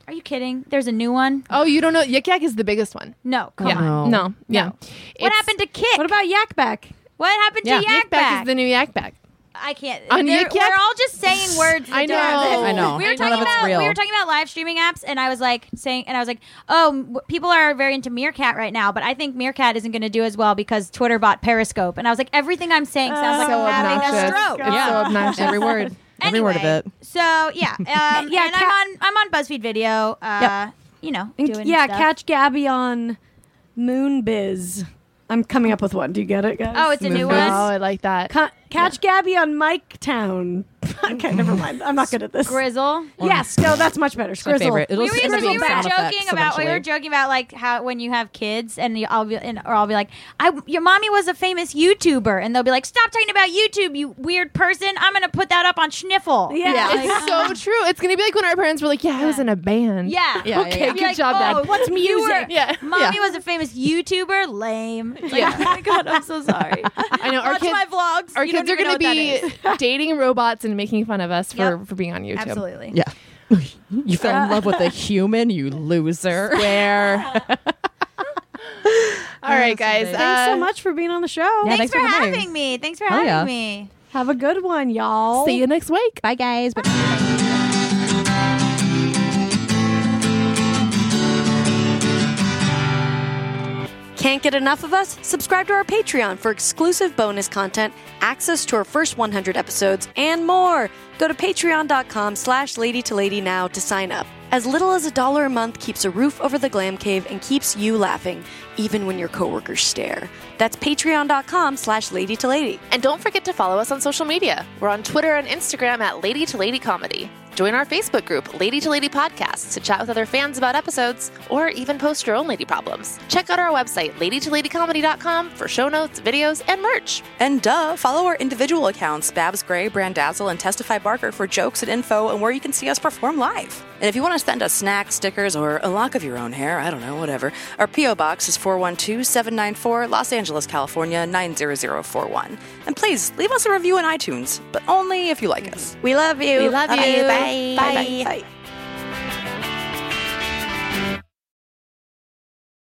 Speaker 5: Are you kidding? There's a new one.
Speaker 3: Oh, you don't know? Yik yak is the biggest one.
Speaker 5: No, come
Speaker 3: yeah.
Speaker 5: on.
Speaker 2: on.
Speaker 3: No. Yeah.
Speaker 5: What
Speaker 3: It's-
Speaker 5: happened to kick?
Speaker 1: What about Yak Back?
Speaker 5: What happened
Speaker 2: Yeah.
Speaker 5: to yak
Speaker 3: Yak back
Speaker 5: back?
Speaker 3: is the new yak back.
Speaker 5: I can't.
Speaker 3: On
Speaker 5: they're-
Speaker 3: Yik Yak?
Speaker 5: we're all just saying words.
Speaker 3: I
Speaker 5: that
Speaker 3: know.
Speaker 5: don't-
Speaker 3: I
Speaker 2: know.
Speaker 5: We were
Speaker 2: None of
Speaker 5: talking
Speaker 2: it's
Speaker 5: about we
Speaker 2: real.
Speaker 5: were talking about live streaming apps, and I was like saying, and I was like, oh, m- people are very into Meerkat right now, but I think Meerkat isn't going to do as well because Twitter bought Periscope, and I was like, everything I'm saying sounds like
Speaker 3: so
Speaker 5: Oh, I'm having a
Speaker 3: Oh, obnoxious.
Speaker 5: stroke.
Speaker 3: It's so obnoxious.
Speaker 2: Every word. Every word of
Speaker 5: Anyway,
Speaker 2: it.
Speaker 5: So yeah, um, yeah.
Speaker 1: Kat-
Speaker 5: And I'm on I'm on BuzzFeed Video. Uh, You know, doing
Speaker 1: yeah,
Speaker 5: stuff.
Speaker 1: catch Gabby on Moonbiz. I'm coming up with one. Do you get it, guys?
Speaker 5: Oh, it's a new
Speaker 3: Oh,
Speaker 5: one.
Speaker 3: I like that.
Speaker 1: Ca- catch Gabby on Mike Town. okay, never mind. I'm not good at this.
Speaker 5: Grizzle.
Speaker 1: Yes, no, that's much better.
Speaker 2: My
Speaker 1: Skrizzle.
Speaker 2: favorite. It'll,
Speaker 5: we were,
Speaker 2: it'll
Speaker 5: we
Speaker 2: be
Speaker 5: were
Speaker 2: sound
Speaker 5: joking
Speaker 2: effects
Speaker 5: about we were
Speaker 2: eventually.
Speaker 5: joking about like how when you have kids and you, I'll be and, or I'll be like I your mommy was a famous YouTuber and they'll be like stop talking about YouTube you weird person I'm gonna put that up on Sniffle
Speaker 1: Yeah.
Speaker 3: It's so true. It's gonna be like when our parents were like, "Yeah, I was in a band."
Speaker 5: yeah
Speaker 2: Yeah, yeah,
Speaker 5: I'd
Speaker 3: yeah.
Speaker 5: be
Speaker 3: Good job, Dad.
Speaker 5: oh, what's
Speaker 1: music?
Speaker 3: Yeah.
Speaker 5: mommy
Speaker 2: Yeah.
Speaker 5: was a famous YouTuber lame It's like,
Speaker 3: Yeah.
Speaker 5: oh my god I'm so sorry
Speaker 3: I know. Our
Speaker 5: watch
Speaker 3: kids,
Speaker 5: my vlogs
Speaker 3: our
Speaker 5: You
Speaker 3: kids
Speaker 5: don't
Speaker 3: are
Speaker 5: even know
Speaker 3: gonna
Speaker 5: what that
Speaker 3: be
Speaker 5: is.
Speaker 3: dating robots and making fun of us for
Speaker 5: Yep.
Speaker 3: for being on YouTube.
Speaker 5: absolutely
Speaker 2: Yeah. You fell in love with a human, you loser.
Speaker 3: Where? All right, guys.
Speaker 1: Thanks so
Speaker 3: uh,
Speaker 1: much for being on the show.
Speaker 2: Yeah,
Speaker 5: thanks,
Speaker 2: thanks
Speaker 5: for,
Speaker 2: for coming.
Speaker 5: having me thanks for
Speaker 2: Hell
Speaker 5: having
Speaker 2: yeah.
Speaker 5: me
Speaker 1: Have a good one, y'all.
Speaker 3: See you next week.
Speaker 2: Bye, guys.
Speaker 7: Can't get enough of us? Subscribe to our Patreon for exclusive bonus content, access to our first 100 episodes, and more. Go to patreon.com slash lady to lady now to sign up. As little as a dollar a month keeps a roof over the glam cave and keeps you laughing, even when your coworkers stare. That's patreon.com slash lady to lady.
Speaker 8: And don't forget to follow us on social media. We're on Twitter and Instagram at Lady to Lady Comedy. Join our Facebook group, Lady to Lady Podcasts, to chat with other fans about episodes or even post your own lady problems. Check out our website, ladytoladycomedy.com, for show notes, videos, and merch.
Speaker 9: And duh, follow our individual accounts, Babs Gray, Brandazzle, and Testify Barker for jokes and info and where you can see us perform live. And if you want to send us snacks, stickers, or a lock of your own hair, I don't know, whatever, our P.O. Box is 412-794, Los Angeles, California, 90041. And please, leave us a review on iTunes, but only if you like us.
Speaker 7: We love you.
Speaker 8: We love you.
Speaker 7: Bye. Bye. Bye.